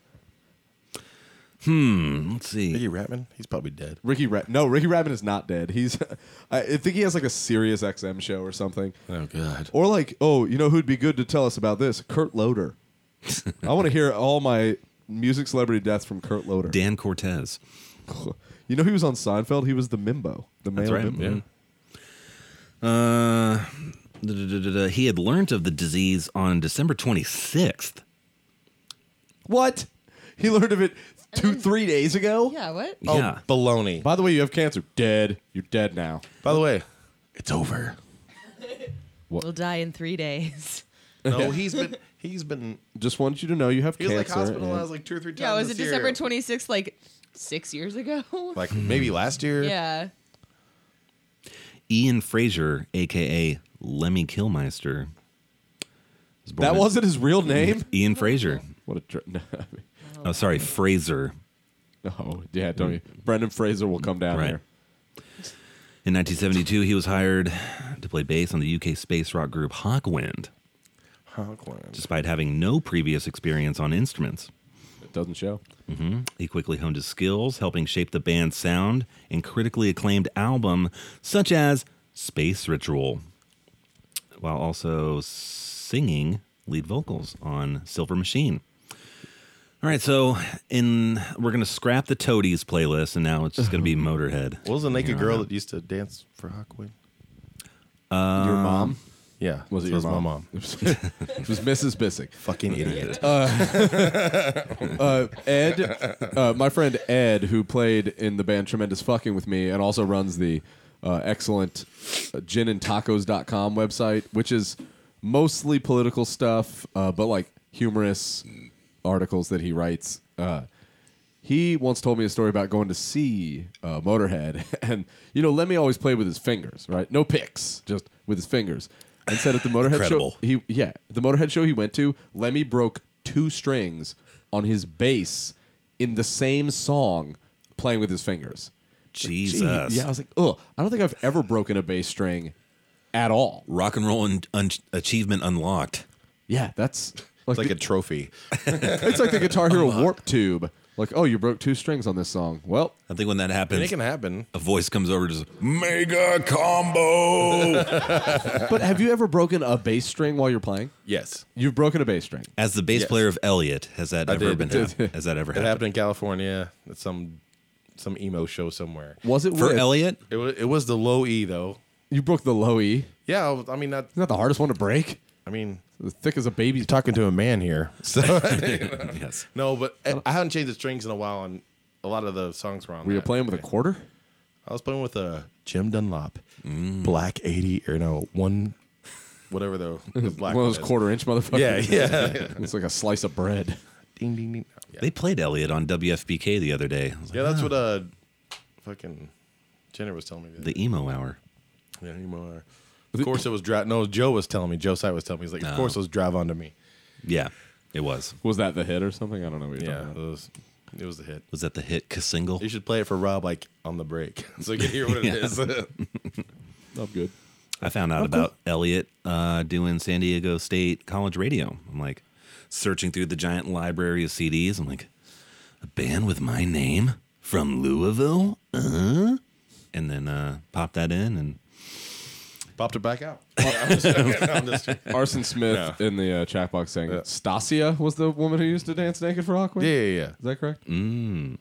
[SPEAKER 4] Let's see.
[SPEAKER 6] Iggy Ratman, he's probably dead.
[SPEAKER 5] Ricky Ra- no, Ricky Rackman is not dead. He's, I think he has like a Sirius XM show or something,
[SPEAKER 6] Oh God.
[SPEAKER 5] or like oh, you know who'd be good to tell us about this? Kurt Loder. I want to hear all my music celebrity deaths from Kurt Loder.
[SPEAKER 4] Dan Cortez.
[SPEAKER 5] You know he was on Seinfeld. He was the Mimbo, the male Mimbo.
[SPEAKER 4] Uh, duh, duh, duh, duh, duh. he had learned of the disease on December 26th.
[SPEAKER 5] What? He learned of it two, three days ago.
[SPEAKER 7] Yeah, what?
[SPEAKER 6] Oh,
[SPEAKER 4] yeah.
[SPEAKER 6] baloney.
[SPEAKER 5] By the way, you have cancer. Dead. You're dead now.
[SPEAKER 6] By the way, it's over.
[SPEAKER 7] We'll die in three days.
[SPEAKER 6] No, he's been he's been
[SPEAKER 5] Just wanted you to know you have
[SPEAKER 6] he was like
[SPEAKER 5] cancer.
[SPEAKER 6] hospitalized like two or three times.
[SPEAKER 7] Yeah, was it
[SPEAKER 6] this year.
[SPEAKER 7] December 26th, like, six years ago?
[SPEAKER 6] Like maybe last year.
[SPEAKER 7] yeah.
[SPEAKER 4] Ian Fraser, a.k.a. Lemmy Kilmeister. was born
[SPEAKER 5] that
[SPEAKER 4] in-
[SPEAKER 5] wasn't his real name.
[SPEAKER 4] Ian Fraser.
[SPEAKER 5] What a dr- no, I mean-
[SPEAKER 4] Oh, sorry, Fraser.
[SPEAKER 5] no, yeah, don't you? Brendan Fraser will come down
[SPEAKER 4] Right.
[SPEAKER 5] here.
[SPEAKER 4] In 1972, he was hired to play bass on the UK space rock group Hawkwind,
[SPEAKER 6] Hawkwind.
[SPEAKER 4] despite having no previous experience on instruments.
[SPEAKER 5] It doesn't show.
[SPEAKER 2] Mm-hmm.
[SPEAKER 4] He quickly honed his skills, helping shape the band's sound and critically acclaimed album such as Space Ritual, while also singing lead vocals on Silver Machine. All right, so in we're gonna scrap the Toadies playlist, and now it's just gonna be Motorhead.
[SPEAKER 6] What was the naked girl that used to dance for Hawkwind?
[SPEAKER 5] Your
[SPEAKER 4] Um,
[SPEAKER 5] mom
[SPEAKER 6] Yeah,
[SPEAKER 5] was it?
[SPEAKER 6] so
[SPEAKER 5] Your
[SPEAKER 6] my
[SPEAKER 5] mom?
[SPEAKER 6] mom?
[SPEAKER 5] it was Mrs. Bissick.
[SPEAKER 6] Fucking idiot.
[SPEAKER 5] Uh, Ed, uh, my friend Ed, who played in the band Tremendous Fucking with me and also runs the uh, excellent uh, ginandtacos.com website, which is mostly political stuff, uh, but like humorous articles that he writes. Uh, he once told me a story about going to see uh, Motorhead, and you know Lemmy always played with his fingers, right? No picks, just with his fingers. And said at the Motorhead
[SPEAKER 4] Incredible.
[SPEAKER 5] show, he yeah, the Motorhead show he went to, Lemmy broke two strings on his bass in the same song, playing with his fingers. Gee,
[SPEAKER 4] Jesus,
[SPEAKER 5] yeah, I was like, oh, I don't think I've ever broken a bass string at all.
[SPEAKER 4] Rock and roll un- un- achievement unlocked.
[SPEAKER 5] Yeah, that's
[SPEAKER 6] It's like a trophy.
[SPEAKER 5] it's like the Guitar Hero Warp Tube. Like, oh, you broke two strings on this song. Well,
[SPEAKER 4] I think when that
[SPEAKER 6] And
[SPEAKER 4] happens,
[SPEAKER 6] it can happen.
[SPEAKER 4] a voice comes over just mega combo
[SPEAKER 5] but have you ever broken a bass string while you're playing?
[SPEAKER 6] Yes.
[SPEAKER 5] You've broken a bass string.
[SPEAKER 4] as the bass
[SPEAKER 6] Yes.
[SPEAKER 4] player of Elliot. Has that ever
[SPEAKER 6] did.
[SPEAKER 4] been?
[SPEAKER 5] Did-
[SPEAKER 4] hap- has that ever
[SPEAKER 6] It
[SPEAKER 4] happened
[SPEAKER 6] happened in California at some some emo show somewhere.
[SPEAKER 5] Was it
[SPEAKER 4] for
[SPEAKER 5] with-
[SPEAKER 4] Elliot?
[SPEAKER 6] It was, it was the low E though.
[SPEAKER 5] You broke the low E. Isn't
[SPEAKER 6] Yeah, I was- I mean not
[SPEAKER 5] that the hardest one to break?
[SPEAKER 6] I mean
[SPEAKER 5] As thick as a baby's.
[SPEAKER 6] you're talking to a man here. So
[SPEAKER 4] Yes.
[SPEAKER 6] no, but I I haven't changed the strings in a while and a lot of the songs were on.
[SPEAKER 5] Were you
[SPEAKER 6] that.
[SPEAKER 5] playing with a quarter?
[SPEAKER 6] I was playing with a Jim Dunlop black 80 or no, one whatever though. The black
[SPEAKER 5] One of those
[SPEAKER 6] is.
[SPEAKER 5] quarter inch motherfuckers.
[SPEAKER 6] Yeah, yeah.
[SPEAKER 5] It's like a slice of bread.
[SPEAKER 6] ding ding ding. Yeah,
[SPEAKER 4] They played Elliot on WFBK the other day. I was like,
[SPEAKER 6] Yeah, that's what uh fucking Jenner was telling me. The, other
[SPEAKER 4] Ah. the emo hour.
[SPEAKER 6] Yeah, anymore. Of course, it was drive. No, Joe was telling me. Joe Sight was telling me. He's like, of course, it was drive on to me.
[SPEAKER 4] Yeah, it was.
[SPEAKER 5] Was that the hit or something? I don't know what you're
[SPEAKER 6] Yeah,
[SPEAKER 5] talking
[SPEAKER 6] it
[SPEAKER 5] about.
[SPEAKER 6] was. It was the hit.
[SPEAKER 4] Was that the hit k- single?
[SPEAKER 6] You should play it for Rob, like on the break, so you can hear what it is.
[SPEAKER 5] I'm good.
[SPEAKER 4] I found
[SPEAKER 6] Oh,
[SPEAKER 4] out about Elliot uh, doing San Diego State College radio. I'm like searching through the giant library of CDs. I'm like, a band with my name from Louisville, uh and then uh, pop that in and
[SPEAKER 6] Popped it back out. I'm just- I'm just- yeah,
[SPEAKER 5] Arson Smith in the uh, chat box saying Stasia was the woman who used to dance naked for Aqua.
[SPEAKER 6] yeah,
[SPEAKER 5] Is
[SPEAKER 6] yeah. Mm.
[SPEAKER 5] that correct?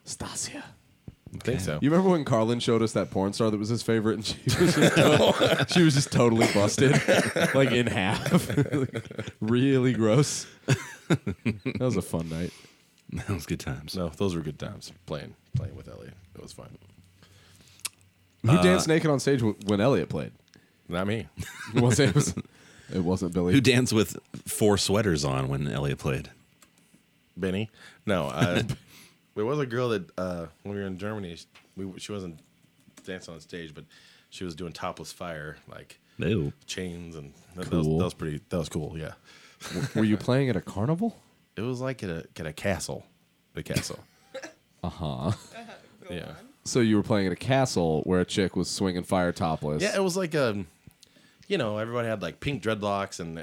[SPEAKER 5] Stasia.
[SPEAKER 6] I think so.
[SPEAKER 5] You remember when Carlin showed us that porn star that was his favorite, and she was just, to- she was just totally busted, like in half, Like, really gross. That was a fun night.
[SPEAKER 4] that was good times.
[SPEAKER 6] no, those were good times playing playing with Elliot. It was fun.
[SPEAKER 5] Who danced naked on stage w- when Elliot played?
[SPEAKER 6] Not me.
[SPEAKER 5] Was it, was, it wasn't Billy.
[SPEAKER 4] Who danced with four sweaters on when Elliot played?
[SPEAKER 6] Benny. No, uh, there was a girl that uh, when we were in Germany, she, we, she wasn't dancing on stage, but she was doing topless fire, like
[SPEAKER 4] No,
[SPEAKER 6] chains, and that, that was,
[SPEAKER 5] Cool.
[SPEAKER 6] that was pretty. That was cool. Yeah,
[SPEAKER 5] Were you playing at a carnival?
[SPEAKER 6] it was like at a at a castle, the castle. uh huh. Yeah.
[SPEAKER 5] Uh-huh. So you were playing at a castle where a chick was swinging fire topless.
[SPEAKER 6] Yeah, it was like um, you know, everybody had like pink dreadlocks and uh,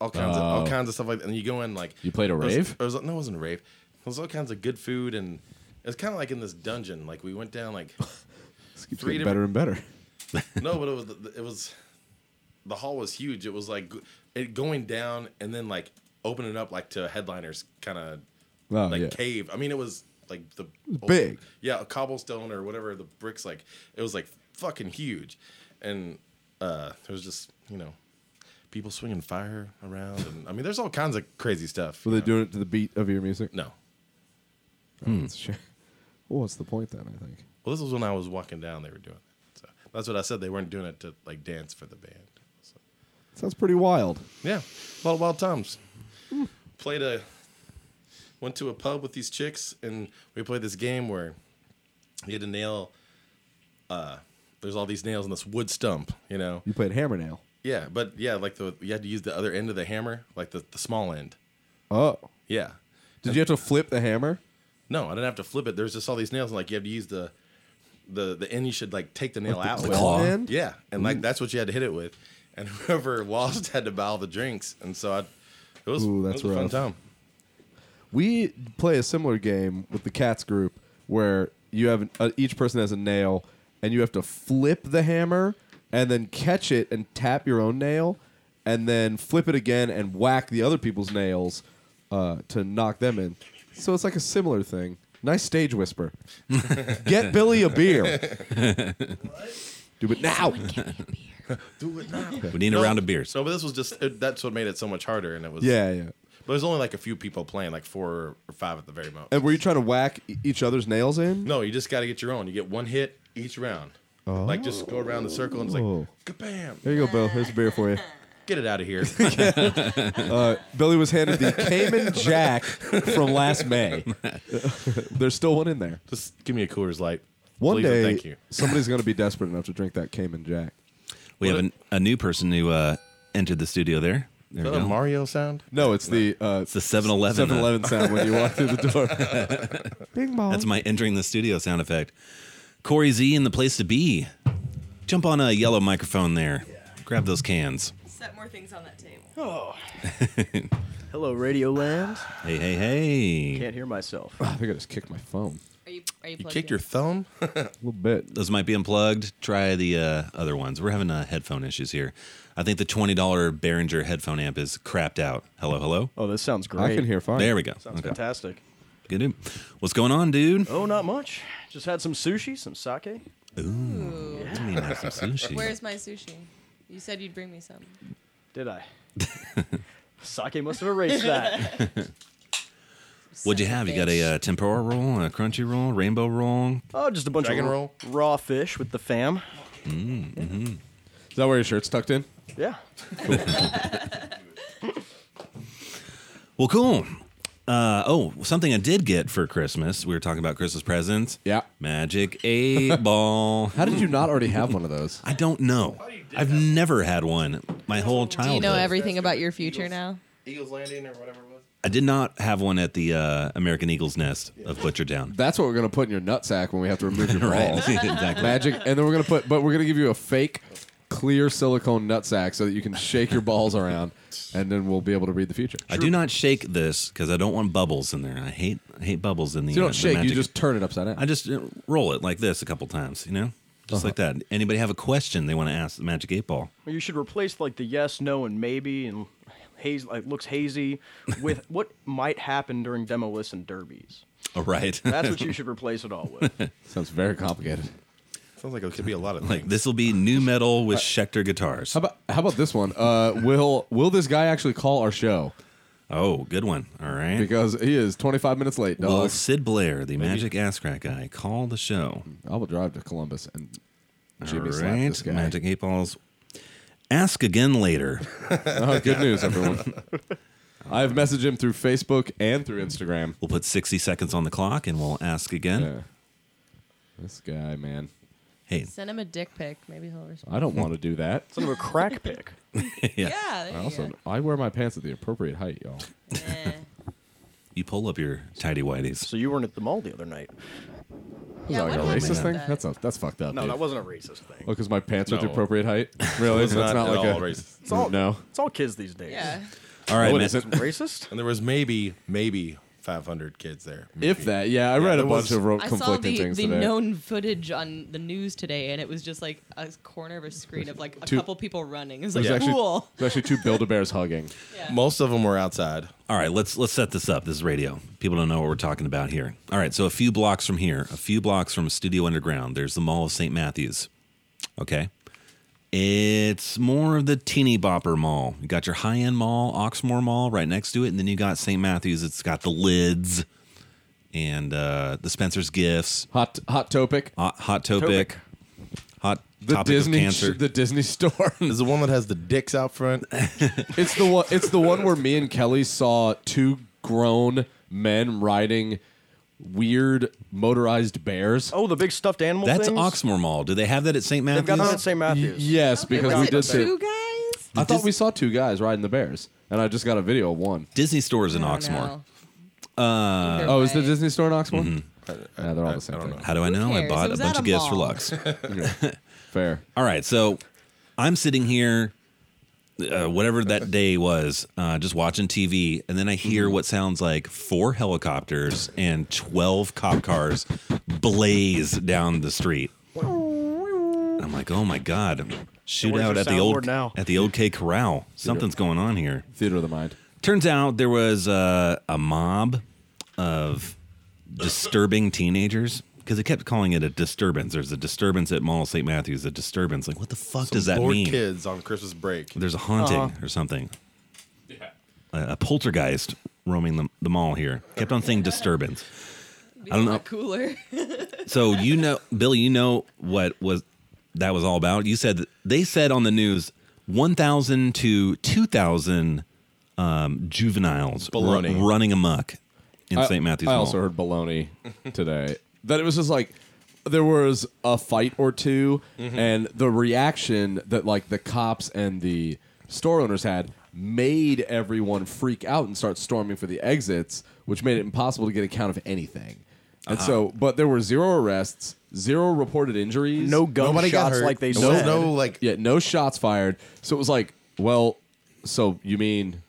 [SPEAKER 6] all kinds of all kinds of stuff like that. And you go in like
[SPEAKER 5] Oh. You played a
[SPEAKER 6] it was-
[SPEAKER 5] rave?
[SPEAKER 6] it was- no, it wasn't a rave. There was all kinds of good food and it was kind of like in this dungeon. Like we went down like
[SPEAKER 5] This keeps
[SPEAKER 6] three
[SPEAKER 5] getting better and better.
[SPEAKER 6] no, but it was it was the hall was huge. It was like it going down and then like opening up like to headliners kind of
[SPEAKER 5] Oh,
[SPEAKER 6] like
[SPEAKER 5] yeah.
[SPEAKER 6] cave. I mean, it was like the
[SPEAKER 5] big.
[SPEAKER 6] yeah, a cobblestone or whatever the bricks like. It was like fucking huge, and uh, there was just you know people swinging fire around, and I mean, there's all kinds of crazy stuff.
[SPEAKER 5] Were
[SPEAKER 6] you
[SPEAKER 5] they
[SPEAKER 6] know.
[SPEAKER 5] doing it to the beat of your music?
[SPEAKER 6] No,
[SPEAKER 5] Oh, that's sure. Well, what's the point then? I think.
[SPEAKER 6] well, this was when I was walking down. They were doing it. So that's what I said. They weren't doing it to like dance for the band. So.
[SPEAKER 5] Sounds pretty wild.
[SPEAKER 6] Yeah, a lot of wild times. Played a, went to a pub with these chicks, and we played this game where you had to nail. Uh, there's all these nails in this wood stump, you know.
[SPEAKER 5] You played hammer nail.
[SPEAKER 6] Yeah, but yeah, like the you had to use the other end of the hammer, like the, the small end.
[SPEAKER 5] Oh.
[SPEAKER 6] Yeah.
[SPEAKER 5] Did you have to flip the hammer?
[SPEAKER 6] No, I didn't have to flip it. There's just all these nails, and like you have to use the, the the end. You should like take the nail out.
[SPEAKER 5] the
[SPEAKER 6] with.
[SPEAKER 5] claw end? Mm-hmm.
[SPEAKER 6] Yeah, and like that's what you had to hit it with, and whoever lost had to buy all the drinks, and so I, it was,
[SPEAKER 5] Ooh,
[SPEAKER 6] it
[SPEAKER 5] that's
[SPEAKER 6] was a fun
[SPEAKER 5] rough.
[SPEAKER 6] time.
[SPEAKER 5] We play a similar game with the cats group where you have uh, each person has a nail and you have to flip the hammer and then catch it and tap your own nail and then flip it again and whack the other people's nails uh, to knock them in. So it's like a similar thing. Nice stage whisper. Get Billy a beer. Do it now.
[SPEAKER 6] Do it now.
[SPEAKER 4] we need a
[SPEAKER 6] No,
[SPEAKER 4] round of beers.
[SPEAKER 6] No, but this was just it, that's what made it so much harder, and it was
[SPEAKER 5] Yeah, yeah.
[SPEAKER 6] But there's only like a few people playing, like four or five at the very most.
[SPEAKER 5] And were you trying to whack e- each other's nails in?
[SPEAKER 6] no, you just got to get your own. You get one hit each round. Like just go around the circle and it's
[SPEAKER 5] Oh.
[SPEAKER 6] like, kabam,
[SPEAKER 5] There you go, Bill. Here's a beer for you. Uh,
[SPEAKER 6] get it out of here.
[SPEAKER 5] Billy was handed the Cayman Jack from last May. There's still one in there.
[SPEAKER 6] just give me a Coors Light.
[SPEAKER 5] One
[SPEAKER 6] Please and
[SPEAKER 5] day,
[SPEAKER 6] thank you.
[SPEAKER 5] somebody's going to be desperate enough to drink that Cayman Jack.
[SPEAKER 4] We have
[SPEAKER 6] What
[SPEAKER 4] an, a new person who uh, entered the studio there.
[SPEAKER 6] Is
[SPEAKER 4] There we
[SPEAKER 6] that a
[SPEAKER 4] go.
[SPEAKER 6] Mario sound?
[SPEAKER 5] No, it's the uh,
[SPEAKER 4] it's the 7 Eleven.
[SPEAKER 5] 7-Eleven sound when you walk through the door. Bing bong.
[SPEAKER 4] That's my entering the studio sound effect. Corey Z in the place to be. Jump on a yellow microphone there. Grab those cans.
[SPEAKER 7] Set more things on that table.
[SPEAKER 10] Oh, Hello, Radioland.
[SPEAKER 4] Hey, hey, hey.
[SPEAKER 10] Can't hear myself.
[SPEAKER 5] I think I just kicked my phone.
[SPEAKER 7] Are you are you,
[SPEAKER 6] You
[SPEAKER 7] plugged
[SPEAKER 6] kicked
[SPEAKER 7] in?
[SPEAKER 6] your thumb?
[SPEAKER 5] A little bit.
[SPEAKER 4] Those might be unplugged. Try the uh, other ones. We're having uh, headphone issues here. I think the $20 Behringer headphone amp is crapped out. Hello, hello.
[SPEAKER 10] Oh, this sounds great.
[SPEAKER 5] I can hear fine.
[SPEAKER 4] There we go.
[SPEAKER 10] Sounds
[SPEAKER 4] Okay.
[SPEAKER 10] fantastic.
[SPEAKER 4] Good. dude. What's going on, dude?
[SPEAKER 10] Oh, not much. Just had some sushi, some sake.
[SPEAKER 7] Ooh.
[SPEAKER 4] I mean, have some sushi.
[SPEAKER 7] Where's my sushi? You said you'd bring me some.
[SPEAKER 10] Did I? sake must have erased that.
[SPEAKER 4] What'd you
[SPEAKER 7] Son
[SPEAKER 4] have?
[SPEAKER 7] of
[SPEAKER 4] You got a
[SPEAKER 7] bitch.
[SPEAKER 4] uh, tempura roll, a crunchy roll, rainbow roll.
[SPEAKER 10] Oh, just a bunch
[SPEAKER 6] Dragon
[SPEAKER 10] of
[SPEAKER 6] roll?
[SPEAKER 10] raw fish with the fam.
[SPEAKER 4] Mm, mm-hmm.
[SPEAKER 5] Is that where your shirt's tucked in?
[SPEAKER 10] Yeah.
[SPEAKER 4] Well, cool. Uh, oh, something I did get for Christmas. We were talking about Christmas presents.
[SPEAKER 5] Yeah.
[SPEAKER 4] Magic eight ball.
[SPEAKER 5] How did you not already have one of those?
[SPEAKER 4] I don't know. I've never had one my whole
[SPEAKER 7] Do
[SPEAKER 4] childhood.
[SPEAKER 7] you know everything about your future now?
[SPEAKER 6] Eagles Landing or whatever it was.
[SPEAKER 4] I did not have one at the uh, American Eagle's Nest of Butchertown.
[SPEAKER 5] That's what we're gonna put in your nutsack when we have to remove your
[SPEAKER 4] Right.
[SPEAKER 5] balls.
[SPEAKER 4] exactly.
[SPEAKER 5] Magic, and then we're gonna put, but we're gonna give you a fake clear silicone nutsack so that you can shake your balls around, and then we'll be able to read the future.
[SPEAKER 4] I do not shake this because I don't want bubbles in there. I hate I hate bubbles in the.
[SPEAKER 5] So you
[SPEAKER 4] uh,
[SPEAKER 5] don't
[SPEAKER 4] the
[SPEAKER 5] shake; you
[SPEAKER 4] Magic-
[SPEAKER 5] just turn it upside down. Uh-huh.
[SPEAKER 4] I just uh, roll it like this a couple times. You know, just like that. Anybody have a question they want to ask the Magic Eight Ball?
[SPEAKER 10] Or you should replace like the yes, no, and maybe and haze like looks hazy with what might happen during demo lists and derbies.
[SPEAKER 4] All right.
[SPEAKER 10] That's what you should replace it all with.
[SPEAKER 5] Sounds very complicated.
[SPEAKER 6] Sounds like it could be a lot of
[SPEAKER 4] Like
[SPEAKER 6] things.
[SPEAKER 4] this will be new metal with Schecter guitars.
[SPEAKER 5] Uh, How about how about this one? Uh, will will this guy actually call our show
[SPEAKER 4] Oh, good one. All right.
[SPEAKER 5] because he is 25 minutes late? Dog.
[SPEAKER 4] Will Sid Blair, the magic ass crack guy, call the show?
[SPEAKER 5] I will drive to Columbus and Jimmy
[SPEAKER 4] All
[SPEAKER 5] slap
[SPEAKER 4] right.
[SPEAKER 5] this guy.
[SPEAKER 4] Magic eight balls. Ask again later.
[SPEAKER 5] Oh, good news, everyone. I have messaged him through Facebook and through Instagram.
[SPEAKER 4] We'll put 60 seconds on the clock and we'll ask again.
[SPEAKER 5] Yeah. This guy, man.
[SPEAKER 4] Hey,
[SPEAKER 7] Send him a dick pic. Maybe he'll respond.
[SPEAKER 5] I don't want to do that.
[SPEAKER 10] Son of a crack pick.
[SPEAKER 4] yeah.
[SPEAKER 7] Yeah. There
[SPEAKER 5] I
[SPEAKER 7] you
[SPEAKER 5] also
[SPEAKER 7] go.
[SPEAKER 5] I wear my pants at the appropriate height, y'all.
[SPEAKER 7] Eh.
[SPEAKER 4] you pull up your tidy whities.
[SPEAKER 10] So you weren't at the mall the other night.
[SPEAKER 7] Yeah,
[SPEAKER 5] Like
[SPEAKER 7] what
[SPEAKER 5] a
[SPEAKER 7] happened
[SPEAKER 5] racist
[SPEAKER 7] with
[SPEAKER 5] thing?
[SPEAKER 7] that?
[SPEAKER 5] That's a, that's fucked up.
[SPEAKER 10] No,
[SPEAKER 5] dude.
[SPEAKER 10] that wasn't a racist thing.
[SPEAKER 5] Oh, because my pants are at the
[SPEAKER 6] No.
[SPEAKER 5] appropriate height. Really? that's not,
[SPEAKER 6] not at
[SPEAKER 5] like
[SPEAKER 6] all
[SPEAKER 5] a
[SPEAKER 6] racist.
[SPEAKER 10] It's all
[SPEAKER 5] No.
[SPEAKER 10] It's all kids these days.
[SPEAKER 7] Yeah.
[SPEAKER 4] All right,
[SPEAKER 5] No, it
[SPEAKER 4] man.
[SPEAKER 5] isn't.
[SPEAKER 10] Racist?
[SPEAKER 6] And there was maybe, maybe 500 kids there.
[SPEAKER 5] If that, yeah, I read a
[SPEAKER 6] there
[SPEAKER 5] bunch
[SPEAKER 6] was-
[SPEAKER 5] of ro-
[SPEAKER 7] I saw
[SPEAKER 5] conflicting
[SPEAKER 7] the,
[SPEAKER 5] things
[SPEAKER 7] the
[SPEAKER 5] today.
[SPEAKER 7] known footage on the news today, and it was just like a corner of a screen of like a
[SPEAKER 5] Two-
[SPEAKER 7] couple people running. It was
[SPEAKER 5] There's
[SPEAKER 7] like
[SPEAKER 5] actually,
[SPEAKER 7] cool.
[SPEAKER 5] there's actually two Build-A-Bears hugging.
[SPEAKER 6] Most of them were outside.
[SPEAKER 4] All right, let's let's set this up. This is radio. People don't know what we're talking about here. All right, so a few blocks from here, a few blocks from Studio Underground, there's the Mall of St. Matthews. Okay. It's more of the teeny bopper mall. You got your high end mall, Oxmoor Mall right next to it, and then you got St. Matthews. It's got the lids and uh, the Spencer's Gifts,
[SPEAKER 5] Hot hot topic.
[SPEAKER 4] Hot, hot Topic, Hot
[SPEAKER 5] The
[SPEAKER 4] Topic
[SPEAKER 5] Disney
[SPEAKER 4] of Cancer.
[SPEAKER 5] the Disney store.
[SPEAKER 6] Is the one that has the dicks out front?
[SPEAKER 5] It's the one. It's the one where me and Kelly saw two grown men riding weird motorized bears.
[SPEAKER 10] Oh, the big stuffed animal
[SPEAKER 4] That's
[SPEAKER 10] things?
[SPEAKER 4] Oxmoor Mall. Do they have that at St.
[SPEAKER 10] They've got that
[SPEAKER 4] Matthews?
[SPEAKER 10] at St.
[SPEAKER 5] Y-
[SPEAKER 10] Matthews.
[SPEAKER 5] yes, because
[SPEAKER 7] Was
[SPEAKER 5] we
[SPEAKER 7] it
[SPEAKER 5] did see.
[SPEAKER 7] two guys.
[SPEAKER 5] I thought we saw two guys riding the bears, and I just got a video of one.
[SPEAKER 4] Disney stores in
[SPEAKER 7] I don't
[SPEAKER 4] Oxmoor. Uh, Mm-hmm.
[SPEAKER 7] know. Either
[SPEAKER 5] Oh, is the
[SPEAKER 7] way.
[SPEAKER 5] Disney store in Oxmoor? Yeah, Uh, they're all the same
[SPEAKER 6] I don't
[SPEAKER 5] thing.
[SPEAKER 4] How do I know? I
[SPEAKER 7] cares?
[SPEAKER 4] bought
[SPEAKER 7] It
[SPEAKER 4] a
[SPEAKER 7] was
[SPEAKER 4] bunch
[SPEAKER 7] at
[SPEAKER 4] of
[SPEAKER 7] a
[SPEAKER 4] gifts for
[SPEAKER 7] mall.
[SPEAKER 4] Lux.
[SPEAKER 5] Fair.
[SPEAKER 4] All right, so I'm sitting here, uh, whatever that day was, uh, just watching TV, and then I hear
[SPEAKER 5] Mm-hmm.
[SPEAKER 4] what sounds like four helicopters and 12 cop cars blaze down the street. I'm like, oh my god,
[SPEAKER 10] your
[SPEAKER 4] shootout at the
[SPEAKER 10] soundboard
[SPEAKER 4] old
[SPEAKER 10] now?
[SPEAKER 4] at the old K Corral. Something's going on here.
[SPEAKER 5] Theater of the mind.
[SPEAKER 4] Turns out there was uh, a mob of disturbing teenagers because they kept calling it a disturbance. There's a disturbance at Mall St. Matthews, a disturbance. Like, what the fuck does that
[SPEAKER 6] Bored
[SPEAKER 4] mean?
[SPEAKER 6] kids on Christmas break.
[SPEAKER 4] There's a haunting
[SPEAKER 5] Uh-huh.
[SPEAKER 4] or something. A, a poltergeist roaming the, the mall here. Kept on saying disturbance.
[SPEAKER 7] Be
[SPEAKER 4] I don't
[SPEAKER 7] a lot
[SPEAKER 4] know.
[SPEAKER 7] Cooler.
[SPEAKER 4] So you know, Billy, you know what was that was all about. You said that- they said on the news 1,000 to 2,000 um, juveniles ru-
[SPEAKER 6] Baloney.
[SPEAKER 4] running amok in
[SPEAKER 5] I-
[SPEAKER 4] St. Matthews
[SPEAKER 5] I
[SPEAKER 4] Mall.
[SPEAKER 5] also heard baloney today. that it was just like there was a fight or 2
[SPEAKER 4] Mm-hmm.
[SPEAKER 5] and the reaction that like the cops and the store owners had made everyone freak out and start storming for the exits, which made it impossible to get a count of anything.
[SPEAKER 4] Uh-huh.
[SPEAKER 5] And so, but there were zero arrests, zero reported injuries,
[SPEAKER 10] No gun Nobody got shots hurt. like they
[SPEAKER 5] no,
[SPEAKER 10] said.
[SPEAKER 6] No, like-
[SPEAKER 5] yeah, no shots fired. So it was like, well, so you mean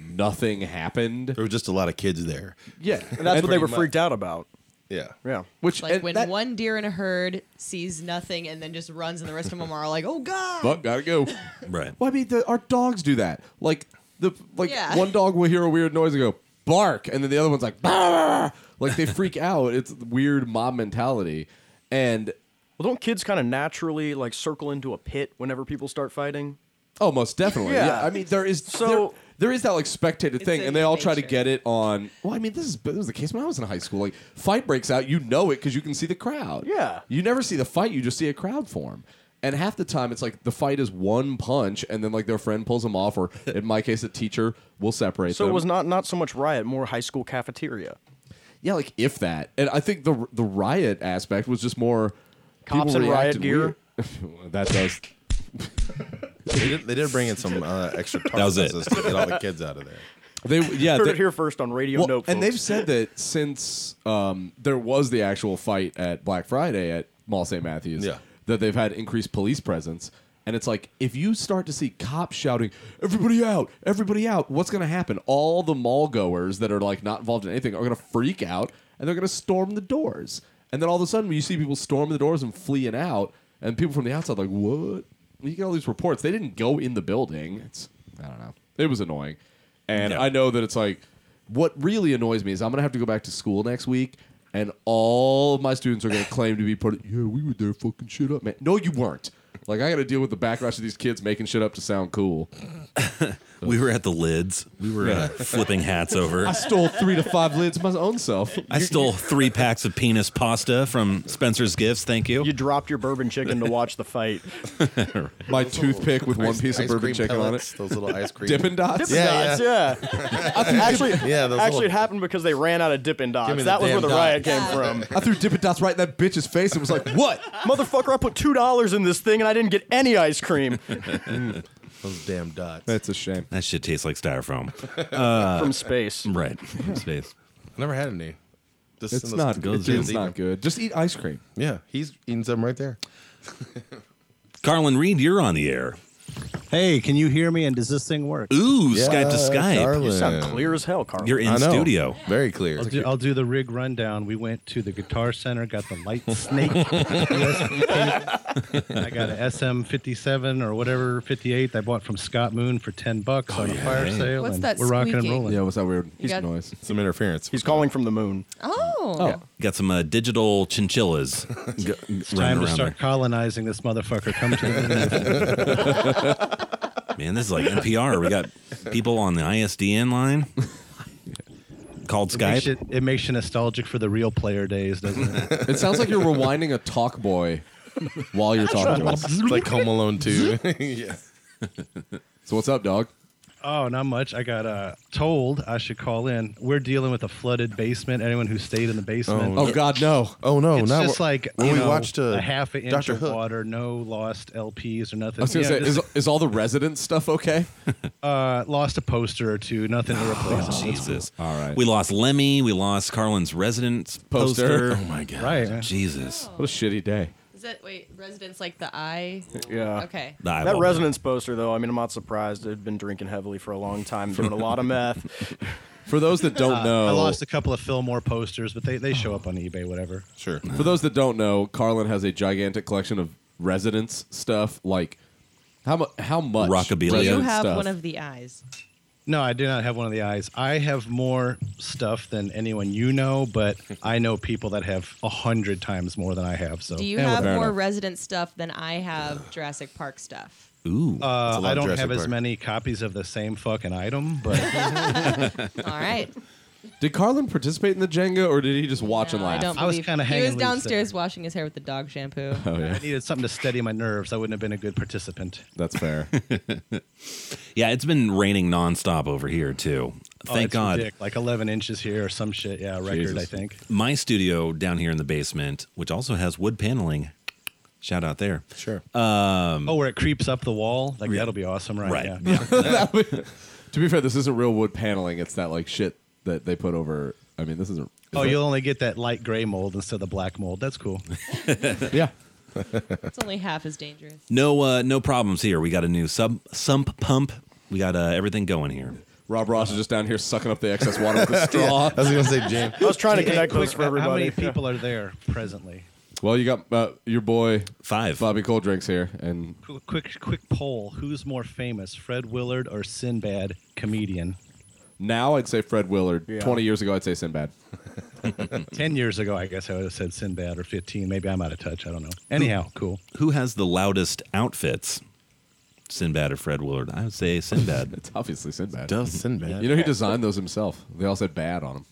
[SPEAKER 5] nothing happened?
[SPEAKER 6] There were just a lot of kids there.
[SPEAKER 5] Yeah,
[SPEAKER 10] And that's what they were
[SPEAKER 6] much.
[SPEAKER 10] freaked out about.
[SPEAKER 6] Yeah.
[SPEAKER 10] Yeah.
[SPEAKER 5] which
[SPEAKER 7] Like
[SPEAKER 5] and
[SPEAKER 7] when
[SPEAKER 5] that-
[SPEAKER 7] one deer in a herd sees nothing and then just runs, and the rest of them are like, "Oh God!"
[SPEAKER 5] Fuck, gotta go.
[SPEAKER 4] Right.
[SPEAKER 5] Well, I mean, the, our dogs do that. Like the like
[SPEAKER 7] Yeah.
[SPEAKER 5] one dog will hear a weird noise and go bark, and then the other one's like "Bark." like they freak out. It's weird mob mentality, and
[SPEAKER 10] Well, don't kids kind of naturally like circle into a pit whenever people start fighting?
[SPEAKER 5] oh, most definitely. Yeah,
[SPEAKER 10] Yeah.
[SPEAKER 5] I mean, there is
[SPEAKER 10] So-
[SPEAKER 5] there- there is that like spectator thing,
[SPEAKER 7] in
[SPEAKER 5] and they all try to
[SPEAKER 7] nature.
[SPEAKER 5] get it on. Well, I mean, this is this was the case when I was in high school. Like fight breaks out, you know it because you can see the crowd.
[SPEAKER 10] Yeah.
[SPEAKER 5] you never see the fight; you just see a crowd form. And half the time, it's like the fight is one punch, and then like their friend pulls them off, or in my case, a teacher will separate
[SPEAKER 10] So
[SPEAKER 5] them.
[SPEAKER 10] it was not not so much riot, more high school cafeteria.
[SPEAKER 5] Yeah, like if that. And I think the the riot aspect was just more
[SPEAKER 10] Cops
[SPEAKER 5] people
[SPEAKER 10] in riot
[SPEAKER 5] reacted
[SPEAKER 10] gear?
[SPEAKER 5] weird. that does.
[SPEAKER 6] They did, they did bring in some uh, extra tar
[SPEAKER 4] was it.
[SPEAKER 6] buses to get all the kids out of there.
[SPEAKER 5] They yeah,
[SPEAKER 10] Heard
[SPEAKER 5] they-
[SPEAKER 10] it here first on Radio
[SPEAKER 5] well,
[SPEAKER 10] Nope.
[SPEAKER 5] and
[SPEAKER 10] folks.
[SPEAKER 5] they've said that since um, there was the actual fight at Black Friday at Mall St. Matthews,
[SPEAKER 6] Yeah.
[SPEAKER 5] that they've had increased police presence. And it's like if you start to see cops shouting, "Everybody out! Everybody out!" What's going to happen? All the mall goers that are like not involved in anything are going to freak out and they're going to storm the doors. And then all of a sudden, you see people storm the doors and fleeing out, and people from the outside like, "What?" You get all these reports. They didn't go in the building. It's I don't know. It was annoying, and
[SPEAKER 4] Yeah.
[SPEAKER 5] I know that it's like what really annoys me is I'm gonna have to go back to school next week, and all of my students are gonna claim to be part of. Yeah, we were there, fucking shit up, man. No, you weren't. Like I gotta deal with the backlash of these kids making shit up to sound cool.
[SPEAKER 4] We were at the lids. We were uh, flipping hats over.
[SPEAKER 5] I stole three to five lids my own self.
[SPEAKER 4] I stole three packs of penis pasta from Spencer's Gifts. Thank you.
[SPEAKER 10] you dropped your bourbon chicken to watch the fight.
[SPEAKER 5] My toothpick with one
[SPEAKER 6] Ice-
[SPEAKER 5] piece of
[SPEAKER 6] ice
[SPEAKER 5] bourbon
[SPEAKER 6] cream
[SPEAKER 5] chicken on
[SPEAKER 6] pellets,
[SPEAKER 5] it.
[SPEAKER 6] Those little ice cream.
[SPEAKER 5] Dippin' dots.
[SPEAKER 10] Dippin'
[SPEAKER 6] Yeah,
[SPEAKER 10] Dots, yeah. actually,
[SPEAKER 6] Yeah, those
[SPEAKER 10] actually, it
[SPEAKER 6] little-
[SPEAKER 10] happened because they ran out of Dippin'
[SPEAKER 6] Give me
[SPEAKER 10] Dots.
[SPEAKER 6] the
[SPEAKER 10] That was where
[SPEAKER 6] damn
[SPEAKER 10] the
[SPEAKER 6] dot.
[SPEAKER 10] riot came from.
[SPEAKER 5] I threw dippin' dots right in that bitch's face and was like, "What?"
[SPEAKER 10] Motherfucker, I put two dollars in this thing and I didn't get any ice cream
[SPEAKER 6] Those damn dots.
[SPEAKER 5] That's a shame.
[SPEAKER 4] That shit tastes like styrofoam. Uh,
[SPEAKER 10] from space.
[SPEAKER 4] Right. From space.
[SPEAKER 6] I never had any. Just
[SPEAKER 5] It's
[SPEAKER 6] those-
[SPEAKER 5] not good.
[SPEAKER 6] Yeah,
[SPEAKER 5] It's not good. Just eat ice cream.
[SPEAKER 6] Yeah, he's eating some right there.
[SPEAKER 4] Carlin Reed, you're on the air.
[SPEAKER 11] Hey, can you hear me? And does this thing work?
[SPEAKER 4] Ooh, Skype to Skype.
[SPEAKER 10] You sound clear as hell, Carl.
[SPEAKER 4] You're in studio.
[SPEAKER 6] Very clear.
[SPEAKER 11] I'll do, I'll do the rig rundown. We went to the Guitar Center, got the Light Snake. USB cable. I got a SM57 or whatever 58 I bought from Scott Moon for 10 bucks
[SPEAKER 4] Oh,
[SPEAKER 11] on a fire sale.
[SPEAKER 7] What's
[SPEAKER 11] and
[SPEAKER 7] that
[SPEAKER 11] we're rocking and
[SPEAKER 7] squeaking?
[SPEAKER 11] rolling.
[SPEAKER 5] Yeah, was that weird? He's
[SPEAKER 7] got-
[SPEAKER 5] noise.
[SPEAKER 6] Some interference.
[SPEAKER 10] He's calling from the moon.
[SPEAKER 7] Oh,
[SPEAKER 4] Got some uh, digital chinchillas. g- running
[SPEAKER 11] Time to
[SPEAKER 4] around
[SPEAKER 11] start colonizing this motherfucker. Come to the
[SPEAKER 4] there. Man, this is like NPR. We got people on the ISDN line called
[SPEAKER 11] It makes,
[SPEAKER 4] Skype.
[SPEAKER 11] you, it makes you nostalgic for the real player days, doesn't it?
[SPEAKER 5] It sounds like you're rewinding a talk boy while you're talking to us.
[SPEAKER 6] like Home Alone 2. yeah.
[SPEAKER 5] So what's up, dog?
[SPEAKER 11] Oh, not much. I got uh, told I should call in. We're dealing with a flooded basement. Anyone who stayed in the basement.
[SPEAKER 5] Oh God, no.
[SPEAKER 6] Oh no!
[SPEAKER 11] it's
[SPEAKER 6] now
[SPEAKER 11] just
[SPEAKER 6] we're-
[SPEAKER 11] like
[SPEAKER 6] when
[SPEAKER 11] you
[SPEAKER 6] we
[SPEAKER 11] know,
[SPEAKER 6] watched uh,
[SPEAKER 11] a half an inch
[SPEAKER 6] Dr.
[SPEAKER 11] of
[SPEAKER 6] Hook.
[SPEAKER 11] water, no lost LPs or nothing.
[SPEAKER 5] I was gonna
[SPEAKER 11] Yeah,
[SPEAKER 5] say,
[SPEAKER 11] just,
[SPEAKER 5] is, is all the resident stuff okay?
[SPEAKER 11] uh, lost a poster or two, nothing to replace. it.
[SPEAKER 4] Jesus.
[SPEAKER 5] Oh, All right.
[SPEAKER 4] We lost Lemmy. We lost Carlin's residence
[SPEAKER 5] Poster.
[SPEAKER 4] poster. Oh my God.
[SPEAKER 11] Right.
[SPEAKER 4] Jesus.
[SPEAKER 5] What a shitty day.
[SPEAKER 7] is that wait residents like the eye?
[SPEAKER 10] Yeah.
[SPEAKER 7] Okay,
[SPEAKER 4] The eyeball.
[SPEAKER 10] That resonance poster, though, I mean, I'm not surprised. They've been drinking heavily for a long time, doing a lot of meth.
[SPEAKER 5] For those that don't know,
[SPEAKER 11] Uh, I lost a couple of Fillmore posters, but they, they show up on eBay, whatever.
[SPEAKER 6] Sure.
[SPEAKER 5] for those that don't know, Carlin has a gigantic collection of residence stuff. Like how mu- how much
[SPEAKER 4] Rockabilia.
[SPEAKER 7] do
[SPEAKER 4] Yeah,
[SPEAKER 7] you
[SPEAKER 5] resident
[SPEAKER 7] have
[SPEAKER 5] stuff?
[SPEAKER 7] one of the eyes?
[SPEAKER 11] No, I do not have one of the eyes. I have more stuff than anyone you know, but I know people that have a hundred times more than I have. So
[SPEAKER 7] Do you
[SPEAKER 11] Eh,
[SPEAKER 7] have
[SPEAKER 5] fair
[SPEAKER 7] more
[SPEAKER 5] enough.
[SPEAKER 7] resident stuff than I have Jurassic Park stuff?
[SPEAKER 4] Ooh.
[SPEAKER 6] a lot
[SPEAKER 11] uh, I
[SPEAKER 6] of
[SPEAKER 11] don't
[SPEAKER 6] Jurassic
[SPEAKER 11] have as
[SPEAKER 6] Park.
[SPEAKER 11] many copies of the same fucking item, but
[SPEAKER 7] All right.
[SPEAKER 5] Did Carlin participate in the Jenga, or did he just watch and
[SPEAKER 7] No,
[SPEAKER 5] laugh?
[SPEAKER 7] I don't
[SPEAKER 11] I was
[SPEAKER 7] believe-
[SPEAKER 11] kinda
[SPEAKER 7] He
[SPEAKER 11] hanging
[SPEAKER 7] was
[SPEAKER 11] loose
[SPEAKER 7] downstairs
[SPEAKER 11] there.
[SPEAKER 7] washing his hair with the dog shampoo.
[SPEAKER 5] oh yeah,
[SPEAKER 11] I needed something to steady my nerves. I wouldn't have been a good participant.
[SPEAKER 5] that's fair.
[SPEAKER 4] yeah, it's been raining nonstop over here, too.
[SPEAKER 11] Oh,
[SPEAKER 4] Thank
[SPEAKER 11] it's
[SPEAKER 4] God.
[SPEAKER 11] ridic- Like 11 inches here or some shit. Yeah, record,
[SPEAKER 5] Jesus.
[SPEAKER 11] I think.
[SPEAKER 4] my studio down here in the basement, which also has wood paneling. Shout out there. Uh,
[SPEAKER 6] Sure.
[SPEAKER 11] oh, where it creeps up the wall. Like, that'll be awesome, right?
[SPEAKER 4] Right.
[SPEAKER 11] Yeah.
[SPEAKER 4] Yeah.
[SPEAKER 5] to be fair, this isn't real wood paneling. It's that like shit that they put over I mean, this isn't.
[SPEAKER 11] Oh, you'll only get that light gray mold instead of the black mold. That's cool.
[SPEAKER 5] yeah.
[SPEAKER 7] It's only half as dangerous.
[SPEAKER 4] No, uh, no problems here. We got a new sub sump pump. We got uh, everything going here.
[SPEAKER 5] Rob Ross is just down here sucking up the excess water with a straw.
[SPEAKER 11] I was gonna say, Jim.
[SPEAKER 10] I was trying to
[SPEAKER 11] Hey,
[SPEAKER 10] connect
[SPEAKER 11] quick,
[SPEAKER 10] those for
[SPEAKER 11] how-
[SPEAKER 10] everybody.
[SPEAKER 11] How many people are there presently?
[SPEAKER 5] Well, you got uh, your boy
[SPEAKER 4] five
[SPEAKER 5] Bobby Cold Drinks here, and
[SPEAKER 11] Qu- Quick, quick poll: Who's more famous, Fred Willard or Sinbad comedian?
[SPEAKER 5] now I'd say Fred Willard.
[SPEAKER 11] Yeah.
[SPEAKER 5] Twenty years ago, I'd say Sinbad.
[SPEAKER 11] Ten years ago, I guess I would have said Sinbad, or fifteen. Maybe I'm out of touch. I don't know. Anyhow, cool.
[SPEAKER 4] Who has the loudest outfits? Sinbad or Fred Willard? I would say Sinbad.
[SPEAKER 5] it's obviously Sinbad.
[SPEAKER 6] Duh, Sinbad.
[SPEAKER 5] You know he designed those himself. They all said bad on them.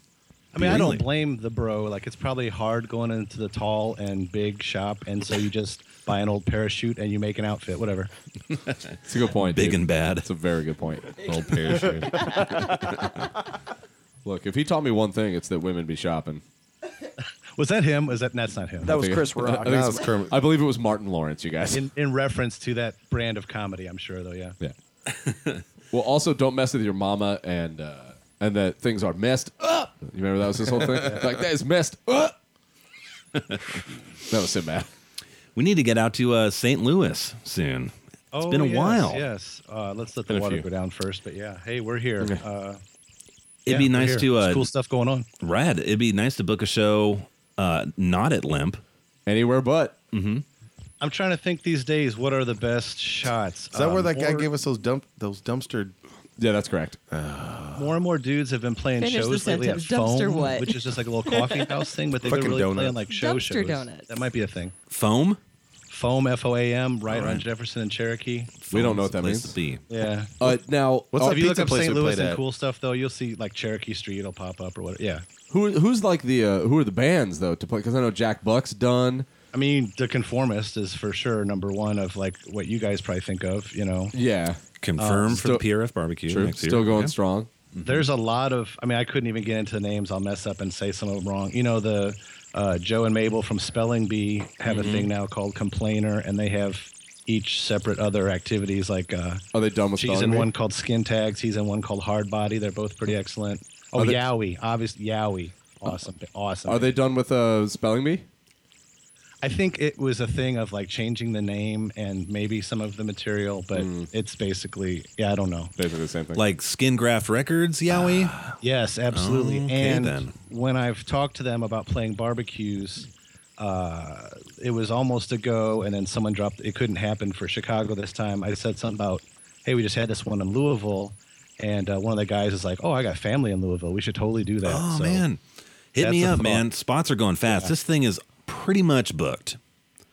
[SPEAKER 11] I mean, I don't blame the bro. Like, it's probably hard going into the tall and big shop, and so you just buy an old parachute and you make an outfit, whatever.
[SPEAKER 5] It's a good point.
[SPEAKER 4] Big and bad. It's
[SPEAKER 5] a very good point.
[SPEAKER 6] Old parachute.
[SPEAKER 5] Look, if he taught me one thing, it's that women be shopping.
[SPEAKER 11] Was that him? Was that that's not him?
[SPEAKER 5] I think- I, think it's- I believe it was Martin Lawrence. You guys.
[SPEAKER 11] In, in reference to that brand of comedy, I'm sure though. Yeah.
[SPEAKER 5] Yeah. well, also don't mess with your mama and uh, and that things are messed up. You remember that was this whole thing? like that is messed up.
[SPEAKER 4] that
[SPEAKER 5] was Sinbad.
[SPEAKER 4] We need to get out to uh, St. Louis soon.
[SPEAKER 11] Oh,
[SPEAKER 4] it's been a
[SPEAKER 11] yes,
[SPEAKER 4] while.
[SPEAKER 11] Yes. Uh, let's let
[SPEAKER 4] Been
[SPEAKER 11] the
[SPEAKER 4] a
[SPEAKER 11] water
[SPEAKER 4] few.
[SPEAKER 11] go down first, but yeah. Hey, we're here. Uh,
[SPEAKER 4] It'd
[SPEAKER 11] yeah,
[SPEAKER 4] be
[SPEAKER 11] we're
[SPEAKER 4] nice
[SPEAKER 11] here.
[SPEAKER 4] to
[SPEAKER 11] There's
[SPEAKER 4] uh,
[SPEAKER 11] cool stuff going on.
[SPEAKER 4] Rad. It'd be nice to book a show uh, not at Limp.
[SPEAKER 5] Anywhere but.
[SPEAKER 4] Mm-hmm.
[SPEAKER 11] I'm trying to think these days. What are the best shots? Um,
[SPEAKER 6] Is that where that guy
[SPEAKER 11] more-
[SPEAKER 6] gave us those dump those dumpster?
[SPEAKER 5] Um,
[SPEAKER 6] Uh,
[SPEAKER 5] Yeah, that's correct.
[SPEAKER 11] More and more dudes have been playing
[SPEAKER 7] Finish the
[SPEAKER 11] shows lately at
[SPEAKER 7] sentence. Dumpster
[SPEAKER 11] Foam,
[SPEAKER 7] what?
[SPEAKER 11] which is just like a little coffee house thing, but they've been
[SPEAKER 6] Fucking
[SPEAKER 11] really playing
[SPEAKER 6] donuts.
[SPEAKER 11] like show
[SPEAKER 7] Dumpster
[SPEAKER 11] shows.
[SPEAKER 7] donuts.
[SPEAKER 11] That might be a thing.
[SPEAKER 4] Foam.
[SPEAKER 11] Foam, F O A M, right,
[SPEAKER 4] All right.
[SPEAKER 11] on Jefferson and Cherokee.
[SPEAKER 5] We don't know what that means.
[SPEAKER 11] Yeah.
[SPEAKER 5] Uh, now,
[SPEAKER 11] What's
[SPEAKER 5] uh,
[SPEAKER 11] if you look up St. Louis and cool stuff though, you'll see like Cherokee Street. It'll pop up or whatever. Yeah.
[SPEAKER 5] Who who's like the uh, who are the bands though to play? Because I know Jack Buck's done.
[SPEAKER 11] I mean, The Conformist is for sure number one of like what you guys probably think of. You know.
[SPEAKER 5] Yeah.
[SPEAKER 4] Confirmed
[SPEAKER 11] Um,
[SPEAKER 4] for
[SPEAKER 11] still-
[SPEAKER 4] the PRF barbecue
[SPEAKER 5] True.
[SPEAKER 4] next year.
[SPEAKER 5] Still going
[SPEAKER 4] Yeah.
[SPEAKER 5] strong.
[SPEAKER 11] Mm-hmm. There's a lot of. I mean, I couldn't even get into the names. I'll mess up and say some of them wrong. You know, the uh, Joe and Mabel from Spelling Bee have
[SPEAKER 4] Mm-hmm.
[SPEAKER 11] a
[SPEAKER 5] Mhm.
[SPEAKER 11] thing now called Complainer, and they have each separate other activities like. Uh,
[SPEAKER 5] Are they done with
[SPEAKER 11] She's
[SPEAKER 5] Spelling
[SPEAKER 11] in
[SPEAKER 5] Bee?
[SPEAKER 11] one called Skin Tags. He's in one called Hard Body. They're both pretty excellent. Oh,
[SPEAKER 5] Are they-
[SPEAKER 11] Yowie, obviously Yowie, awesome, awesome.
[SPEAKER 5] Are they done with uh, Spelling Bee?
[SPEAKER 11] I think it was a thing of like changing the name and maybe some of the material, but
[SPEAKER 4] Hmm.
[SPEAKER 11] it's basically yeah, I don't know. Ah,
[SPEAKER 5] Basically the same thing.
[SPEAKER 4] Like Skin Graft Records, Yowie.
[SPEAKER 11] Yes, absolutely.
[SPEAKER 4] Okay,
[SPEAKER 11] and
[SPEAKER 4] then.
[SPEAKER 11] when I've talked to them about playing barbecues, uh, it was almost a go, and then someone dropped. It couldn't happen for Chicago this time. I said something about, "Hey, we just had this one in Louisville," and uh, one of the guys is like, "Oh, I got family in Louisville. We should totally do that."
[SPEAKER 4] Oh
[SPEAKER 11] So
[SPEAKER 4] man, hit
[SPEAKER 11] that's
[SPEAKER 4] me
[SPEAKER 11] a
[SPEAKER 4] up,
[SPEAKER 11] thought.
[SPEAKER 4] man. Spots are going fast.
[SPEAKER 11] Yeah.
[SPEAKER 4] This thing is pretty much booked.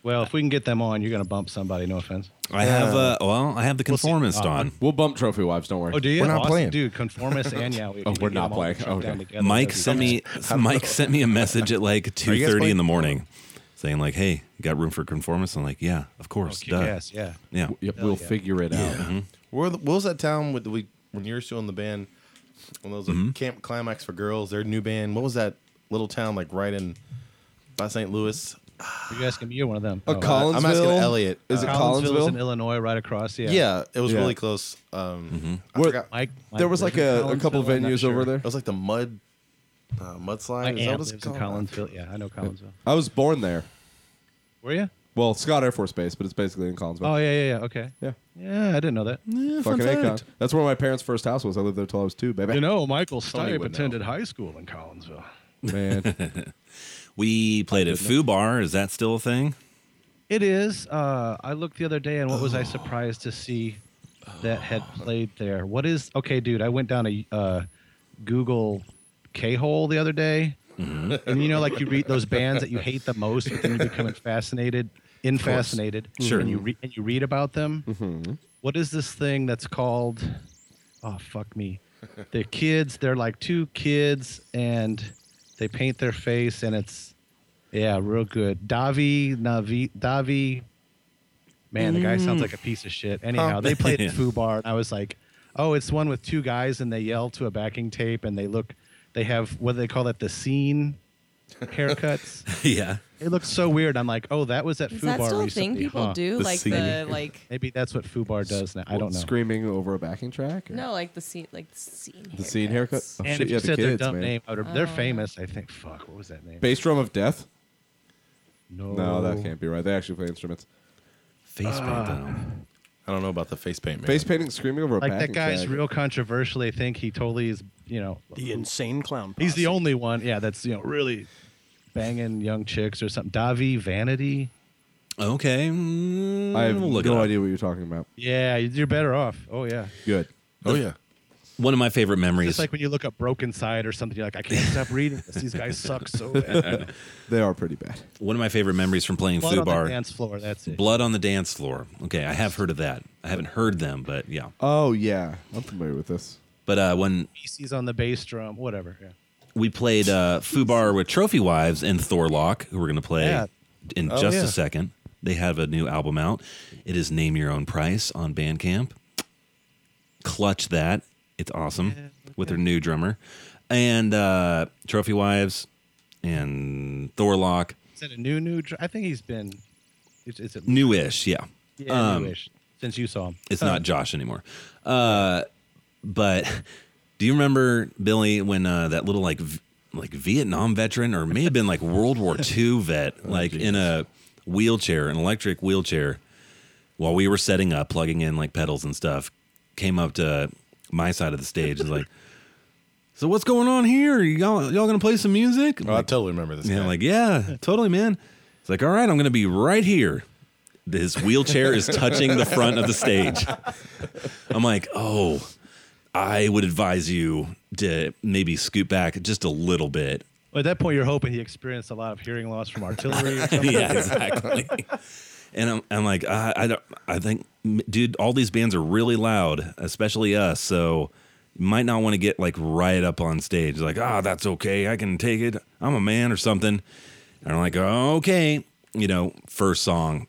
[SPEAKER 11] Well, if we can get them on, you're gonna bump somebody. No offense.
[SPEAKER 4] I have uh, well, I have the conformist
[SPEAKER 11] Uh,
[SPEAKER 4] on.
[SPEAKER 5] We'll bump Trophy Wives. Don't worry.
[SPEAKER 11] Oh, do you?
[SPEAKER 4] We're not
[SPEAKER 11] Awesome.
[SPEAKER 4] playing.
[SPEAKER 11] dude. Conformist and Yowie.
[SPEAKER 5] Oh,
[SPEAKER 11] If you
[SPEAKER 5] we're
[SPEAKER 11] get
[SPEAKER 5] not
[SPEAKER 11] them all
[SPEAKER 5] playing.
[SPEAKER 11] shoved
[SPEAKER 5] Okay.
[SPEAKER 11] down together,
[SPEAKER 4] Mike
[SPEAKER 11] that'd be
[SPEAKER 4] sent me Mike sent me a message at like
[SPEAKER 11] Are you
[SPEAKER 4] two
[SPEAKER 11] guys
[SPEAKER 4] thirty in
[SPEAKER 11] playing?
[SPEAKER 4] the morning, saying like, "Hey, you got room for conformists?" I'm like, "Yeah, of
[SPEAKER 11] Oh,
[SPEAKER 4] course,
[SPEAKER 6] kick
[SPEAKER 4] duh.
[SPEAKER 6] ass, yeah.
[SPEAKER 4] yeah." Mm-hmm.
[SPEAKER 5] Yep, we'll figure it out.
[SPEAKER 6] Where the, what was that town with the, we when you were still in the band? When those
[SPEAKER 5] Mm-hmm.
[SPEAKER 6] like, Camp Climax for Girls, their new band. What was that little town like right in by St. Louis?
[SPEAKER 11] Are you asking me or one of them?
[SPEAKER 6] Uh, I'm asking Elliot.
[SPEAKER 11] Is it Collinsville? Is in Illinois, right across. Yeah.
[SPEAKER 6] Yeah, it was
[SPEAKER 11] Yeah.
[SPEAKER 6] really close. Um, I
[SPEAKER 5] Mm-hmm. Where-
[SPEAKER 6] forgot.
[SPEAKER 11] Mike-
[SPEAKER 5] there was like a, a couple venues over there.
[SPEAKER 6] It was like the mud uh, mudslide.
[SPEAKER 11] My
[SPEAKER 6] Is that
[SPEAKER 11] aunt
[SPEAKER 6] what it's
[SPEAKER 11] lives in
[SPEAKER 6] called?
[SPEAKER 11] Collinsville. Yeah, I know Collinsville.
[SPEAKER 5] I was born there.
[SPEAKER 11] Were you?
[SPEAKER 5] Well, Scott Air Force Base, but it's basically in Collinsville.
[SPEAKER 11] Oh yeah, yeah, yeah. Okay.
[SPEAKER 5] Yeah.
[SPEAKER 11] Yeah, I didn't know that.
[SPEAKER 5] Fucking Akon. That's where my parents' first house was. I lived there till I was two, baby.
[SPEAKER 11] You know, Michael
[SPEAKER 5] Tony
[SPEAKER 11] Stipe
[SPEAKER 5] would know.
[SPEAKER 11] attended high school in Collinsville.
[SPEAKER 5] man.
[SPEAKER 4] we played at Foo Bar. Is that still a thing?
[SPEAKER 11] It is. Uh, I looked the other day, and what was
[SPEAKER 4] Oh.
[SPEAKER 11] I surprised to see that had played there? What is okay, dude? I went down a uh, Google K hole the other day,
[SPEAKER 4] Mm-hmm.
[SPEAKER 11] and you know, like you read those bands that you hate the most, but then you become fascinated, in
[SPEAKER 4] Of course.
[SPEAKER 11] fascinated,
[SPEAKER 4] Sure.
[SPEAKER 11] and you re- and you read about them. What is this thing that's called? Oh fuck me! They're kids. They're like two kids, and they paint their face, and it's yeah, real good. Davi Navi Davi. Man, the guy sounds
[SPEAKER 10] Mm.
[SPEAKER 11] like a piece of shit. Anyhow,
[SPEAKER 10] Huh.
[SPEAKER 5] Um,
[SPEAKER 11] they played
[SPEAKER 10] Yeah.
[SPEAKER 11] at Foo Bar, and I was like, "Oh, it's one with two guys, and they yell to a backing tape, and they look. They have what do they call that? The scene haircuts.
[SPEAKER 4] yeah.
[SPEAKER 11] It looks so weird. I'm like, oh, that was at
[SPEAKER 7] Is
[SPEAKER 11] Fubar
[SPEAKER 7] that still a thing
[SPEAKER 11] recently,
[SPEAKER 7] people
[SPEAKER 11] huh?
[SPEAKER 7] do? like the like
[SPEAKER 11] Maybe that's what Fubar does now. I don't know.
[SPEAKER 5] Screaming over a backing track? or-
[SPEAKER 7] no, like the scene like the scene.
[SPEAKER 5] The scene haircut? Oh,
[SPEAKER 11] and
[SPEAKER 5] shit,
[SPEAKER 11] if you
[SPEAKER 5] yeah, the
[SPEAKER 11] said their
[SPEAKER 5] kids,
[SPEAKER 11] dumb
[SPEAKER 5] man.
[SPEAKER 11] name, I would've- they're
[SPEAKER 7] Oh.
[SPEAKER 11] famous. I think. Fuck, what was that name?
[SPEAKER 5] Bass drum of death?
[SPEAKER 11] No.
[SPEAKER 5] No, that can't be right. They actually play instruments.
[SPEAKER 4] Face
[SPEAKER 11] Ah.
[SPEAKER 4] painting.
[SPEAKER 6] I don't know about the face paint. Man.
[SPEAKER 5] Face painting, screaming over a
[SPEAKER 11] Like
[SPEAKER 5] backing
[SPEAKER 11] that guy's
[SPEAKER 5] track.
[SPEAKER 11] real controversial. I think he totally is. You know,
[SPEAKER 10] The insane clown.
[SPEAKER 11] he's the only one. Yeah, that's you know really banging young chicks or something. Davi Vanity.
[SPEAKER 4] Okay.
[SPEAKER 5] I have
[SPEAKER 4] we'll look it
[SPEAKER 5] no
[SPEAKER 4] up.
[SPEAKER 5] idea what you're talking about.
[SPEAKER 11] Yeah, you're better off. Oh yeah.
[SPEAKER 5] Good.
[SPEAKER 6] Oh yeah.
[SPEAKER 4] One of my favorite memories.
[SPEAKER 11] It's like when you look up Broken Side or something. You're like, I can't stop reading this. These guys suck so bad.
[SPEAKER 5] They are pretty bad.
[SPEAKER 4] one of my favorite memories from playing
[SPEAKER 11] Blood on the
[SPEAKER 4] Fubar.
[SPEAKER 11] dance floor. That's it.
[SPEAKER 4] Blood on the dance floor. Okay, I have heard of that. I haven't heard them, but yeah.
[SPEAKER 5] Oh, yeah. I'm familiar with this.
[SPEAKER 4] But uh, when
[SPEAKER 11] Feces on the bass drum. Whatever. Yeah.
[SPEAKER 4] we played uh, Fubar with Trophy Wives and Thorlock, who we're going to play
[SPEAKER 11] Yeah.
[SPEAKER 4] in
[SPEAKER 6] Oh,
[SPEAKER 4] just
[SPEAKER 6] yeah.
[SPEAKER 4] a second. They have a new album out. It is Name Your Own Price on Bandcamp. Clutch that. It's awesome with their new drummer. And uh, Trophy Wives and Thorlock.
[SPEAKER 11] Is that a new new? Dr- I think he's been. Is, is it
[SPEAKER 4] Newish, yeah.
[SPEAKER 11] Yeah,
[SPEAKER 4] Um,
[SPEAKER 11] newish. Since you saw him, Um,
[SPEAKER 4] It's not Josh anymore. Uh, but do you remember Billy when uh, that little like v- like Vietnam veteran or may have been like World War II vet, like in a wheelchair, an electric wheelchair, while we were setting up, plugging in like pedals and stuff, came up to my side of the stage and was like, "So what's going on here? Y'all y'all gonna play some music?" I'm
[SPEAKER 6] Oh, I
[SPEAKER 4] like,
[SPEAKER 6] totally remember this.
[SPEAKER 4] yeah,
[SPEAKER 6] guy.
[SPEAKER 4] I'm like, yeah, totally, man. It's like, all right, I'm gonna be right here. His wheelchair is touching the front of the stage. I'm like, oh, I would advise you to maybe scoot back just a little bit.
[SPEAKER 11] Well, at that point you're hoping he experienced a lot of hearing loss from artillery. or something.
[SPEAKER 4] yeah, exactly. And I'm, I'm like, I, I don't, I think, m- dude, all these bands are really loud, especially us. So you might not want to get like right up on stage, like, ah, that's okay, I can take it. I'm a man or something. And I'm like, okay, you know, first song.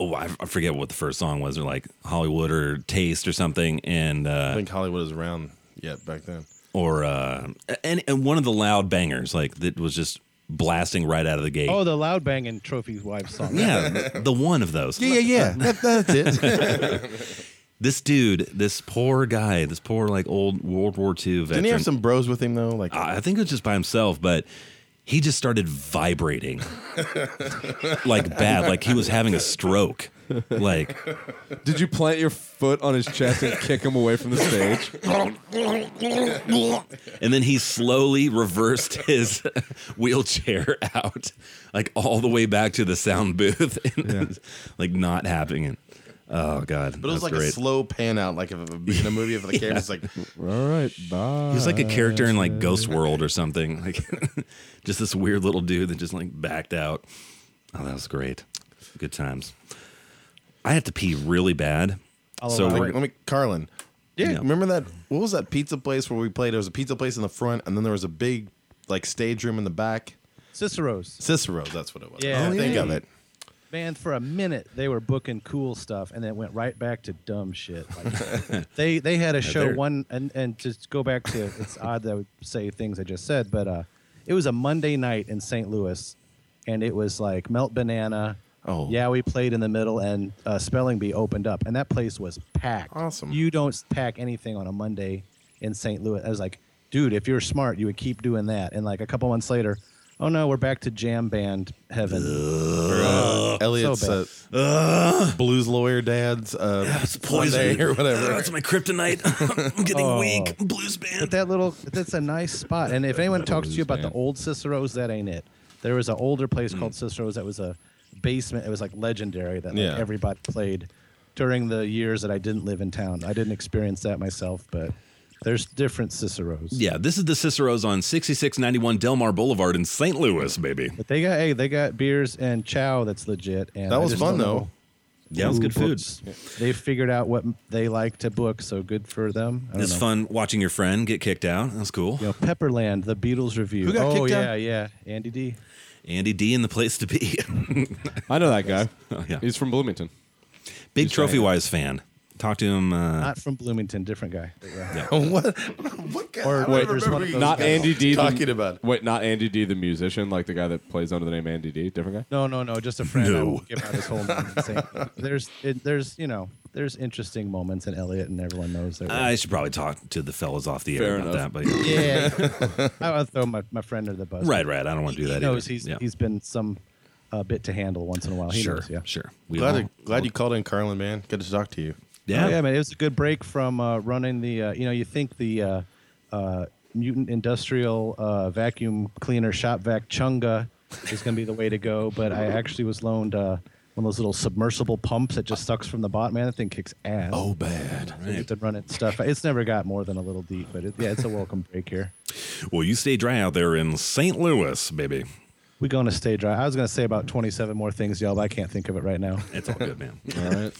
[SPEAKER 4] Oh, I, I forget what the first song was, or like Hollywood or Taste or something. And uh,
[SPEAKER 6] I think Hollywood was around yet back then.
[SPEAKER 4] or uh, and and one of the loud bangers, like that was just blasting right out of the gate.
[SPEAKER 11] Oh, the loud banging trophy wife song.
[SPEAKER 4] Yeah, the- the one of those.
[SPEAKER 5] yeah. that's it.
[SPEAKER 4] This dude, this poor guy, this poor like old World War II veteran.
[SPEAKER 6] Didn't he have some bros with him though? Like
[SPEAKER 4] I I think it was just by himself, but he just started vibrating like bad, like he was having a stroke. Like
[SPEAKER 5] Did you plant your foot on his chest and kick him away from the stage?
[SPEAKER 4] and then he slowly reversed his wheelchair out, like all the way back to the sound booth, and it was, like not happening. Oh god,
[SPEAKER 6] But it was like a slow pan out, like of a, in a movie of the camera's like,
[SPEAKER 5] All right, bye.
[SPEAKER 4] He was like a character in like Ghost World or something, like just this weird little dude that just like backed out. Oh, that was great. Good times. I have to pee really bad, so
[SPEAKER 6] like,
[SPEAKER 4] we're-
[SPEAKER 6] let me, Carlin.
[SPEAKER 4] Yeah.
[SPEAKER 6] Remember that? What was that pizza place where we played? There was a pizza place in the front, and then there was a big like stage room in the back.
[SPEAKER 11] Cicero's.
[SPEAKER 6] Cicero, that's what it was.
[SPEAKER 11] Yeah.
[SPEAKER 6] I
[SPEAKER 11] Oh,
[SPEAKER 6] think
[SPEAKER 11] yeah.
[SPEAKER 6] of it.
[SPEAKER 11] Man, for a minute they were booking cool stuff, and then it went right back to dumb shit. Like, they they had a show
[SPEAKER 4] they're-
[SPEAKER 11] one, and and to go back to it's odd that I would say things I just said, but uh, it was a Monday night in St. Louis, and it was like Melt Banana.
[SPEAKER 6] Oh.
[SPEAKER 11] yeah, we played in the middle, and uh, Spelling Bee opened up, and that place was packed.
[SPEAKER 6] Awesome.
[SPEAKER 11] You don't pack anything on a Monday in St. Louis. I was like, dude, if you're smart, you would keep doing that. And like a couple months later, oh no, we're back to jam band heaven.
[SPEAKER 6] uh, Elliot's
[SPEAKER 11] so
[SPEAKER 6] uh, blues lawyer dad's uh,
[SPEAKER 4] it's poison
[SPEAKER 6] Sunday or whatever.
[SPEAKER 4] That's my kryptonite. I'm getting
[SPEAKER 11] Oh.
[SPEAKER 4] weak. Blues
[SPEAKER 11] But
[SPEAKER 4] band.
[SPEAKER 11] that little, that's a nice spot. And if anyone talks to you about the old Cicero's, that ain't it. There was an older place called Cicero's that was a basement. It was like legendary that like,
[SPEAKER 6] Yeah.
[SPEAKER 11] everybody played during the years that I didn't live in town. I didn't experience that myself, but there's different Cicero's.
[SPEAKER 4] yeah, this is the Cicero's on 6691 Delmar Boulevard in St. Louis, baby.
[SPEAKER 11] But they got hey, they got beers and chow that's legit. And
[SPEAKER 6] That
[SPEAKER 11] I
[SPEAKER 6] was
[SPEAKER 11] just
[SPEAKER 6] fun
[SPEAKER 11] don't know
[SPEAKER 6] though.
[SPEAKER 4] Yeah, it's
[SPEAKER 11] who
[SPEAKER 4] good food.
[SPEAKER 11] books- They figured out what m- they like to book, so good for them. I don't
[SPEAKER 4] It's
[SPEAKER 11] know.
[SPEAKER 4] fun watching your friend get kicked out. That's cool.
[SPEAKER 11] You know, Pepperland, the Beatles review.
[SPEAKER 6] Who got
[SPEAKER 11] oh
[SPEAKER 6] kicked
[SPEAKER 11] yeah,
[SPEAKER 6] out?
[SPEAKER 11] yeah, Andy D.
[SPEAKER 4] Andy D in the place to be.
[SPEAKER 5] I know that guy.
[SPEAKER 4] Oh, yeah.
[SPEAKER 5] He's from Bloomington.
[SPEAKER 4] Big
[SPEAKER 5] He's
[SPEAKER 4] Trophy
[SPEAKER 5] right.
[SPEAKER 4] Wise fan. Talk to him. Uh,
[SPEAKER 11] Not from Bloomington, different guy. uh,
[SPEAKER 6] what? What guy? I don't remember who you
[SPEAKER 5] not
[SPEAKER 6] guys
[SPEAKER 5] Andy
[SPEAKER 6] were
[SPEAKER 5] D. the-
[SPEAKER 6] Talking about.
[SPEAKER 5] wait, not Andy D. the musician, like the guy that plays under the name Andy D. Different guy.
[SPEAKER 11] No, no, no. Just a friend. I won't give out his whole name. and say- There's, it, there's, you know, there's interesting moments in Elliot, and everyone knows that.
[SPEAKER 4] I should probably talk to the fellas off the air
[SPEAKER 11] Fair
[SPEAKER 4] about that,
[SPEAKER 11] enough.
[SPEAKER 4] but yeah.
[SPEAKER 11] yeah, I- I'll throw my, my friend under the bus.
[SPEAKER 4] Right, right. I don't wanna do
[SPEAKER 11] He-
[SPEAKER 4] that
[SPEAKER 11] He knows
[SPEAKER 4] either.
[SPEAKER 11] he's
[SPEAKER 4] Yeah.
[SPEAKER 11] he's been some uh, bit to handle once in a while. He
[SPEAKER 4] Sure,
[SPEAKER 11] knows, yeah,
[SPEAKER 4] sure.
[SPEAKER 6] glad, glad you called in, Carlin, man. Good to talk to you.
[SPEAKER 11] Oh, Yeah, yeah, man. It was a good break from uh, running the. Uh, you know, you think the uh, uh, mutant industrial uh, vacuum cleaner shop vac chunga is going to be the way to go, but I actually was loaned uh, one of those little submersible pumps that just sucks from the bottom. Man, that thing kicks ass. Oh,
[SPEAKER 4] bad.
[SPEAKER 11] You get to run it stuff. It's never got more than a little deep, but it, yeah, it's a welcome break here.
[SPEAKER 4] Well, you stay dry out there in St. Louis, baby.
[SPEAKER 11] We're going to stay dry. I was going to say about 27 more things, y'all, but I can't think of it right now.
[SPEAKER 4] It's all good, man. all right.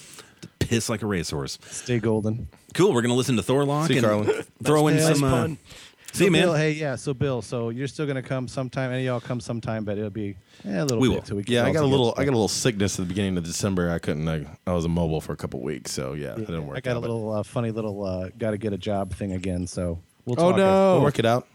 [SPEAKER 4] Piss like a racehorse.
[SPEAKER 11] Stay golden.
[SPEAKER 4] Cool. We're gonna listen to Thorlock
[SPEAKER 11] See,
[SPEAKER 4] and
[SPEAKER 11] Carlin.
[SPEAKER 4] throw in
[SPEAKER 11] Nice
[SPEAKER 4] some. Uh,
[SPEAKER 11] pun.
[SPEAKER 4] see,
[SPEAKER 11] So
[SPEAKER 4] you, man.
[SPEAKER 11] Bill, hey, yeah. So, Bill, so you're still gonna come sometime. Any of y'all come sometime, but it'll be eh, a little
[SPEAKER 6] we
[SPEAKER 11] bit
[SPEAKER 6] will.
[SPEAKER 11] till we. get
[SPEAKER 6] yeah, I
[SPEAKER 11] all
[SPEAKER 6] got a
[SPEAKER 11] together.
[SPEAKER 6] little. I got a little sickness at the beginning of December. I couldn't. I, I was immobile for a couple weeks, so yeah, it didn't work.
[SPEAKER 11] I got a
[SPEAKER 6] out, but
[SPEAKER 11] little uh, funny little uh, got to get a job thing again. So we'll
[SPEAKER 6] Oh,
[SPEAKER 11] talk.
[SPEAKER 6] no. We'll work it out.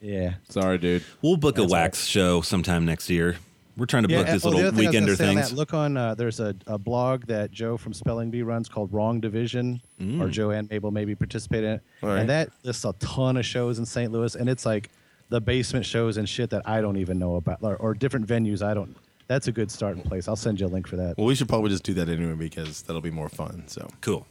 [SPEAKER 11] Yeah.
[SPEAKER 5] Sorry, dude.
[SPEAKER 4] We'll book a wax show sometime next year. We're trying to book
[SPEAKER 11] and-
[SPEAKER 4] this
[SPEAKER 11] oh, the
[SPEAKER 4] little
[SPEAKER 11] other thing I was
[SPEAKER 4] weekender
[SPEAKER 11] gonna say on
[SPEAKER 4] things.
[SPEAKER 11] That, look on uh, there's a, a blog that Joe from Spelling Bee runs called Wrong Division, or
[SPEAKER 4] Mm.
[SPEAKER 11] Joe and Mabel maybe participate in it,
[SPEAKER 4] All right.
[SPEAKER 11] and that lists a ton of shows in St. Louis, and it's like the basement shows and shit that I don't even know about, or, or different venues I don't. That's a good starting place. I'll send you a link for that.
[SPEAKER 6] Well, we should probably just do that anyway because that'll be more fun. So
[SPEAKER 4] cool.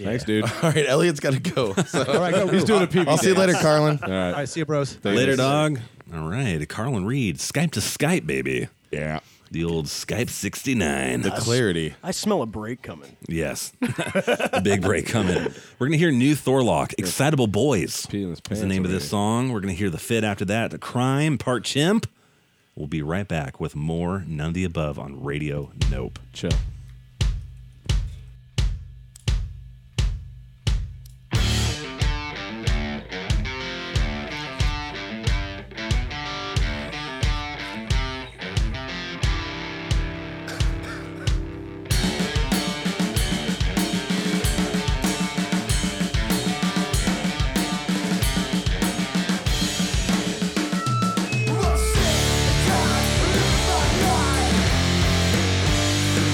[SPEAKER 11] Thanks,
[SPEAKER 5] dude.
[SPEAKER 6] All right, Elliot's got to go. So.
[SPEAKER 11] All right, go, go.
[SPEAKER 6] I'll see you later, Carlin.
[SPEAKER 5] All right.
[SPEAKER 11] All right, see you, bros.
[SPEAKER 4] Later, dog. All right. Carlin Reed, Skype to Skype, baby.
[SPEAKER 5] Yeah.
[SPEAKER 4] The old Skype 69.
[SPEAKER 10] I s- I smell a break coming.
[SPEAKER 4] Yes. A big break coming. We're going to hear new Thorlock, Excitable Boys. Is the name of this song. We're going to hear the fit after that, The Crime, Part Chimp. We'll be right back with more None of the Above on Radio Nope.
[SPEAKER 5] Chill.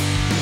[SPEAKER 12] We'll see the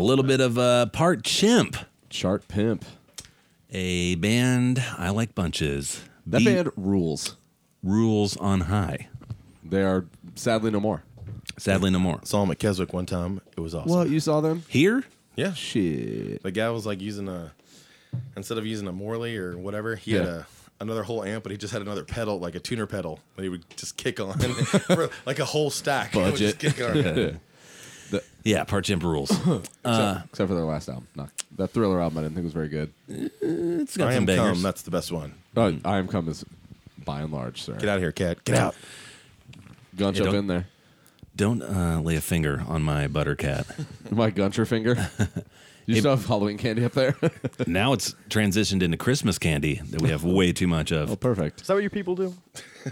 [SPEAKER 4] little bit of uh, part chimp.
[SPEAKER 5] Chart pimp.
[SPEAKER 4] A band I like bunches.
[SPEAKER 5] That band rules.
[SPEAKER 4] Rules on high.
[SPEAKER 5] They are sadly no more.
[SPEAKER 4] Sadly no more.
[SPEAKER 6] Saw him at Keswick one time. It was awesome.
[SPEAKER 5] What you saw them?
[SPEAKER 4] Here?
[SPEAKER 6] Yeah.
[SPEAKER 5] Shit.
[SPEAKER 6] The guy was like using a instead of using a Morley or whatever, he had
[SPEAKER 5] Yeah.
[SPEAKER 6] a another whole amp, but he just had another pedal, like a tuner pedal that he would just kick on for like a whole stack. He would just
[SPEAKER 5] Budget.
[SPEAKER 6] kick on.
[SPEAKER 5] The-
[SPEAKER 4] Yeah, part chimp rules. Uh,
[SPEAKER 5] except, except for their last album. No, that Thriller album I didn't think was very good.
[SPEAKER 4] Eh, It's
[SPEAKER 6] I am come. That's the best one.
[SPEAKER 5] Oh, I am come is by and large, sir.
[SPEAKER 6] Get out of here, cat. Get out.
[SPEAKER 5] Gunch
[SPEAKER 4] Hey,
[SPEAKER 5] up
[SPEAKER 4] don't-
[SPEAKER 5] in there.
[SPEAKER 4] Don't uh, lay a finger on my butter cat.
[SPEAKER 5] My Guncher finger. You still have Halloween candy up there?
[SPEAKER 4] now it's transitioned into Christmas candy that we have way too much
[SPEAKER 5] oh,
[SPEAKER 4] of.
[SPEAKER 5] perfect.
[SPEAKER 10] Is that what you people do?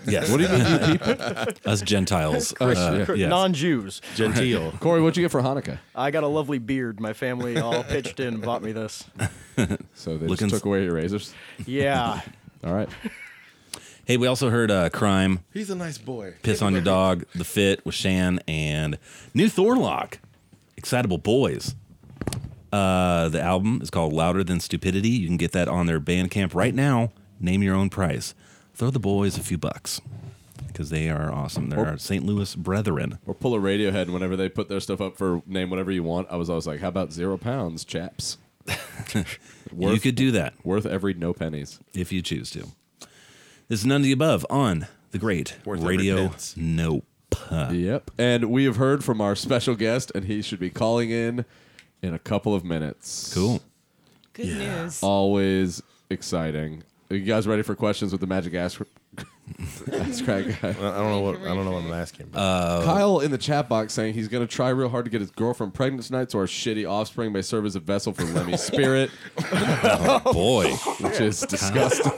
[SPEAKER 4] Yes.
[SPEAKER 5] What do you mean, you people?
[SPEAKER 4] Us Gentiles. uh,
[SPEAKER 10] Cr-
[SPEAKER 4] yes.
[SPEAKER 10] Non-Jews.
[SPEAKER 6] Genteel.
[SPEAKER 5] Corey, what'd you get for Hanukkah?
[SPEAKER 10] I got a lovely beard. My family all pitched in and bought me this.
[SPEAKER 5] So they just
[SPEAKER 4] Looking
[SPEAKER 5] took
[SPEAKER 4] s-
[SPEAKER 5] away your razors.
[SPEAKER 10] Yeah.
[SPEAKER 5] All right.
[SPEAKER 4] hey, we also heard uh, Crime,
[SPEAKER 6] He's a nice boy.
[SPEAKER 4] Piss on Your Dog, The Fit with Shan, and New Thorlock, Excitable Boys. Uh, the album is called Louder Than Stupidity. You can get that on their Bandcamp right now. Name your own price. Throw the boys a few bucks because they are awesome.
[SPEAKER 5] Oh.
[SPEAKER 4] They're our St. Louis brethren.
[SPEAKER 5] Or pull a Radiohead whenever they put their stuff up for name whatever you want. I was always like, how about zero pounds, chaps?
[SPEAKER 4] you could do that.
[SPEAKER 5] Worth every no pennies.
[SPEAKER 4] if you choose to. This is none of the above on the great
[SPEAKER 6] Worth every
[SPEAKER 4] radio.
[SPEAKER 6] pence.
[SPEAKER 4] Nope.
[SPEAKER 5] Yep. And we have heard from our special guest, and he should be calling in in a couple of minutes.
[SPEAKER 4] Cool.
[SPEAKER 7] Good news.
[SPEAKER 5] Always exciting. Are you guys ready for questions with the magic ass, ass crack
[SPEAKER 6] I
[SPEAKER 5] guy?
[SPEAKER 6] I don't know what I don't know what I'm asking. But
[SPEAKER 4] Uh,
[SPEAKER 5] Kyle in the chat box saying he's going to try real hard to get his girlfriend pregnant tonight, so our shitty offspring may serve as a vessel for Lemmy's spirit,
[SPEAKER 4] Oh, Boy,
[SPEAKER 5] which is disgusting.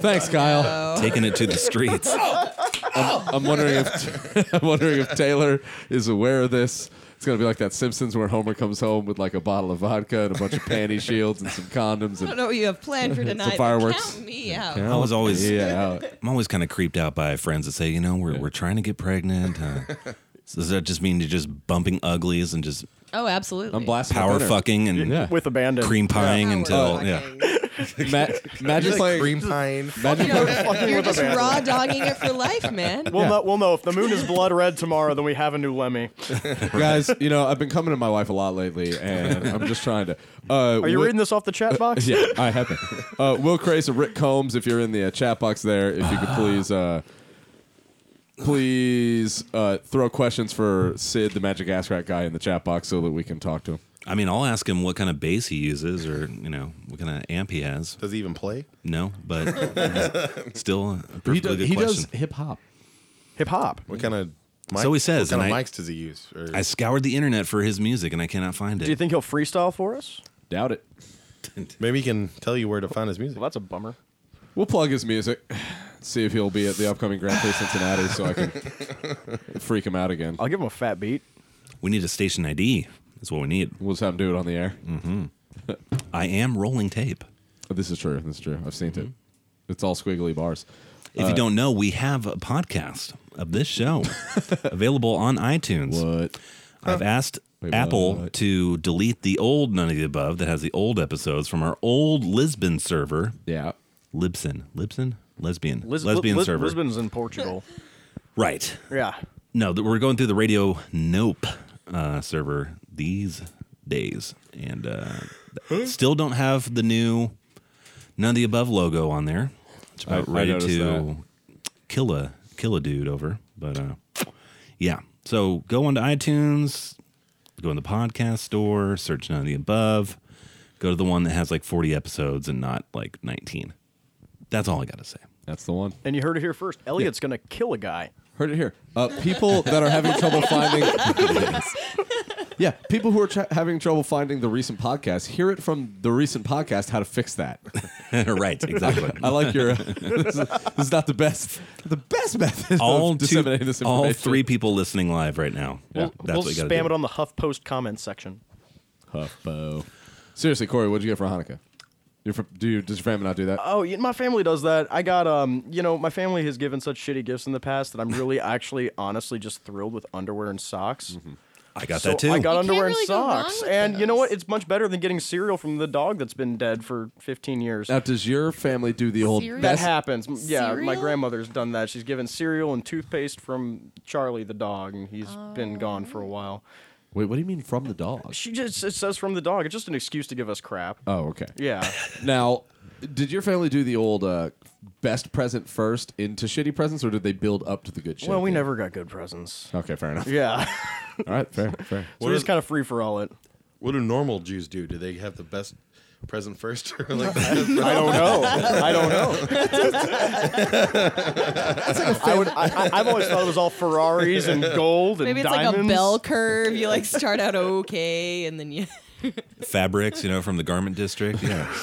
[SPEAKER 5] Thanks, Kyle.
[SPEAKER 4] taking it to the streets.
[SPEAKER 5] I'm wondering if I'm wondering if Taylor is aware of this. It's gonna be like that Simpsons where Homer comes home with like a bottle of vodka and a bunch of panty shields and some condoms
[SPEAKER 7] I don't
[SPEAKER 5] and
[SPEAKER 7] know what you have planned for tonight. but
[SPEAKER 5] fireworks.
[SPEAKER 7] Count Oh. me out.
[SPEAKER 4] I was always,
[SPEAKER 5] yeah.
[SPEAKER 4] I'm always kind of creeped out by friends that say, you know, we're we're trying to get pregnant. Uh, so does that just mean you're just bumping uglies and just
[SPEAKER 7] Oh, absolutely.
[SPEAKER 5] I'm blasting the
[SPEAKER 4] power
[SPEAKER 5] winner.
[SPEAKER 4] fucking and
[SPEAKER 5] Yeah.
[SPEAKER 10] With abandon.
[SPEAKER 4] cream pieing
[SPEAKER 7] Power
[SPEAKER 4] until yeah?
[SPEAKER 7] fucking.
[SPEAKER 5] Ma- imagine playing.
[SPEAKER 6] cream pine.
[SPEAKER 5] imagine
[SPEAKER 7] You're,
[SPEAKER 5] playing-
[SPEAKER 10] fucking
[SPEAKER 7] you're
[SPEAKER 10] with
[SPEAKER 7] just
[SPEAKER 10] abandon.
[SPEAKER 7] raw dogging it for life, man.
[SPEAKER 10] We'll know. We'll know if the moon is blood red tomorrow. Then we have a new Lemmy.
[SPEAKER 5] guys, you know I've been coming to my wife a lot lately, and I'm just trying to. Uh,
[SPEAKER 10] Are you reading this off the chat box?
[SPEAKER 5] Yeah, I have been. Uh, Will Craze and Rick Combs, if you're in the uh, chat box there, if you could please, uh, please uh, throw questions for Sid, the Magic Ass Rat guy, in the chat box so that we can talk to him.
[SPEAKER 4] I mean, I'll ask him what kind of bass he uses or you know what kind of amp he has.
[SPEAKER 6] Does he even play?
[SPEAKER 4] No, but still a perfectly good question.
[SPEAKER 5] hip hop.
[SPEAKER 10] Hip hop.
[SPEAKER 6] What kind of mic,
[SPEAKER 4] So he says,
[SPEAKER 6] What kind
[SPEAKER 4] and
[SPEAKER 6] of
[SPEAKER 4] I-
[SPEAKER 6] mics does he use? Or,
[SPEAKER 4] I scoured the internet for his music and I cannot find it.
[SPEAKER 10] Do you think he'll freestyle for us?
[SPEAKER 5] Doubt it.
[SPEAKER 6] maybe he can tell you where to find his music.
[SPEAKER 10] Well, that's a bummer.
[SPEAKER 5] We'll plug his music. See if he'll be at the upcoming Grand Prix Cincinnati, so I can freak him out again.
[SPEAKER 10] I'll give him a fat beat.
[SPEAKER 4] We need a station ID. That's what we need. Mm-hmm.
[SPEAKER 5] We'll just have him do it on the air. Oh,
[SPEAKER 4] I am rolling tape.
[SPEAKER 5] This is true. This is true. I've seen it. It's all squiggly bars. Uh,
[SPEAKER 4] If you don't know, we have a podcast of this show available on iTunes.
[SPEAKER 5] What?
[SPEAKER 4] I've asked
[SPEAKER 5] Wait,
[SPEAKER 4] Apple
[SPEAKER 5] what?
[SPEAKER 4] to delete the old None of the Above that has the old episodes from our old Lisbon server.
[SPEAKER 5] Yeah.
[SPEAKER 4] Libsyn. Libsyn? Lesbian.
[SPEAKER 10] Lis-
[SPEAKER 4] Lesbian
[SPEAKER 10] Lis-
[SPEAKER 4] server.
[SPEAKER 10] Lisbon's in Portugal.
[SPEAKER 4] Right.
[SPEAKER 10] yeah.
[SPEAKER 4] No, th- we're going through the Radio Nope uh, server these days, and uh, th- still don't have the new none of the above logo on there. It's
[SPEAKER 5] I-
[SPEAKER 4] about
[SPEAKER 5] I
[SPEAKER 4] ready
[SPEAKER 5] noticed
[SPEAKER 4] to
[SPEAKER 5] that.
[SPEAKER 4] kill a kill a dude over, but uh, yeah. So go onto iTunes, go in the podcast store, search none of the above, go to the one that has like forty episodes and not like nineteen. That's all I got to say.
[SPEAKER 5] That's the one.
[SPEAKER 10] And you heard it here first. Elliot's gonna kill a guy.
[SPEAKER 5] Heard it here. Uh, people that are having trouble finding. yeah, people who are tra- having trouble finding the recent podcast, hear it from the recent podcast how to fix that.
[SPEAKER 4] right, exactly.
[SPEAKER 5] I like your. this, is, this is not the best. The best method
[SPEAKER 4] all
[SPEAKER 5] of
[SPEAKER 4] two-
[SPEAKER 5] disseminating this information.
[SPEAKER 4] all three people listening live right now.
[SPEAKER 10] We'll,
[SPEAKER 4] That's
[SPEAKER 10] we'll
[SPEAKER 4] what you
[SPEAKER 10] spam
[SPEAKER 4] gotta do.
[SPEAKER 10] it on the HuffPost comments section.
[SPEAKER 5] Huffbo. Seriously, Corey, what'd you get for Hanukkah? You're from, do you, does your family not do that?
[SPEAKER 10] Oh, yeah, my family does that. I got um, you know, my family has
[SPEAKER 5] Mm-hmm.
[SPEAKER 10] given such shitty gifts in the past that I'm really, actually, honestly, just thrilled with underwear and socks.
[SPEAKER 4] I got
[SPEAKER 10] So
[SPEAKER 4] that too.
[SPEAKER 10] I got underwear
[SPEAKER 12] really
[SPEAKER 10] and
[SPEAKER 12] go wrong
[SPEAKER 10] socks,
[SPEAKER 12] with
[SPEAKER 10] and you know what? It's much better than getting cereal from the dog that's been dead for 15 years.
[SPEAKER 5] Now, does your family do the old
[SPEAKER 10] That
[SPEAKER 5] best-
[SPEAKER 10] happens. M- Yeah, my
[SPEAKER 5] Cereal?
[SPEAKER 10] grandmother's done that. She's given cereal and toothpaste from Charlie the dog, and he's been gone for a
[SPEAKER 12] Oh.
[SPEAKER 10] while.
[SPEAKER 5] Wait, what do you mean from the dog?
[SPEAKER 10] She just it says from the dog. It's just an excuse to give us crap.
[SPEAKER 5] Oh, okay.
[SPEAKER 10] Yeah.
[SPEAKER 5] now, did your family do the old uh, best present first into shitty presents, or did they build up to the good shit?
[SPEAKER 10] Well, we never got good presents.
[SPEAKER 5] Okay, fair enough.
[SPEAKER 10] Yeah.
[SPEAKER 5] All right, fair, fair.
[SPEAKER 10] So we're just kind of free for all it.
[SPEAKER 6] What do normal Jews do? Do they have the best present first? or like the
[SPEAKER 10] I
[SPEAKER 6] best
[SPEAKER 10] don't know. I don't know. I would, I, I, I've always thought it was all Ferraris and gold and
[SPEAKER 7] Maybe it's
[SPEAKER 10] diamonds.
[SPEAKER 7] like a bell curve. You like start out okay, and then you.
[SPEAKER 4] Fabrics, you know, from the garment district. Yeah.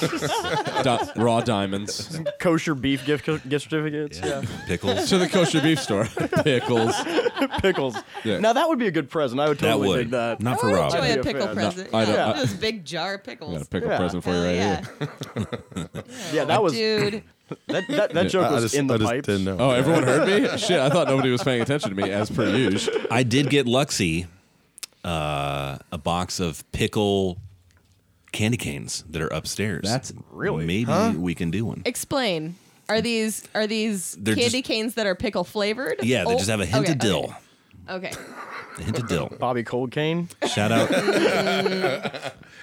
[SPEAKER 5] Di- raw diamonds.
[SPEAKER 10] Kosher beef gift gift certificates. Yeah.
[SPEAKER 4] Pickles.
[SPEAKER 5] To the kosher beef store. Pickles.
[SPEAKER 10] Pickles.
[SPEAKER 5] Yeah.
[SPEAKER 10] Now that would be a good present. I would
[SPEAKER 4] That
[SPEAKER 10] totally
[SPEAKER 4] would.
[SPEAKER 10] dig that.
[SPEAKER 4] Not for I would Rob. enjoy
[SPEAKER 10] I'd
[SPEAKER 4] a
[SPEAKER 10] be
[SPEAKER 7] pickle
[SPEAKER 10] fan.
[SPEAKER 7] present.
[SPEAKER 5] I
[SPEAKER 7] I
[SPEAKER 5] don't-
[SPEAKER 7] yeah,
[SPEAKER 5] I-
[SPEAKER 7] this big jar of pickles.
[SPEAKER 5] Got a pickle
[SPEAKER 10] Yeah.
[SPEAKER 5] present for you
[SPEAKER 10] Hell
[SPEAKER 5] right
[SPEAKER 10] yeah.
[SPEAKER 5] here.
[SPEAKER 10] Yeah, that was
[SPEAKER 7] Dude.
[SPEAKER 10] That that, that
[SPEAKER 5] Yeah.
[SPEAKER 10] joke
[SPEAKER 5] I- I
[SPEAKER 10] was
[SPEAKER 5] just-
[SPEAKER 10] in the
[SPEAKER 5] I just
[SPEAKER 10] pipes.
[SPEAKER 5] didn't know. Oh, everyone heard me? Shit, I thought nobody was paying attention to me, as per usual.
[SPEAKER 4] I did get Luxy uh, a box of pickle candy canes that are upstairs.
[SPEAKER 5] That's
[SPEAKER 10] really
[SPEAKER 4] maybe
[SPEAKER 7] Huh?
[SPEAKER 4] we can do one.
[SPEAKER 7] Explain. Are these are these
[SPEAKER 4] They're
[SPEAKER 7] candy canes that are pickle flavored?
[SPEAKER 4] Yeah, they
[SPEAKER 7] Oh,
[SPEAKER 4] just have a hint
[SPEAKER 7] okay,
[SPEAKER 4] of dill.
[SPEAKER 7] Okay.
[SPEAKER 4] A hint of dill.
[SPEAKER 10] Bobby Cold Cane.
[SPEAKER 4] Shout out.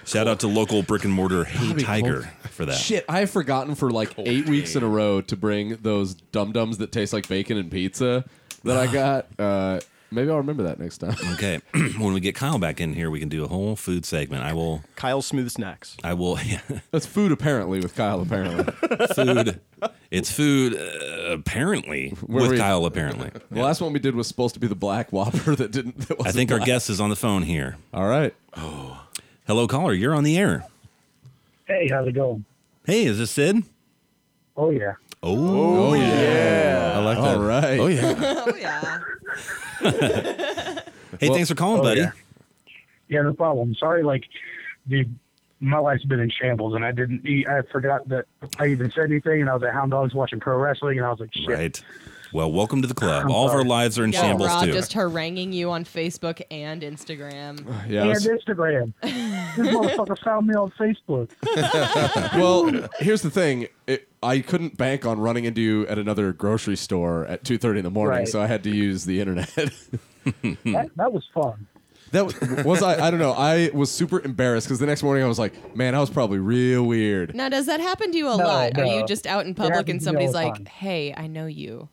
[SPEAKER 4] shout out to local brick and mortar Hey Tiger for that.
[SPEAKER 5] Shit, I have forgotten for like eight weeks in a row to bring those dum dums that taste like bacon and pizza that I got. Uh, maybe I'll remember that next time.
[SPEAKER 4] Okay, when we get Kyle back in here, we can do a whole food segment. I will.
[SPEAKER 10] Kyle's smooth snacks.
[SPEAKER 4] I will.
[SPEAKER 5] That's food apparently with Kyle apparently.
[SPEAKER 4] food. It's food uh, apparently
[SPEAKER 5] Where
[SPEAKER 4] with
[SPEAKER 5] we-
[SPEAKER 4] Kyle apparently.
[SPEAKER 5] The last one we did was supposed to be the Black Whopper that didn't. That
[SPEAKER 4] I
[SPEAKER 5] wasn't
[SPEAKER 4] think our
[SPEAKER 5] black.
[SPEAKER 4] guest is on the phone here.
[SPEAKER 5] All right.
[SPEAKER 4] Oh. Hello, caller. You're on the air.
[SPEAKER 13] Hey, how's it going?
[SPEAKER 4] Hey, is this Sid?
[SPEAKER 13] Oh yeah.
[SPEAKER 4] Oh,
[SPEAKER 13] Oh,
[SPEAKER 4] yeah.
[SPEAKER 13] yeah. I like
[SPEAKER 5] All right.
[SPEAKER 4] Oh yeah.
[SPEAKER 7] oh yeah.
[SPEAKER 4] Hey, thanks for calling,
[SPEAKER 13] Oh,
[SPEAKER 4] buddy.
[SPEAKER 13] yeah. Yeah, no problem. Sorry, like, the my life's been in shambles, and I didn't. e- I forgot that I even said anything, and I was at Hound Dogs watching pro wrestling, and I was like, shit.
[SPEAKER 4] Right. Well, welcome to the club.
[SPEAKER 13] I'm
[SPEAKER 4] All of our
[SPEAKER 13] sorry.
[SPEAKER 4] lives are in
[SPEAKER 7] yeah,
[SPEAKER 4] shambles
[SPEAKER 7] Rob
[SPEAKER 4] too.
[SPEAKER 7] just haranguing you on Facebook and Instagram.
[SPEAKER 5] Yeah, I
[SPEAKER 13] and
[SPEAKER 5] was-
[SPEAKER 13] Instagram. this motherfucker found me on Facebook.
[SPEAKER 5] well, here's the thing. It, I couldn't bank on running into you at another grocery store at 2:30 in the morning,
[SPEAKER 13] Right.
[SPEAKER 5] so I had to use the internet.
[SPEAKER 6] Hmm.
[SPEAKER 13] That, that was fun.
[SPEAKER 5] That was, was I. I don't know. I was super embarrassed because the next morning I was like, "Man, I was probably real weird."
[SPEAKER 7] Now, does that happen to you a
[SPEAKER 13] No,
[SPEAKER 7] lot? Are you
[SPEAKER 13] no.
[SPEAKER 7] just out in
[SPEAKER 13] It
[SPEAKER 7] public
[SPEAKER 13] happens
[SPEAKER 7] and
[SPEAKER 13] to me
[SPEAKER 7] somebody's
[SPEAKER 13] all the
[SPEAKER 7] like,
[SPEAKER 13] time.
[SPEAKER 7] "Hey, I know you."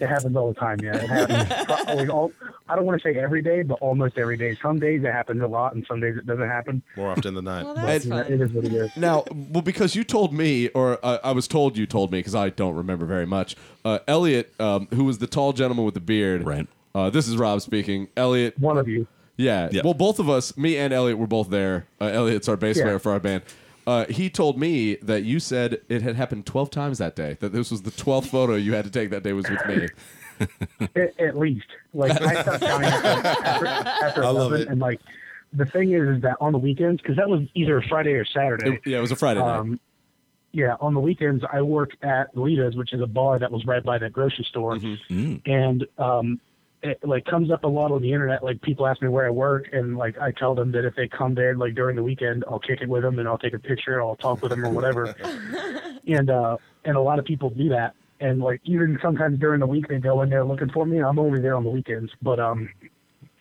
[SPEAKER 13] It happens all the time. Yeah, it happens. probably all, I don't want to say every day, but almost every day. Some days it happens a lot, and some days it doesn't happen.
[SPEAKER 6] More often than not.
[SPEAKER 5] that's
[SPEAKER 13] But
[SPEAKER 5] fun.
[SPEAKER 13] It is what it is.
[SPEAKER 5] Now, well, because you told me, or uh, I was told you told me, because I don't remember very much. Uh, Elliot, um, who was the tall gentleman with the beard, right? Uh, this is Rob speaking. Elliot,
[SPEAKER 13] one of you.
[SPEAKER 5] Yeah. Well, both of us, me and Elliot, were both there. Uh, Elliot's our bass
[SPEAKER 13] Yeah.
[SPEAKER 5] player for our band. Uh, he told me that you said it had happened twelve times that day. That this was the twelfth photo you had to take that day was with me.
[SPEAKER 13] at, at least. Like I stopped counting after, after, after
[SPEAKER 5] I love
[SPEAKER 13] 11,
[SPEAKER 5] it.
[SPEAKER 13] and like the thing is, is that on the weekends because that was either a Friday or Saturday.
[SPEAKER 5] It- yeah, it was a Friday night.
[SPEAKER 13] Um, yeah, on the weekends I worked at Lita's, which is a bar that was right by that grocery store,
[SPEAKER 5] Mm-hmm. Mm.
[SPEAKER 13] and um, it like comes up a lot on the internet. Like people ask me where I work, and like I tell them that if they come there like during the weekend, I'll kick it with them and I'll take a picture, I'll talk with them or whatever. and uh, and a lot of people do that. And like even sometimes during the week they go in there looking for me. I'm only there on the weekends, but um,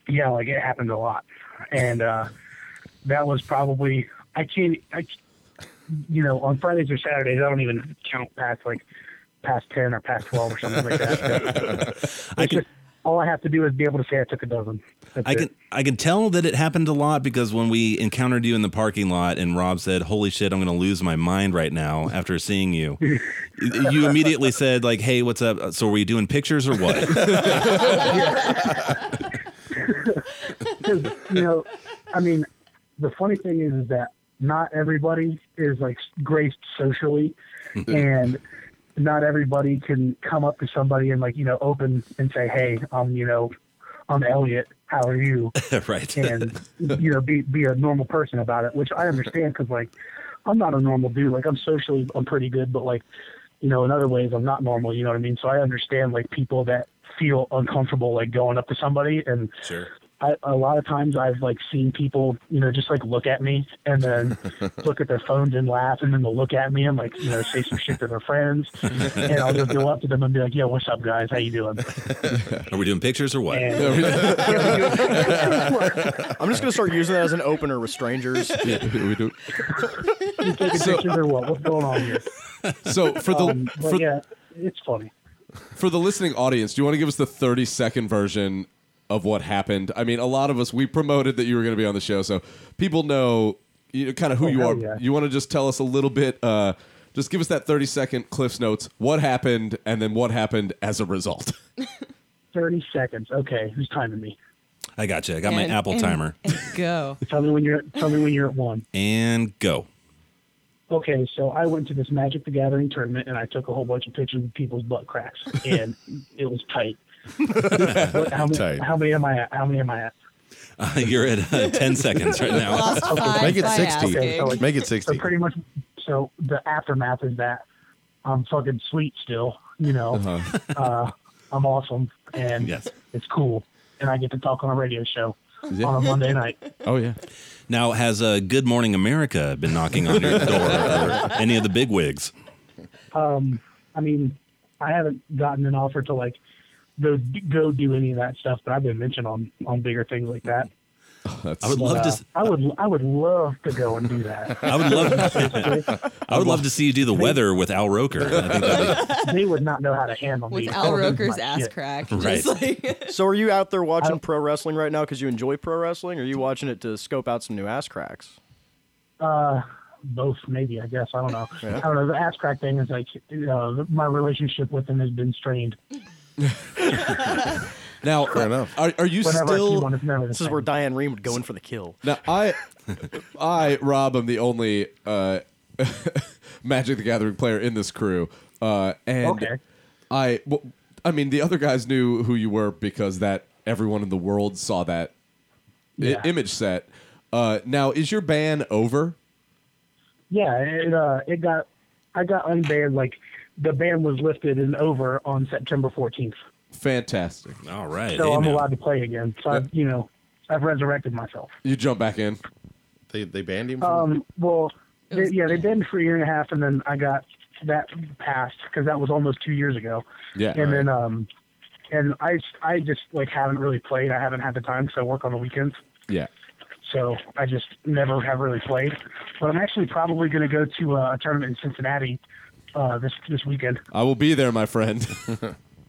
[SPEAKER 13] yeah, like it happened a lot, and uh, that was probably I can't I, you know, on Fridays or Saturdays I don't even count past like past ten or past twelve or something like that. I can. all I have to do is be able to say I took a dozen. That's
[SPEAKER 4] I
[SPEAKER 13] it.
[SPEAKER 4] can I can tell that it happened a lot because when we encountered you in the parking lot and Rob said, "Holy shit, I'm going to lose my mind right now after seeing you," y- you immediately said, "Like, hey, what's up? So, were you doing pictures or what?"
[SPEAKER 13] Because, you know, I mean, the funny thing is, is that not everybody is like graced socially,
[SPEAKER 4] Mm-hmm.
[SPEAKER 13] and not everybody can come up to somebody and like you know open and say, "Hey, um, you know, I'm Elliot. How are you?"
[SPEAKER 4] right.
[SPEAKER 13] and you know, be be a normal person about it, which I understand because like I'm not a normal dude. Like I'm socially, I'm pretty good, but like you know, in other ways, I'm not normal. You know what I mean? So I understand like people that feel uncomfortable like going up to somebody and
[SPEAKER 4] Sure.
[SPEAKER 13] I, a lot of times I've like seen people, you know, just like look at me and then look at their phones and laugh, and then they'll look at me and like, you know, say some shit to their friends, and I'll just go up to them and be like, "Yo, what's up, guys? How you doing?"
[SPEAKER 4] Are we doing pictures or what?
[SPEAKER 10] I'm just gonna start using that as an opener with strangers.
[SPEAKER 5] we do.
[SPEAKER 13] You taking
[SPEAKER 5] So-
[SPEAKER 13] pictures or what? What's going on here?
[SPEAKER 5] So for the
[SPEAKER 13] Um, but
[SPEAKER 5] for,
[SPEAKER 13] yeah, it's funny.
[SPEAKER 5] for the listening audience, do you want to give us the 30 second version of what happened? I mean, a lot of us we promoted that you were going to be on the show, so people know you know, kind of who
[SPEAKER 13] Oh,
[SPEAKER 5] you
[SPEAKER 13] hell
[SPEAKER 5] are.
[SPEAKER 13] yeah.
[SPEAKER 5] You want to just tell us a little bit uh just give us that 30 second cliffs notes. What happened and then what happened as a result?
[SPEAKER 13] Thirty seconds. Okay, who's timing me?
[SPEAKER 4] I got you. I got my
[SPEAKER 13] And-
[SPEAKER 4] Apple
[SPEAKER 13] and-
[SPEAKER 4] timer.
[SPEAKER 7] Go.
[SPEAKER 13] Tell me when you're. Tell me when you're at one.
[SPEAKER 4] And go.
[SPEAKER 13] Okay, so I went to this Magic the Gathering tournament and I took a whole bunch of pictures of people's butt cracks, and it was tight. What- how, many,
[SPEAKER 4] Tight.
[SPEAKER 13] how many am I at? How many am I at?
[SPEAKER 4] Uh, you're at uh, 10 seconds right now.
[SPEAKER 13] Okay, so it's- So pretty much, so the aftermath is that I'm fucking sweet still, you know.
[SPEAKER 4] Uh-huh.
[SPEAKER 13] Uh, I'm awesome, and
[SPEAKER 4] Yes.
[SPEAKER 13] it's cool, and I get to talk on a radio show
[SPEAKER 4] Yeah.
[SPEAKER 13] on a Monday night.
[SPEAKER 5] Oh, yeah.
[SPEAKER 4] Now, has uh, Good Morning America been knocking on your door or any of the big wigs?
[SPEAKER 13] Um, I mean, I haven't gotten an offer to like go go do any of that stuff, but I've been mentioned on on bigger things like that.
[SPEAKER 4] I would love
[SPEAKER 13] But,
[SPEAKER 4] to.
[SPEAKER 13] uh,
[SPEAKER 4] s-
[SPEAKER 13] I would. I would love to go and do that.
[SPEAKER 4] I would love. I would love to see you do the weather with Al Roker. I think that'd be-
[SPEAKER 13] they would not know how to handle me.
[SPEAKER 7] With Al Roker's ass crack. just
[SPEAKER 4] Right.
[SPEAKER 7] like-
[SPEAKER 10] so are you out there watching pro wrestling right now because you enjoy pro wrestling? Or are you watching it to scope out some new ass cracks?
[SPEAKER 13] Uh, both, maybe. I guess. I don't know.
[SPEAKER 10] Yeah.
[SPEAKER 13] I don't know. The ass crack thing is like uh, my relationship with him has been strained.
[SPEAKER 5] Now, Are, are you
[SPEAKER 13] Whenever I see
[SPEAKER 5] still
[SPEAKER 13] one, it's never the This is same. where
[SPEAKER 10] Diane Rehm would go in for the kill.
[SPEAKER 5] Now, I, I, Rob, am the only uh, Magic the Gathering player in this crew, uh, and
[SPEAKER 13] Okay.
[SPEAKER 5] I, well, I mean, the other guys knew who you were because that everyone in the world saw that i-
[SPEAKER 13] Yeah.
[SPEAKER 5] image set. Uh, now, is your ban over?
[SPEAKER 13] Yeah, it uh, it got I got unbanned. Like the ban was lifted and over on September 14th.
[SPEAKER 5] Fantastic.
[SPEAKER 4] All right,
[SPEAKER 13] so I'm allowed to play again. So I've, you know, I've resurrected myself.
[SPEAKER 5] you jump back in.
[SPEAKER 6] They they banned him. From-
[SPEAKER 13] Um, well, they, yeah, they've been for a year and a half, and then I got that passed because that was almost two years ago.
[SPEAKER 5] Yeah.
[SPEAKER 13] And then, um, and I, I just like haven't really played. I haven't had the time, so I work on the weekends.
[SPEAKER 5] Yeah.
[SPEAKER 13] So I just never have really played. But I'm actually probably going to go to a tournament in Cincinnati uh, this this weekend.
[SPEAKER 5] I will be there, my friend.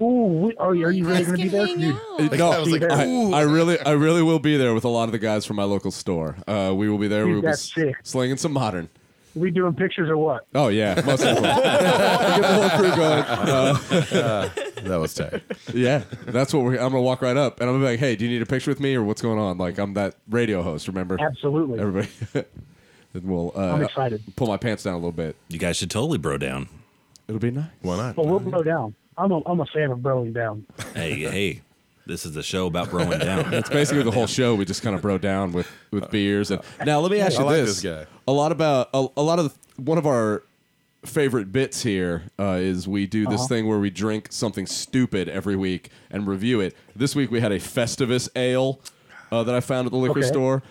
[SPEAKER 13] Ooh, we, oh, are you really going to be there?
[SPEAKER 5] Uh, No, I,
[SPEAKER 13] Be there.
[SPEAKER 5] I really, I really will be there with a lot of the guys from my local store. Uh, we will be there.
[SPEAKER 13] Dude,
[SPEAKER 5] we will be
[SPEAKER 13] that's sick.
[SPEAKER 5] slinging some modern.
[SPEAKER 13] we doing pictures or what?
[SPEAKER 5] Oh yeah, most of them. Get the whole crew going. Uh,
[SPEAKER 6] that was tight.
[SPEAKER 5] Yeah, that's what we're. I'm gonna walk right up and I'm gonna be like, "Hey, do you need a picture with me or what's going on?" Like I'm that radio host, remember?
[SPEAKER 13] Absolutely.
[SPEAKER 5] Everybody. then we'll. Uh,
[SPEAKER 13] I'm excited.
[SPEAKER 5] Pull my pants down a little bit.
[SPEAKER 4] You guys should totally bro down.
[SPEAKER 5] It'll be nice.
[SPEAKER 6] Why not?
[SPEAKER 13] Well, we'll blow down. I'm a, I'm a fan of blowing down.
[SPEAKER 4] Hey, hey, this is the show about broing down.
[SPEAKER 5] That's basically the whole show. We just kind of bro down with with beers. And now let me ask you
[SPEAKER 6] I like
[SPEAKER 5] this:
[SPEAKER 6] this guy.
[SPEAKER 5] a lot about a, a lot of the, one of our favorite bits here uh, is we do this
[SPEAKER 6] Uh-huh.
[SPEAKER 5] thing where we drink something stupid every week and review it. This week we had a Festivus ale uh, that I found at the liquor
[SPEAKER 6] Okay.
[SPEAKER 5] store.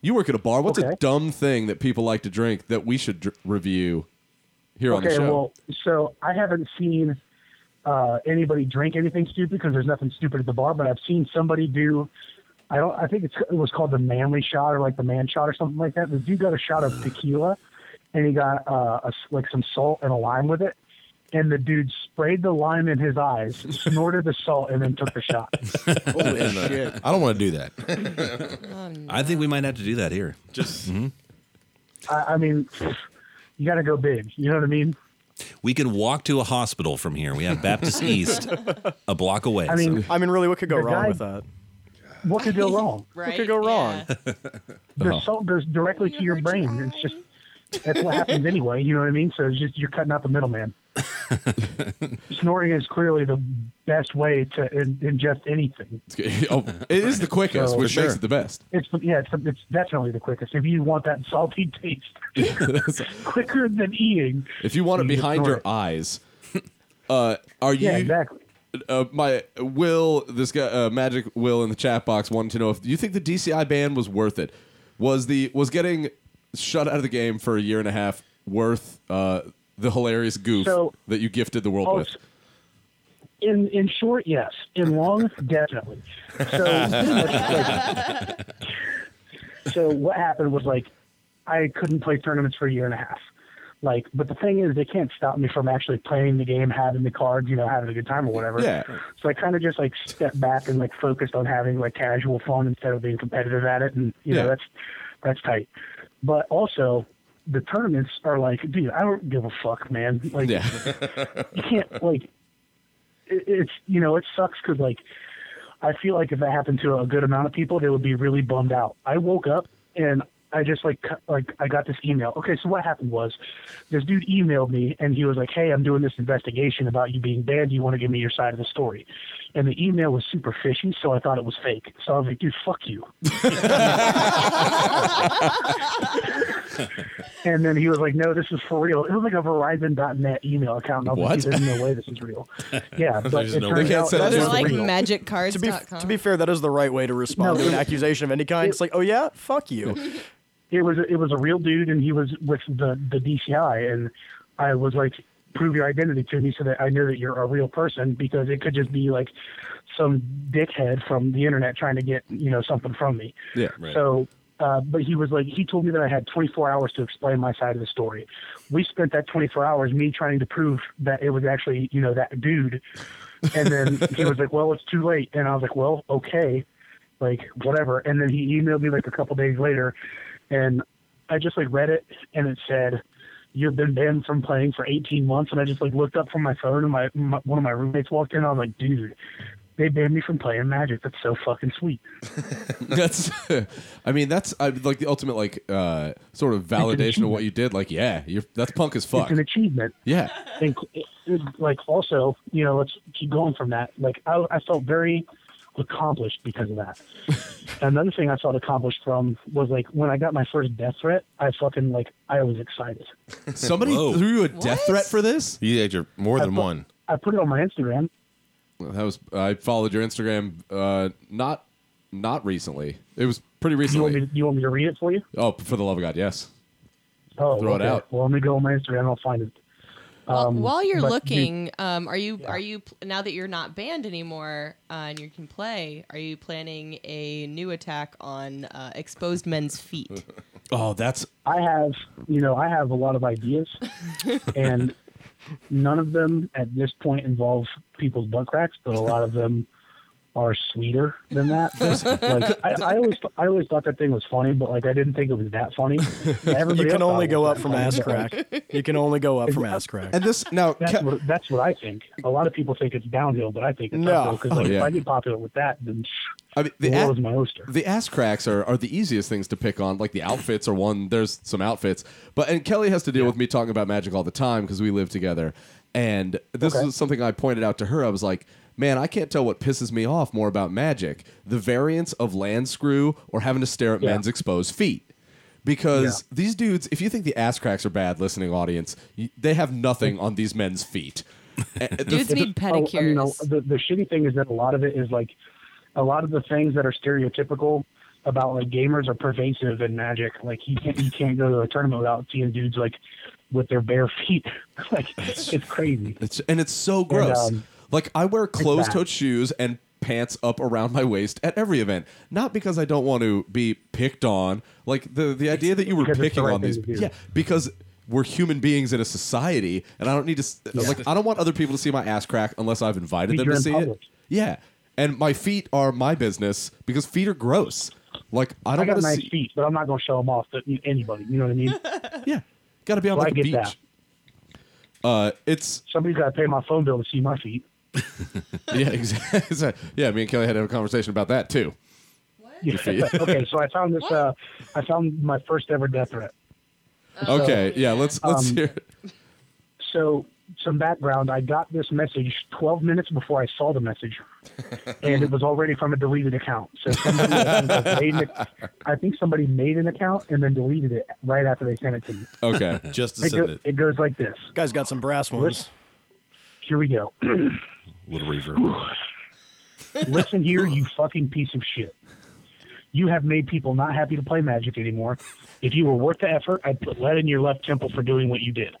[SPEAKER 5] You work at a bar. What's a
[SPEAKER 13] Okay.
[SPEAKER 5] dumb thing that people like to drink that we should dr- review here on
[SPEAKER 13] okay,
[SPEAKER 5] the show?
[SPEAKER 13] well, so I haven't seen uh, anybody drink anything stupid because there's nothing stupid at the bar, but I've seen somebody do. I don't. I think it's, it was called the manly shot or like the man shot or something like that. The dude got a shot of tequila, and he got uh, a s like some salt and a lime with it. And the dude sprayed the lime in his eyes, snorted the salt, and then took the shot.
[SPEAKER 6] And, uh, I don't want to do that.
[SPEAKER 4] I think we might have to do that here. Mm-hmm.
[SPEAKER 6] Just
[SPEAKER 13] I, I mean, you got to go big. You know what I mean?
[SPEAKER 4] we could walk to a hospital from here. We have Baptist East a block away.
[SPEAKER 13] I mean-
[SPEAKER 10] I mean, really, what could go
[SPEAKER 13] The
[SPEAKER 10] wrong
[SPEAKER 13] guy-
[SPEAKER 10] with that?
[SPEAKER 13] What could go wrong?
[SPEAKER 10] What could go wrong?
[SPEAKER 13] the salt goes directly to your brain. It's just that's what happens anyway. You know what I mean? So it's just you're cutting out the middleman. Snorting is clearly the best way to in, ingest anything.
[SPEAKER 5] oh, it is the quickest,
[SPEAKER 13] So-
[SPEAKER 5] which makes it the best.
[SPEAKER 13] It's yeah, it's, it's definitely the quickest. If you want that salty taste, quicker than eating.
[SPEAKER 5] If you want it
[SPEAKER 13] You just
[SPEAKER 5] behind
[SPEAKER 13] snort
[SPEAKER 5] your eyes, uh, are you?
[SPEAKER 13] Yeah, exactly.
[SPEAKER 5] uh, my Will, this guy, uh, Magic Will in the chat box wanted to know if you think the DCI ban was worth it. Was the was getting shut out of the game for a year and a half worth uh, the hilarious goof
[SPEAKER 13] So-
[SPEAKER 5] that you gifted the world
[SPEAKER 13] Oh,
[SPEAKER 5] with?
[SPEAKER 13] In in short, yes. In long, definitely. So what happened was like I couldn't play tournaments for a year and a half. Like, but the thing is, they can't stop me from actually playing the game, having the cards, you know, having a good time or whatever.
[SPEAKER 5] Yeah.
[SPEAKER 13] So I kind of just like stepped back and like focused on having like casual fun instead of being competitive at it, and you
[SPEAKER 5] Yeah.
[SPEAKER 13] know that's that's tight. But also, the tournaments are like, dude, I don't give a fuck, man. Like, you can't like it, it's you know it sucks because like I feel like if that happened to a good amount of people, they would be really bummed out. I woke up and I just like cu- like I got this email. Okay, so what happened was this dude emailed me and he was like, "Hey, I'm doing this investigation about you being banned. Do you want to give me your side of the story?" And the email was super fishy, so I thought it was fake. So I was like, "Dude, fuck you." and then he was like, "No, this is for real." It was like a Verizon.net email account. And I was like,
[SPEAKER 5] What?
[SPEAKER 13] "Dude, There's no way this is real. Yeah, but
[SPEAKER 5] There's
[SPEAKER 13] it
[SPEAKER 5] no
[SPEAKER 13] turns
[SPEAKER 5] way.
[SPEAKER 13] out
[SPEAKER 5] They can't
[SPEAKER 13] that
[SPEAKER 5] sell
[SPEAKER 13] was
[SPEAKER 7] like
[SPEAKER 13] real.
[SPEAKER 10] To be,
[SPEAKER 7] magiccards.com.
[SPEAKER 10] to be fair, that is the right way to respond
[SPEAKER 13] No,
[SPEAKER 10] to an
[SPEAKER 13] it-
[SPEAKER 10] accusation of any kind. It's like, oh yeah, fuck you.
[SPEAKER 13] it was it was a real dude and he was with the the DCI and I was like prove your identity to me so that I know that you're a real person because it could just be like some dickhead from the internet trying to get you know something from me.
[SPEAKER 5] Yeah.
[SPEAKER 13] So, uh, but he was like, he told me that I had 24 hours to explain my side of the story. We spent that 24 hours me trying to prove that it was actually, you know, that dude. And then he was like, well, it's too late. And I was like, well, okay, like whatever. And then he emailed me like a couple days later, and I just like read it, and it said. You've been banned from playing for 18 months, and I just like looked up from my phone, and my, my one of my roommates walked in. I was like, "Dude, they banned me from playing Magic. That's so fucking sweet."
[SPEAKER 5] that's i mean that's I, like the ultimate like uh sort of validation of what you did like yeah you're that's punk as fuck
[SPEAKER 13] It's an achievement.
[SPEAKER 5] yeah
[SPEAKER 13] And like also, you know, let's keep going from that. Like I, I felt very accomplished because of that. Another thing I felt accomplished from was like when I got my first death threat, I fucking like I was excited.
[SPEAKER 5] somebody threw you a death threat for this
[SPEAKER 6] you had your more than
[SPEAKER 13] I put-
[SPEAKER 6] one
[SPEAKER 13] I put it on my Instagram.
[SPEAKER 5] Well, that was i followed your instagram uh not not recently it was pretty
[SPEAKER 13] You want
[SPEAKER 5] recently
[SPEAKER 13] me? To, you want me to read it for you?
[SPEAKER 5] oh for the love of god yes
[SPEAKER 13] Oh,
[SPEAKER 5] Throw it
[SPEAKER 13] okay.
[SPEAKER 5] out.
[SPEAKER 13] Well, let me go on my Instagram. I'll find it.
[SPEAKER 7] Well,
[SPEAKER 13] Um,
[SPEAKER 7] while you're
[SPEAKER 13] but the-
[SPEAKER 7] looking, um, are you are you pl- now that you're not banned anymore uh, and you can play? Are you planning a new attack on uh, exposed men's feet?
[SPEAKER 5] oh that's
[SPEAKER 13] I have, you know, I have a lot of ideas, and none of them at this point involve people's butt cracks, but a lot of them are sweeter than that. like I, I always, I always thought that thing was funny, but like I didn't think it was that funny. Everybody
[SPEAKER 10] you
[SPEAKER 13] else
[SPEAKER 10] can
[SPEAKER 13] thought
[SPEAKER 10] only
[SPEAKER 13] it
[SPEAKER 10] go
[SPEAKER 13] was
[SPEAKER 10] up
[SPEAKER 13] that
[SPEAKER 10] from
[SPEAKER 13] funny,
[SPEAKER 10] ass
[SPEAKER 13] but, like,
[SPEAKER 10] crack. You can only go up from ass crack.
[SPEAKER 5] and this now
[SPEAKER 13] That's, what, that's what I think. A lot of people think it's downhill, but I think it's
[SPEAKER 10] No.
[SPEAKER 13] uphill because like,
[SPEAKER 5] Oh, yeah.
[SPEAKER 13] if I get popular with that, then
[SPEAKER 5] I mean,
[SPEAKER 13] the,
[SPEAKER 5] the,
[SPEAKER 13] world
[SPEAKER 5] a-
[SPEAKER 13] is my oyster.
[SPEAKER 5] the ass cracks are, are the easiest things to pick on. Like the outfits are one. There's some outfits, but and Kelly has to deal with me talking about magic all the time because we live together. And this
[SPEAKER 13] Okay.
[SPEAKER 5] is something I pointed out to her. I was like, man, I can't tell what pisses me off more about magic: the variance of land screw or having to stare at
[SPEAKER 13] Yeah.
[SPEAKER 5] men's exposed feet. Because these dudes, if you think the ass cracks are bad, listening audience, y- they have nothing on these men's feet. A- the-
[SPEAKER 7] Dudes need pedicures.
[SPEAKER 13] Oh, you know, the, the shitty thing is that a lot of it is like a lot of the things that are stereotypical about like gamers are pervasive in magic. Like you can't you can't go to a tournament without seeing dudes like with their bare feet. like it's crazy.
[SPEAKER 5] It's and it's so gross.
[SPEAKER 13] um,
[SPEAKER 5] like I wear
[SPEAKER 13] bad.
[SPEAKER 5] closed-toed shoes and pants up around my waist at every event, not because I don't want to be picked on. Like the the idea that you were
[SPEAKER 13] because it's the
[SPEAKER 5] picking
[SPEAKER 13] right
[SPEAKER 5] on
[SPEAKER 13] thing
[SPEAKER 5] these,
[SPEAKER 13] to do.
[SPEAKER 5] yeah, because we're human beings in a society, and I don't need to s like I don't want other people to see my ass crack unless I've invited
[SPEAKER 13] Because
[SPEAKER 5] them
[SPEAKER 13] you're
[SPEAKER 5] to
[SPEAKER 13] in
[SPEAKER 5] see
[SPEAKER 13] public.
[SPEAKER 5] it. Yeah, and my feet are my business because feet are gross. Like I
[SPEAKER 13] I,
[SPEAKER 5] don't
[SPEAKER 13] got
[SPEAKER 5] want to
[SPEAKER 13] nice
[SPEAKER 5] see.
[SPEAKER 13] feet, but I'm not gonna show them off to anybody. You know what I mean?
[SPEAKER 5] Yeah, got to be on
[SPEAKER 13] Well, I
[SPEAKER 5] like a
[SPEAKER 13] get
[SPEAKER 5] beach.
[SPEAKER 13] that.
[SPEAKER 5] Uh, it's
[SPEAKER 13] Somebody's got to pay my phone bill to see my feet.
[SPEAKER 5] yeah, exactly. yeah, me and Kelly had to have a conversation about that too.
[SPEAKER 13] okay, so I found this. Uh, I found my first ever death threat.
[SPEAKER 7] Oh,
[SPEAKER 5] okay, yeah, let's let's
[SPEAKER 13] Um,
[SPEAKER 5] hear. it.
[SPEAKER 13] so some background i got this message 12 minutes before i saw the message and it was already from a deleted account so somebody made an, i think somebody made an account and then deleted it right after they sent it to me
[SPEAKER 5] Okay,
[SPEAKER 6] just to
[SPEAKER 13] it,
[SPEAKER 6] send
[SPEAKER 13] go-
[SPEAKER 6] it.
[SPEAKER 13] it goes like this
[SPEAKER 10] Guys got some brass ones.
[SPEAKER 13] here we go
[SPEAKER 4] little reverb.
[SPEAKER 13] Listen here, you fucking piece of shit. You have made people not happy to play Magic anymore. If you were worth the effort, I'd put lead in your left temple for doing what you did.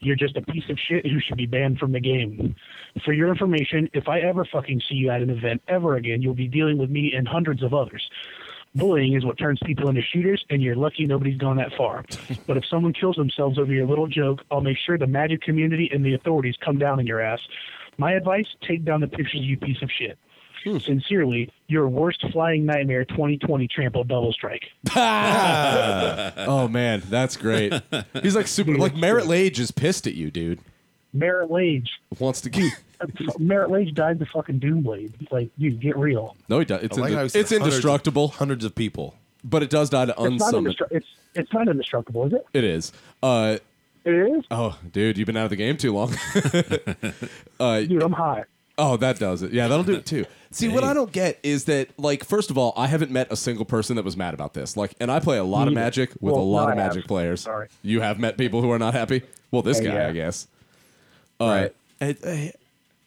[SPEAKER 13] You're just a piece of shit who should be banned from the game. For your information, if I ever fucking see you at an event ever again, you'll be dealing with me and hundreds of others. Bullying is what turns people into shooters, and you're lucky nobody's gone that far. But if someone kills themselves over your little joke, I'll make sure the magic community and the authorities come down on your ass. My advice take down the pictures, you piece of shit.
[SPEAKER 5] Hmm.
[SPEAKER 13] Sincerely, your worst flying nightmare 2020 trample double strike.
[SPEAKER 5] oh man, that's great. He's like super. Like Merritt Lage is pissed at you, dude.
[SPEAKER 13] Merritt Lage
[SPEAKER 5] wants to get.
[SPEAKER 13] Merritt Lage died to fucking Doomblade. Like, dude, get real.
[SPEAKER 5] No, he does. It's,
[SPEAKER 13] I like
[SPEAKER 5] inde-
[SPEAKER 13] how he said
[SPEAKER 5] it's
[SPEAKER 13] hundreds-
[SPEAKER 5] indestructible.
[SPEAKER 6] Hundreds of people,
[SPEAKER 5] but it does die to
[SPEAKER 13] It's not,
[SPEAKER 5] unsummon.
[SPEAKER 13] indestruct- it's, it's not indestructible, is it?
[SPEAKER 5] It is. Uh,
[SPEAKER 13] it is.
[SPEAKER 5] Oh, dude, you've been out of the game too long. uh,
[SPEAKER 13] dude, I'm hot.
[SPEAKER 5] Oh, that does it. Yeah, that'll do it too. See, what I don't get is that, like, first of all, I haven't met a single person that was mad about this. Like, and I play a lot of
[SPEAKER 13] Me neither.
[SPEAKER 5] Magic with
[SPEAKER 13] Well,
[SPEAKER 5] a lot
[SPEAKER 13] no,
[SPEAKER 5] of
[SPEAKER 13] I have.
[SPEAKER 5] Magic players.
[SPEAKER 13] Sorry.
[SPEAKER 5] You have met people who are not happy. Well, this
[SPEAKER 13] Yeah,
[SPEAKER 5] guy,
[SPEAKER 13] yeah.
[SPEAKER 5] I guess. Uh, it- I,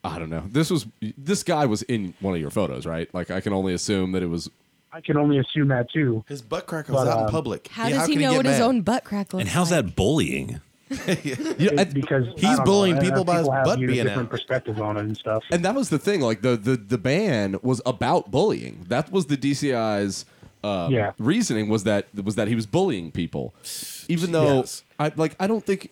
[SPEAKER 5] I don't know. This was this guy was in one of your photos, right? Like, I can only assume that it was.
[SPEAKER 13] I can only assume that too. um,
[SPEAKER 6] His butt crack
[SPEAKER 5] was out in public.
[SPEAKER 7] How does he know what his own butt crack looks
[SPEAKER 4] that bullying?
[SPEAKER 13] because
[SPEAKER 5] He's bullying people by his butt
[SPEAKER 13] being
[SPEAKER 5] being
[SPEAKER 13] different
[SPEAKER 5] out.
[SPEAKER 13] perspectives on it and stuff.
[SPEAKER 5] And that was the thing. Like the the the ban was about bullying. That was the DCI's uh,
[SPEAKER 13] Yeah.
[SPEAKER 5] reasoning was that was that he was bullying people, even though I like I don't think.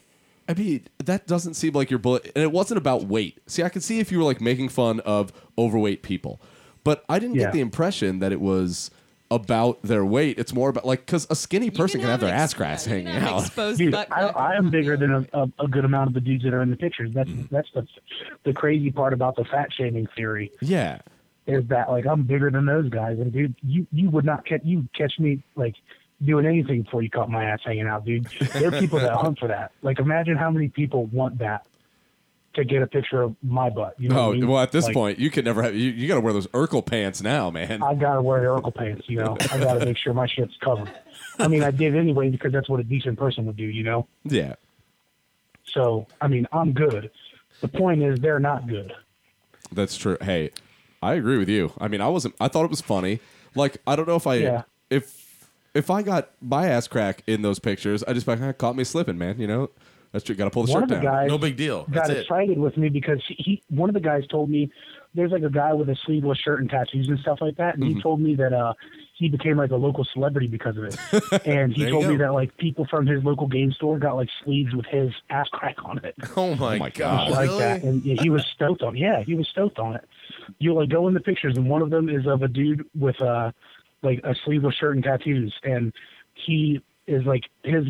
[SPEAKER 5] I mean, that doesn't seem like you're bullying. And it wasn't about weight. See, I could see if you were like making fun of overweight people, but I didn't
[SPEAKER 13] Yeah.
[SPEAKER 5] get the impression that it was about their weight. It's more about like because a skinny person can have their ass grass hanging out.
[SPEAKER 13] Dude, I, I am bigger than a, a, a good amount of the dudes that are in the pictures. That's
[SPEAKER 5] Mm.
[SPEAKER 13] that's the the crazy part about the fat shaming theory.
[SPEAKER 5] Yeah.
[SPEAKER 13] Is that like I'm bigger than those guys? And dude, you you would not catch you catch me like doing anything before you caught my ass hanging out, dude. There are people that hunt for that. Like imagine how many people want that to get a picture of my butt. You know what I
[SPEAKER 5] oh
[SPEAKER 13] mean?
[SPEAKER 5] well, at this
[SPEAKER 13] Like,
[SPEAKER 5] point, you could never have. You, you got to wear those Urkel pants now, man.
[SPEAKER 13] I gotta wear the Urkel pants, you know. I gotta make sure my shit's covered. I mean, I did anyway because that's what a decent person would do, you know.
[SPEAKER 5] Yeah.
[SPEAKER 13] So, I mean, I'm good. The point is, they're not good.
[SPEAKER 5] That's true. Hey, I agree with you. I mean, I wasn't. I thought it was funny. Like, I don't know if I
[SPEAKER 13] Yeah.
[SPEAKER 5] if if I got my ass crack in those pictures, I just like "Ah, caught me slipping, man. You know, that's true. Got to pull the
[SPEAKER 13] One
[SPEAKER 5] shirt
[SPEAKER 13] of the
[SPEAKER 5] down.
[SPEAKER 13] guys No
[SPEAKER 6] big deal.
[SPEAKER 13] Got excited with me because he, he, one of the guys told me there's like a guy with a sleeveless shirt and tattoos and stuff like that, and he
[SPEAKER 5] Mhm.
[SPEAKER 13] told me that uh, he became like a local celebrity because of it. and he
[SPEAKER 5] There you
[SPEAKER 13] told me
[SPEAKER 5] go.
[SPEAKER 13] that like people from his local game store got like sleeves with his ass crack on it.
[SPEAKER 6] Oh my, god!
[SPEAKER 13] like that. And yeah, he was stoked on. Yeah, he was stoked on it. You like go in the pictures, and one of them is of a dude with uh like a sleeveless shirt and tattoos, and he is like his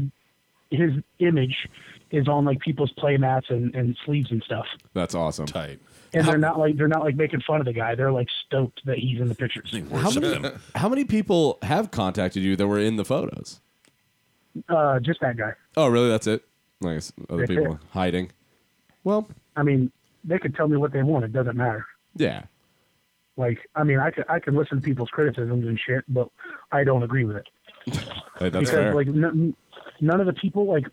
[SPEAKER 13] his image is on like people's play mats and, and sleeves and stuff.
[SPEAKER 5] That's awesome.
[SPEAKER 6] Tight.
[SPEAKER 13] And they're not like they're not like making fun of the guy. They're like stoked that he's in the pictures.
[SPEAKER 5] How many, how many people have contacted you that were in the photos?
[SPEAKER 13] Uh, just that guy.
[SPEAKER 5] Oh, really? That's it. Nice. Other
[SPEAKER 13] That's
[SPEAKER 5] people
[SPEAKER 13] it.
[SPEAKER 5] hiding. Well,
[SPEAKER 13] I mean, they could tell me what they want. It doesn't matter.
[SPEAKER 5] Yeah.
[SPEAKER 13] Like, I mean, I could I could listen to people's criticisms and shit, but I don't agree with it.
[SPEAKER 5] Hey, that's
[SPEAKER 13] because
[SPEAKER 5] fair.
[SPEAKER 13] like n- none of the people like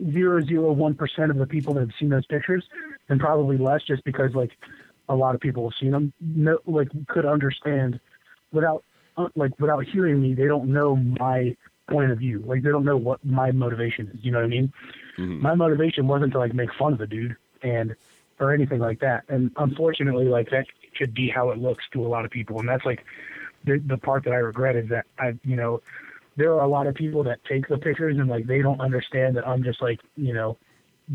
[SPEAKER 13] 0.001 percent of the people that have seen those pictures and probably less just because like a lot of people have seen them no like could understand without uh, like without hearing me they don't know my point of view like they don't know what my motivation is you know what i mean
[SPEAKER 5] Mm-hmm.
[SPEAKER 13] my motivation wasn't to like make fun of the dude and or anything like that and unfortunately like that should be how it looks to a lot of people and that's like the, the part that i regret is that i you know there are a lot of people that take the pictures and like they don't understand that i'm just like you know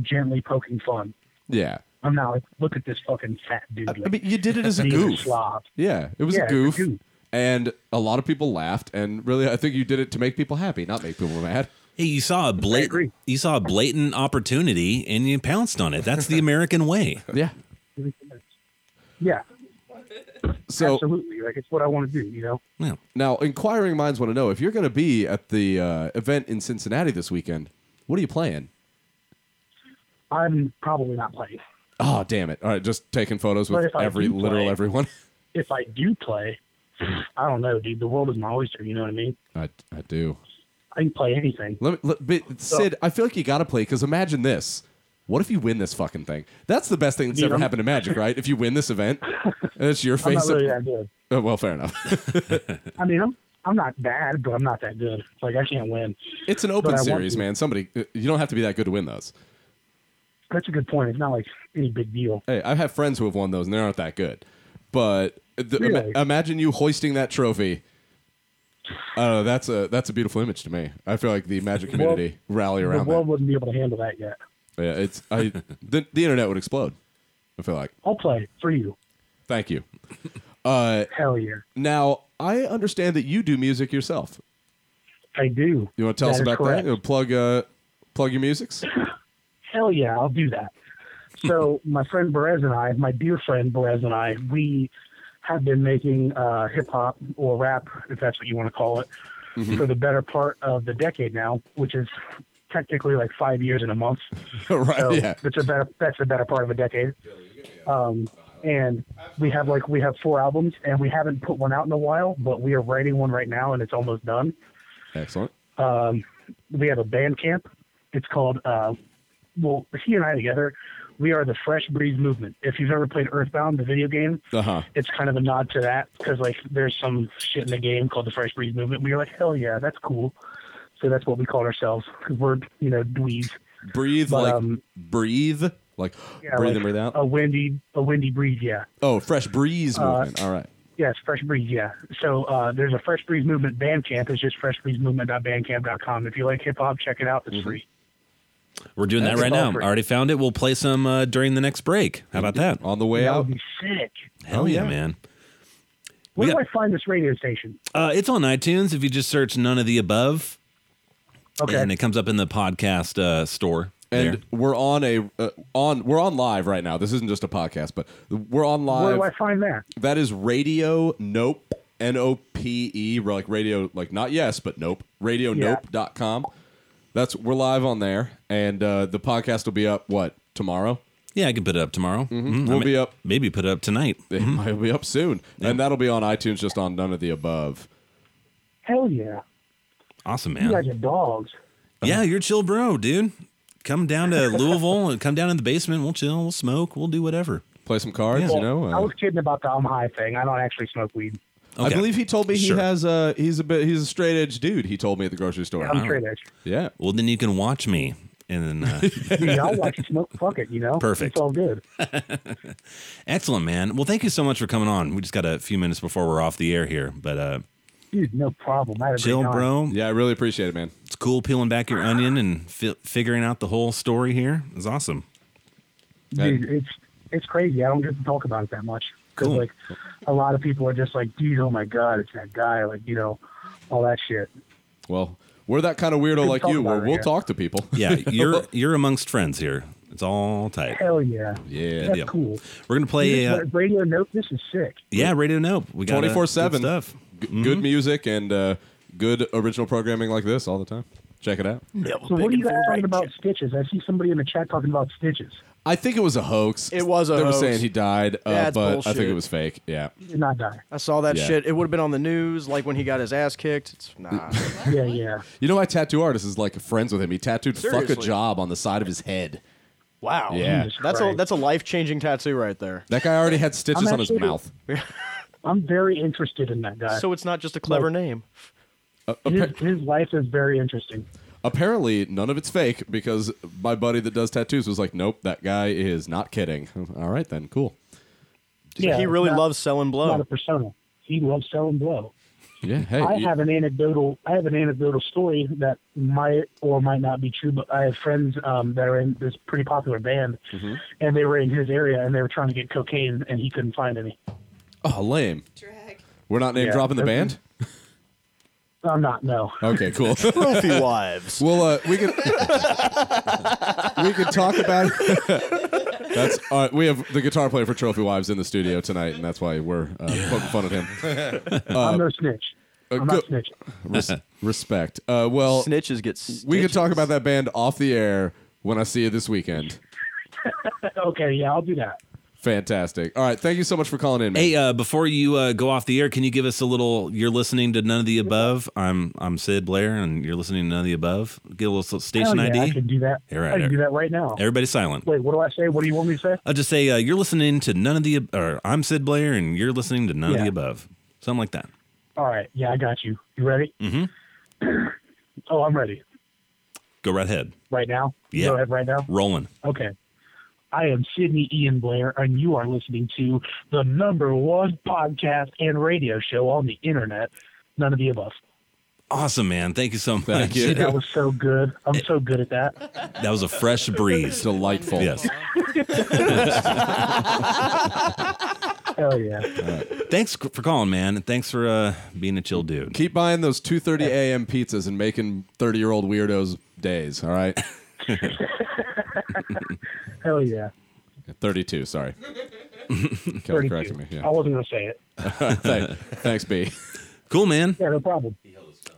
[SPEAKER 13] gently poking fun
[SPEAKER 5] yeah.
[SPEAKER 13] i'm not like look at this fucking fat dude
[SPEAKER 5] I mean, you did it as a
[SPEAKER 13] He's
[SPEAKER 5] goof.
[SPEAKER 13] slob.
[SPEAKER 5] Yeah, it was
[SPEAKER 13] Yeah,
[SPEAKER 5] a
[SPEAKER 13] it's a
[SPEAKER 5] goof. And a lot of people laughed, and really, I think you did it to make people happy, not make people mad.
[SPEAKER 4] Hey, you saw a blatant you saw a blatant opportunity and you pounced on it. That's the American way.
[SPEAKER 5] Yeah.
[SPEAKER 13] yeah
[SPEAKER 5] So-
[SPEAKER 13] absolutely like it's what i want to do you know
[SPEAKER 5] Now, inquiring minds want to know if you're going to be at the uh, event in Cincinnati this weekend. What are you playing?
[SPEAKER 13] i'm probably not playing
[SPEAKER 5] Oh, damn it! All right, just taking photos
[SPEAKER 13] But
[SPEAKER 5] with
[SPEAKER 13] if I
[SPEAKER 5] every
[SPEAKER 13] do play-
[SPEAKER 5] literal everyone.
[SPEAKER 13] if i do play i don't know dude the world is my oyster you know what i mean
[SPEAKER 5] I, I do.
[SPEAKER 13] i can play anything
[SPEAKER 5] Let me, let, but Sid, I feel like you got to play because imagine this: What if you win this fucking thing? That's the best thing that's
[SPEAKER 13] Beat
[SPEAKER 5] ever
[SPEAKER 13] 'em.
[SPEAKER 5] happened to Magic, right? If you win this event, and it's your
[SPEAKER 13] I'm
[SPEAKER 5] face.
[SPEAKER 13] not really
[SPEAKER 5] up-
[SPEAKER 13] that good.
[SPEAKER 5] Oh, well, fair enough.
[SPEAKER 13] I mean, I'm I'm not bad, but I'm not that good. Like I can't win.
[SPEAKER 5] it's an
[SPEAKER 13] But
[SPEAKER 5] open
[SPEAKER 13] I want
[SPEAKER 5] series,
[SPEAKER 13] to.
[SPEAKER 5] man. Somebody, uh, you don't have to be that good to win those.
[SPEAKER 13] That's a good point. It's not like any big deal.
[SPEAKER 5] Hey, I have friends who have won those, and they aren't that good. But the, ima-
[SPEAKER 13] Really?
[SPEAKER 5] imagine you hoisting that trophy. I don't know, that's a that's a beautiful image to me. I feel like the Magic
[SPEAKER 13] The world-
[SPEAKER 5] community rally
[SPEAKER 13] The
[SPEAKER 5] around
[SPEAKER 13] world wouldn't be able to handle that yet.
[SPEAKER 5] that. Yeah, it's I the, the internet would explode. I feel like.
[SPEAKER 13] I'll play for you.
[SPEAKER 5] Thank you. Uh,
[SPEAKER 13] Hell yeah.
[SPEAKER 5] Now I understand that you do music yourself.
[SPEAKER 13] I do.
[SPEAKER 5] You want to tell us
[SPEAKER 13] That is
[SPEAKER 5] about
[SPEAKER 13] correct.
[SPEAKER 5] that? Uh, Plug uh, plug your musics.
[SPEAKER 13] Hell yeah, I'll do that. So my friend Perez and I, my dear friend Perez and I, we have been making uh, hip hop or rap, if that's what you want to call it,
[SPEAKER 12] Mhm.
[SPEAKER 5] Mm-hmm.
[SPEAKER 13] for the better part of the decade now, which is technically like five years and a month.
[SPEAKER 5] right.
[SPEAKER 13] So
[SPEAKER 5] yeah.
[SPEAKER 13] That's a better. That's the better part of a decade. Um, and we have like we have four albums, and we haven't put one out in a while, but we are writing one right now, and it's almost done.
[SPEAKER 5] Excellent.
[SPEAKER 13] Um, we have a band camp. It's called, uh, well, he and I together, we are the Fresh Breeze Movement. If you've ever played Earthbound, the video game,
[SPEAKER 5] Uh huh.
[SPEAKER 13] it's kind of a nod to that because, like, there's some shit in the game called the Fresh Breeze Movement. We were like, hell yeah, that's cool. So that's what we called ourselves because we're, you know, dweebs.
[SPEAKER 5] Breathe
[SPEAKER 13] But,
[SPEAKER 5] like
[SPEAKER 13] um,
[SPEAKER 5] breathe like
[SPEAKER 13] Yeah,
[SPEAKER 5] breathe
[SPEAKER 13] like
[SPEAKER 5] in breathe out.
[SPEAKER 13] A windy, a windy breeze, yeah.
[SPEAKER 5] Oh, fresh breeze
[SPEAKER 13] Uh,
[SPEAKER 5] movement. All right.
[SPEAKER 13] Yes, Fresh Breeze, yeah. So uh, there's a Fresh Breeze Movement Bandcamp. It's just freshbreezemovement.bandcamp.com. If you like hip hop, check it out. It's
[SPEAKER 5] Mm-hmm.
[SPEAKER 13] free.
[SPEAKER 4] We're doing
[SPEAKER 13] That's
[SPEAKER 4] that right
[SPEAKER 13] all
[SPEAKER 4] now.
[SPEAKER 13] for-
[SPEAKER 4] I already found it. We'll play some uh, during the next break. How about that?
[SPEAKER 5] On the way
[SPEAKER 13] That would be sick. Oh,
[SPEAKER 4] Hell yeah, man.
[SPEAKER 13] Where do I find this radio station?
[SPEAKER 4] Uh, it's on iTunes if you just search none of the above.
[SPEAKER 13] Okay.
[SPEAKER 4] And it comes up in the podcast uh, store.
[SPEAKER 5] And
[SPEAKER 4] there.
[SPEAKER 5] we're on a uh, on we're on live right now. This isn't just a podcast, but we're on
[SPEAKER 13] Where
[SPEAKER 5] live.
[SPEAKER 13] do I find that?
[SPEAKER 5] That is radio nope n o p e we're like radio like not yes but nope radio
[SPEAKER 13] Yeah.
[SPEAKER 5] nope dot com. That's we're live on there, and uh, the podcast will be up what tomorrow. Mm-hmm.
[SPEAKER 4] Yeah, I can put it up tomorrow. Mhm. I
[SPEAKER 5] We'll
[SPEAKER 4] may-
[SPEAKER 5] be up.
[SPEAKER 4] Maybe put it up tonight. Mm-hmm.
[SPEAKER 5] It might be up soon, and that'll be on iTunes. Just on none of the above.
[SPEAKER 13] Hell yeah.
[SPEAKER 4] Awesome,
[SPEAKER 13] You
[SPEAKER 4] man.
[SPEAKER 13] guys are dogs.
[SPEAKER 5] Uh-huh.
[SPEAKER 4] Yeah, you're chill, bro, dude. Come down to Louisville and come down in the basement. We'll chill. We'll smoke. We'll do whatever.
[SPEAKER 5] Play some cards, uh,
[SPEAKER 13] Well,
[SPEAKER 4] uh,
[SPEAKER 13] I was kidding about the I'm high thing. I don't actually smoke weed.
[SPEAKER 5] I believe he told me he
[SPEAKER 4] Sure.
[SPEAKER 5] has a he's a bit he's a straight edge dude. He told me at the grocery store.
[SPEAKER 13] I'm straight edge.
[SPEAKER 5] Yeah.
[SPEAKER 4] Well, then you can watch me. And then, uh,
[SPEAKER 13] Yeah, I'll watch you smoke. Fuck it, you know?
[SPEAKER 4] Perfect.
[SPEAKER 13] It's all good.
[SPEAKER 4] excellent, man. Well, thank you so much for coming on. We just got a few minutes before we're off the air here, but uh,
[SPEAKER 13] Dude, no problem. I had a
[SPEAKER 4] chill,
[SPEAKER 13] great time.
[SPEAKER 4] bro.
[SPEAKER 5] Yeah, I really appreciate it, man.
[SPEAKER 4] It's cool peeling back your onion and fi- figuring out the whole story here. It's awesome.
[SPEAKER 13] Dude, it's it's crazy. I don't get to talk about it that much. 'Cause,
[SPEAKER 4] Cool.
[SPEAKER 13] like, a lot of people are just like, dude, oh my God, it's that guy. Like, you know, all that shit.
[SPEAKER 5] Well, we're that kind of weirdo
[SPEAKER 13] Good
[SPEAKER 5] like
[SPEAKER 13] talk
[SPEAKER 5] you. Where
[SPEAKER 13] about it,
[SPEAKER 5] we'll
[SPEAKER 13] yeah.
[SPEAKER 5] talk to people.
[SPEAKER 4] Yeah, you're you're amongst friends here. It's all tight.
[SPEAKER 13] Hell yeah.
[SPEAKER 5] Yeah.
[SPEAKER 13] That's
[SPEAKER 4] deal.
[SPEAKER 13] cool.
[SPEAKER 4] We're gonna play.
[SPEAKER 13] Dude,
[SPEAKER 4] Uh,
[SPEAKER 13] this radio note, this is sick.
[SPEAKER 4] yeah, Radio Nope. We got uh,
[SPEAKER 5] twenty four seven
[SPEAKER 4] good stuff. Mm-hmm.
[SPEAKER 5] Good music and uh, good original programming like this all the time. Check it out.
[SPEAKER 13] So what are you guys talking about stitches? I see somebody in the chat talking about stitches.
[SPEAKER 5] I think it was a hoax.
[SPEAKER 10] It was a
[SPEAKER 5] They
[SPEAKER 10] hoax.
[SPEAKER 5] were saying he died, uh,
[SPEAKER 10] That's
[SPEAKER 5] but I think
[SPEAKER 10] bullshit.
[SPEAKER 5] it was fake. Yeah.
[SPEAKER 13] He did not die.
[SPEAKER 10] I saw that
[SPEAKER 5] Yeah.
[SPEAKER 10] shit. It would have been on the news, like when he got his ass kicked. It's, nah.
[SPEAKER 13] Yeah, yeah.
[SPEAKER 5] You know, my tattoo artist is like friends with him. He tattooed "fuck a
[SPEAKER 10] Seriously?
[SPEAKER 5] job" on the side of his head.
[SPEAKER 10] wow.
[SPEAKER 5] Yeah. Jesus
[SPEAKER 10] That's a
[SPEAKER 13] Christ.
[SPEAKER 10] that's a life changing tattoo right there.
[SPEAKER 5] That guy already had stitches
[SPEAKER 13] I'm
[SPEAKER 5] on his
[SPEAKER 13] actually-
[SPEAKER 5] mouth.
[SPEAKER 13] I'm very interested in that guy.
[SPEAKER 10] So it's not just a clever name.
[SPEAKER 5] Uh,
[SPEAKER 13] his,
[SPEAKER 5] appa-
[SPEAKER 13] his life is very interesting.
[SPEAKER 5] apparently, none of it's fake because my buddy that does tattoos was like, "Nope, that guy is not kidding." All right, then, cool.
[SPEAKER 13] Yeah,
[SPEAKER 10] he really
[SPEAKER 13] not-
[SPEAKER 10] loves selling
[SPEAKER 13] It's Not a
[SPEAKER 10] blow.
[SPEAKER 13] persona. He loves selling blow.
[SPEAKER 5] Yeah. Hey.
[SPEAKER 13] I
[SPEAKER 5] you-
[SPEAKER 13] have an anecdotal. I have an anecdotal story that might or might not be true, but I have friends um, that are in this pretty popular band,
[SPEAKER 5] Mm-hmm.
[SPEAKER 13] and they were in his area and they were trying to get cocaine, and he couldn't find any.
[SPEAKER 5] oh, lame.
[SPEAKER 7] Drag.
[SPEAKER 5] We're not name
[SPEAKER 13] Yeah,
[SPEAKER 5] dropping the
[SPEAKER 13] okay.
[SPEAKER 5] band.
[SPEAKER 13] I'm not. No.
[SPEAKER 5] Okay, cool.
[SPEAKER 10] Trophy wives.
[SPEAKER 5] well, uh, we can we can talk about. that's all right. We have the guitar player for Trophy Wives in the studio tonight, and that's why we're uh, poking fun at him.
[SPEAKER 13] I'm
[SPEAKER 5] Uh,
[SPEAKER 13] no snitch.
[SPEAKER 5] uh,
[SPEAKER 13] I'm not
[SPEAKER 5] go-
[SPEAKER 13] snitch.
[SPEAKER 5] Res- respect. Uh, well,
[SPEAKER 10] Snitches get. Stitches.
[SPEAKER 5] we could talk about that band off the air when I see you this weekend.
[SPEAKER 13] okay, yeah, I'll do that.
[SPEAKER 5] Fantastic. All right. Thank you so much for calling in, man.
[SPEAKER 4] Hey, uh, before you uh, go off the air, can you give us a little? You're listening to none of the above. I'm I'm Sid Blair, and you're listening to none of the above. Get a little station
[SPEAKER 13] Hell yeah, I
[SPEAKER 4] ID.
[SPEAKER 13] can do that.
[SPEAKER 4] All right,
[SPEAKER 13] I
[SPEAKER 4] all
[SPEAKER 13] can do that right now.
[SPEAKER 4] Everybody silent.
[SPEAKER 13] Wait, what do I say? What do you want me to say?
[SPEAKER 4] I'll just say uh, you're listening to none of the. ab- Or I'm Sid Blair, and you're listening to none of
[SPEAKER 13] Yeah.
[SPEAKER 4] the above. Something like that.
[SPEAKER 13] All right. Yeah, I got you. You ready?
[SPEAKER 4] Mm-hmm.
[SPEAKER 13] Oh, I'm ready.
[SPEAKER 4] Go right ahead.
[SPEAKER 13] Right now?
[SPEAKER 4] Yeah.
[SPEAKER 13] Go ahead right now?
[SPEAKER 4] Rolling.
[SPEAKER 13] Okay. I am Sydney Ian Blair, and you are listening to the number one podcast and radio show on the internet. None of the above.
[SPEAKER 4] Awesome, man. Thank you so much.
[SPEAKER 13] Dude, that was so good. I'm so good at that.
[SPEAKER 4] That was a fresh breeze.
[SPEAKER 5] Delightful.
[SPEAKER 4] Yes.
[SPEAKER 13] Hell yeah.
[SPEAKER 4] Thanks for calling, man. and Thanks for uh, being a chill dude.
[SPEAKER 5] Keep buying those 2:30 a.m. pizzas and making 30-year-old weirdos days. All right.
[SPEAKER 13] Hell yeah.
[SPEAKER 5] 32. Sorry. Kelly
[SPEAKER 13] 32.
[SPEAKER 5] correcting me.
[SPEAKER 13] I
[SPEAKER 5] Yeah.
[SPEAKER 13] wasn't going to say it.
[SPEAKER 5] Thanks, thanks, B.
[SPEAKER 4] Cool, man.
[SPEAKER 13] Yeah, no problem.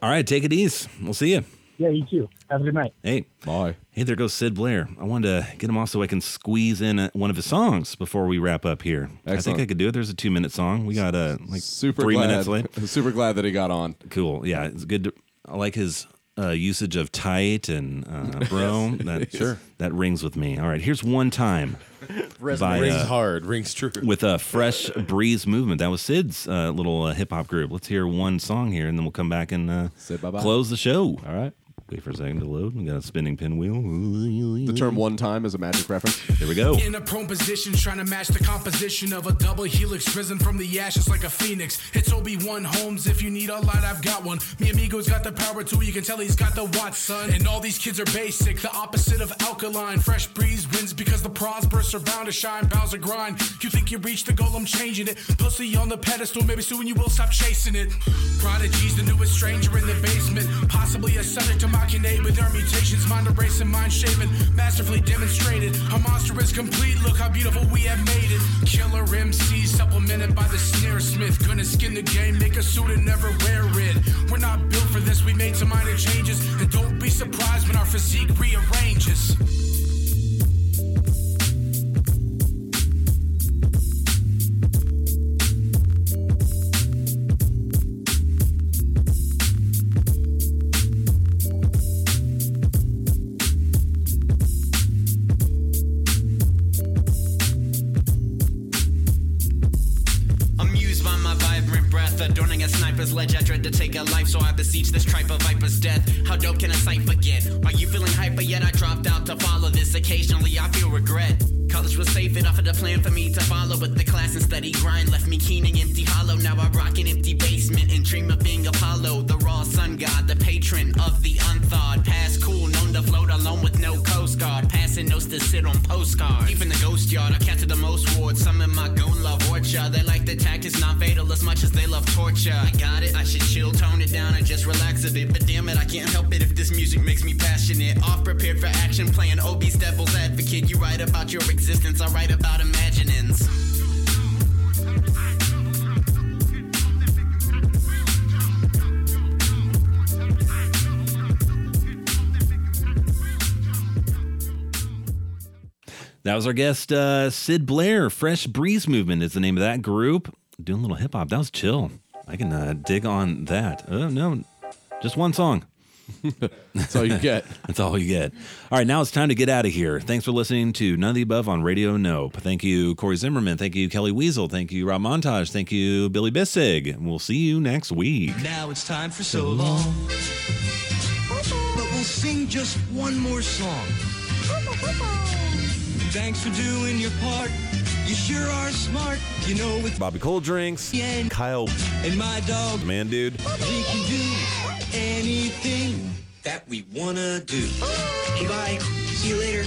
[SPEAKER 4] All right, take it easy. We'll see you.
[SPEAKER 13] Yeah, you too. Have a good night.
[SPEAKER 4] Hey.
[SPEAKER 5] Bye.
[SPEAKER 4] Hey, there goes Sid Blair. I wanted to get him off so I can squeeze in uh one of his songs before we wrap up here. I think
[SPEAKER 5] Excellent.
[SPEAKER 4] I could do it. There's a two minute song. We got uh, like
[SPEAKER 5] Super
[SPEAKER 4] three
[SPEAKER 5] glad-
[SPEAKER 4] minutes late.
[SPEAKER 5] Super glad that he got on.
[SPEAKER 4] Cool. Yeah, it's good. To, I like his uh, usage of tight and uh, bro. that,
[SPEAKER 6] Sure.
[SPEAKER 4] That rings with me. All right, here's one time.
[SPEAKER 6] Resonates.
[SPEAKER 4] by, uh,
[SPEAKER 6] Rings hard, rings true.
[SPEAKER 4] With a fresh breeze movement. That was Sid's uh, little uh, hip hop group. Let's hear one song here, and then we'll come back and uh,
[SPEAKER 5] bye-bye.
[SPEAKER 4] close the show.
[SPEAKER 5] All right.
[SPEAKER 4] Wait for a second to load. We got a spinning pinwheel.
[SPEAKER 5] The term one time is a magic reference.
[SPEAKER 4] There we go.
[SPEAKER 12] In a prone position, trying to match the composition of a double helix risen from the ashes like a phoenix. It's Obi One Holmes. If you need a lot, I've got one. Mi amigo's got the power too. You can tell he's got the watts, son. And all these kids are basic, the opposite of alkaline. Fresh breeze wins because the prosperous are bound to shine. Bows are grind. You think you reach the goal? I'm changing it. Pussy on the pedestal. Maybe soon you will stop chasing it. Prodigy's the newest stranger in the basement. Possibly a subject to machinate with their mutations. Mind erasing, mind shaven. Masterfully demonstrated. Our monster is complete. Look how beautiful we have made it. Killer MC supplemented by the snare smith. Gonna skin the game, make a suit and never wear it. We're not built for this. We made some minor changes. And don't be surprised when our physique rearranges.
[SPEAKER 14] Amused by my vibrant breath, adorning a sniper's ledge. I dread to take a life, so I beseech this tripe of viper's death. How dope can a cipher get? Are you feeling hyper yet? I dropped out to follow this. Occasionally, I feel regret. College was safe, it offered a plan for me to follow with the class and study grind. Left me keen and empty hollow. Now I rock an empty basement and dream of being Apollo, the raw sun god, the patron of the unthawed. Past cool, known to float alone with no coast guard. Passing notes to sit on postcards. Even the ghost yard, I captured the most wards. Some in my goon love orchard. They like the tactics, not fatal as much as they love torture. I got it, I should chill, tone it down, and just relax a bit. But damn it, I can't help it if this music makes me passionate. Off prepared for action, playing OB's devil's advocate. You write about your existence, I write about imaginings.
[SPEAKER 4] That was our guest, uh, Sid Blair. Fresh Breeze Movement is the name of that group. Doing a little hip hop. That was chill. I can uh, dig on that. Oh, no. Just one song. That's
[SPEAKER 5] all you get.
[SPEAKER 4] That's all you get. All right, now it's time to get out of here. Thanks for listening to None of the Above on Radio Nope. Thank you, Corey Zimmerman. Thank you, Kelly Weasel. Thank you, Rob Montage. Thank you, Billy Bissig. And We'll see you next week.
[SPEAKER 15] Now it's time for so long. But we'll sing just one more song. Thanks for doing your part. You sure are smart. You know it's
[SPEAKER 4] Bobby Cold Drinks.
[SPEAKER 15] Yeah.
[SPEAKER 4] Kyle.
[SPEAKER 15] And my dog.
[SPEAKER 4] Man, dude.
[SPEAKER 15] We can do anything that we wanna do. Okay, bye. See you later.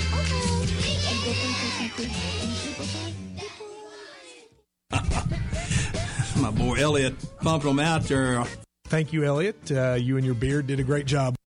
[SPEAKER 16] My boy Elliot pumped him out there.
[SPEAKER 17] Thank you, Elliot. Uh, you and your beard did a great job.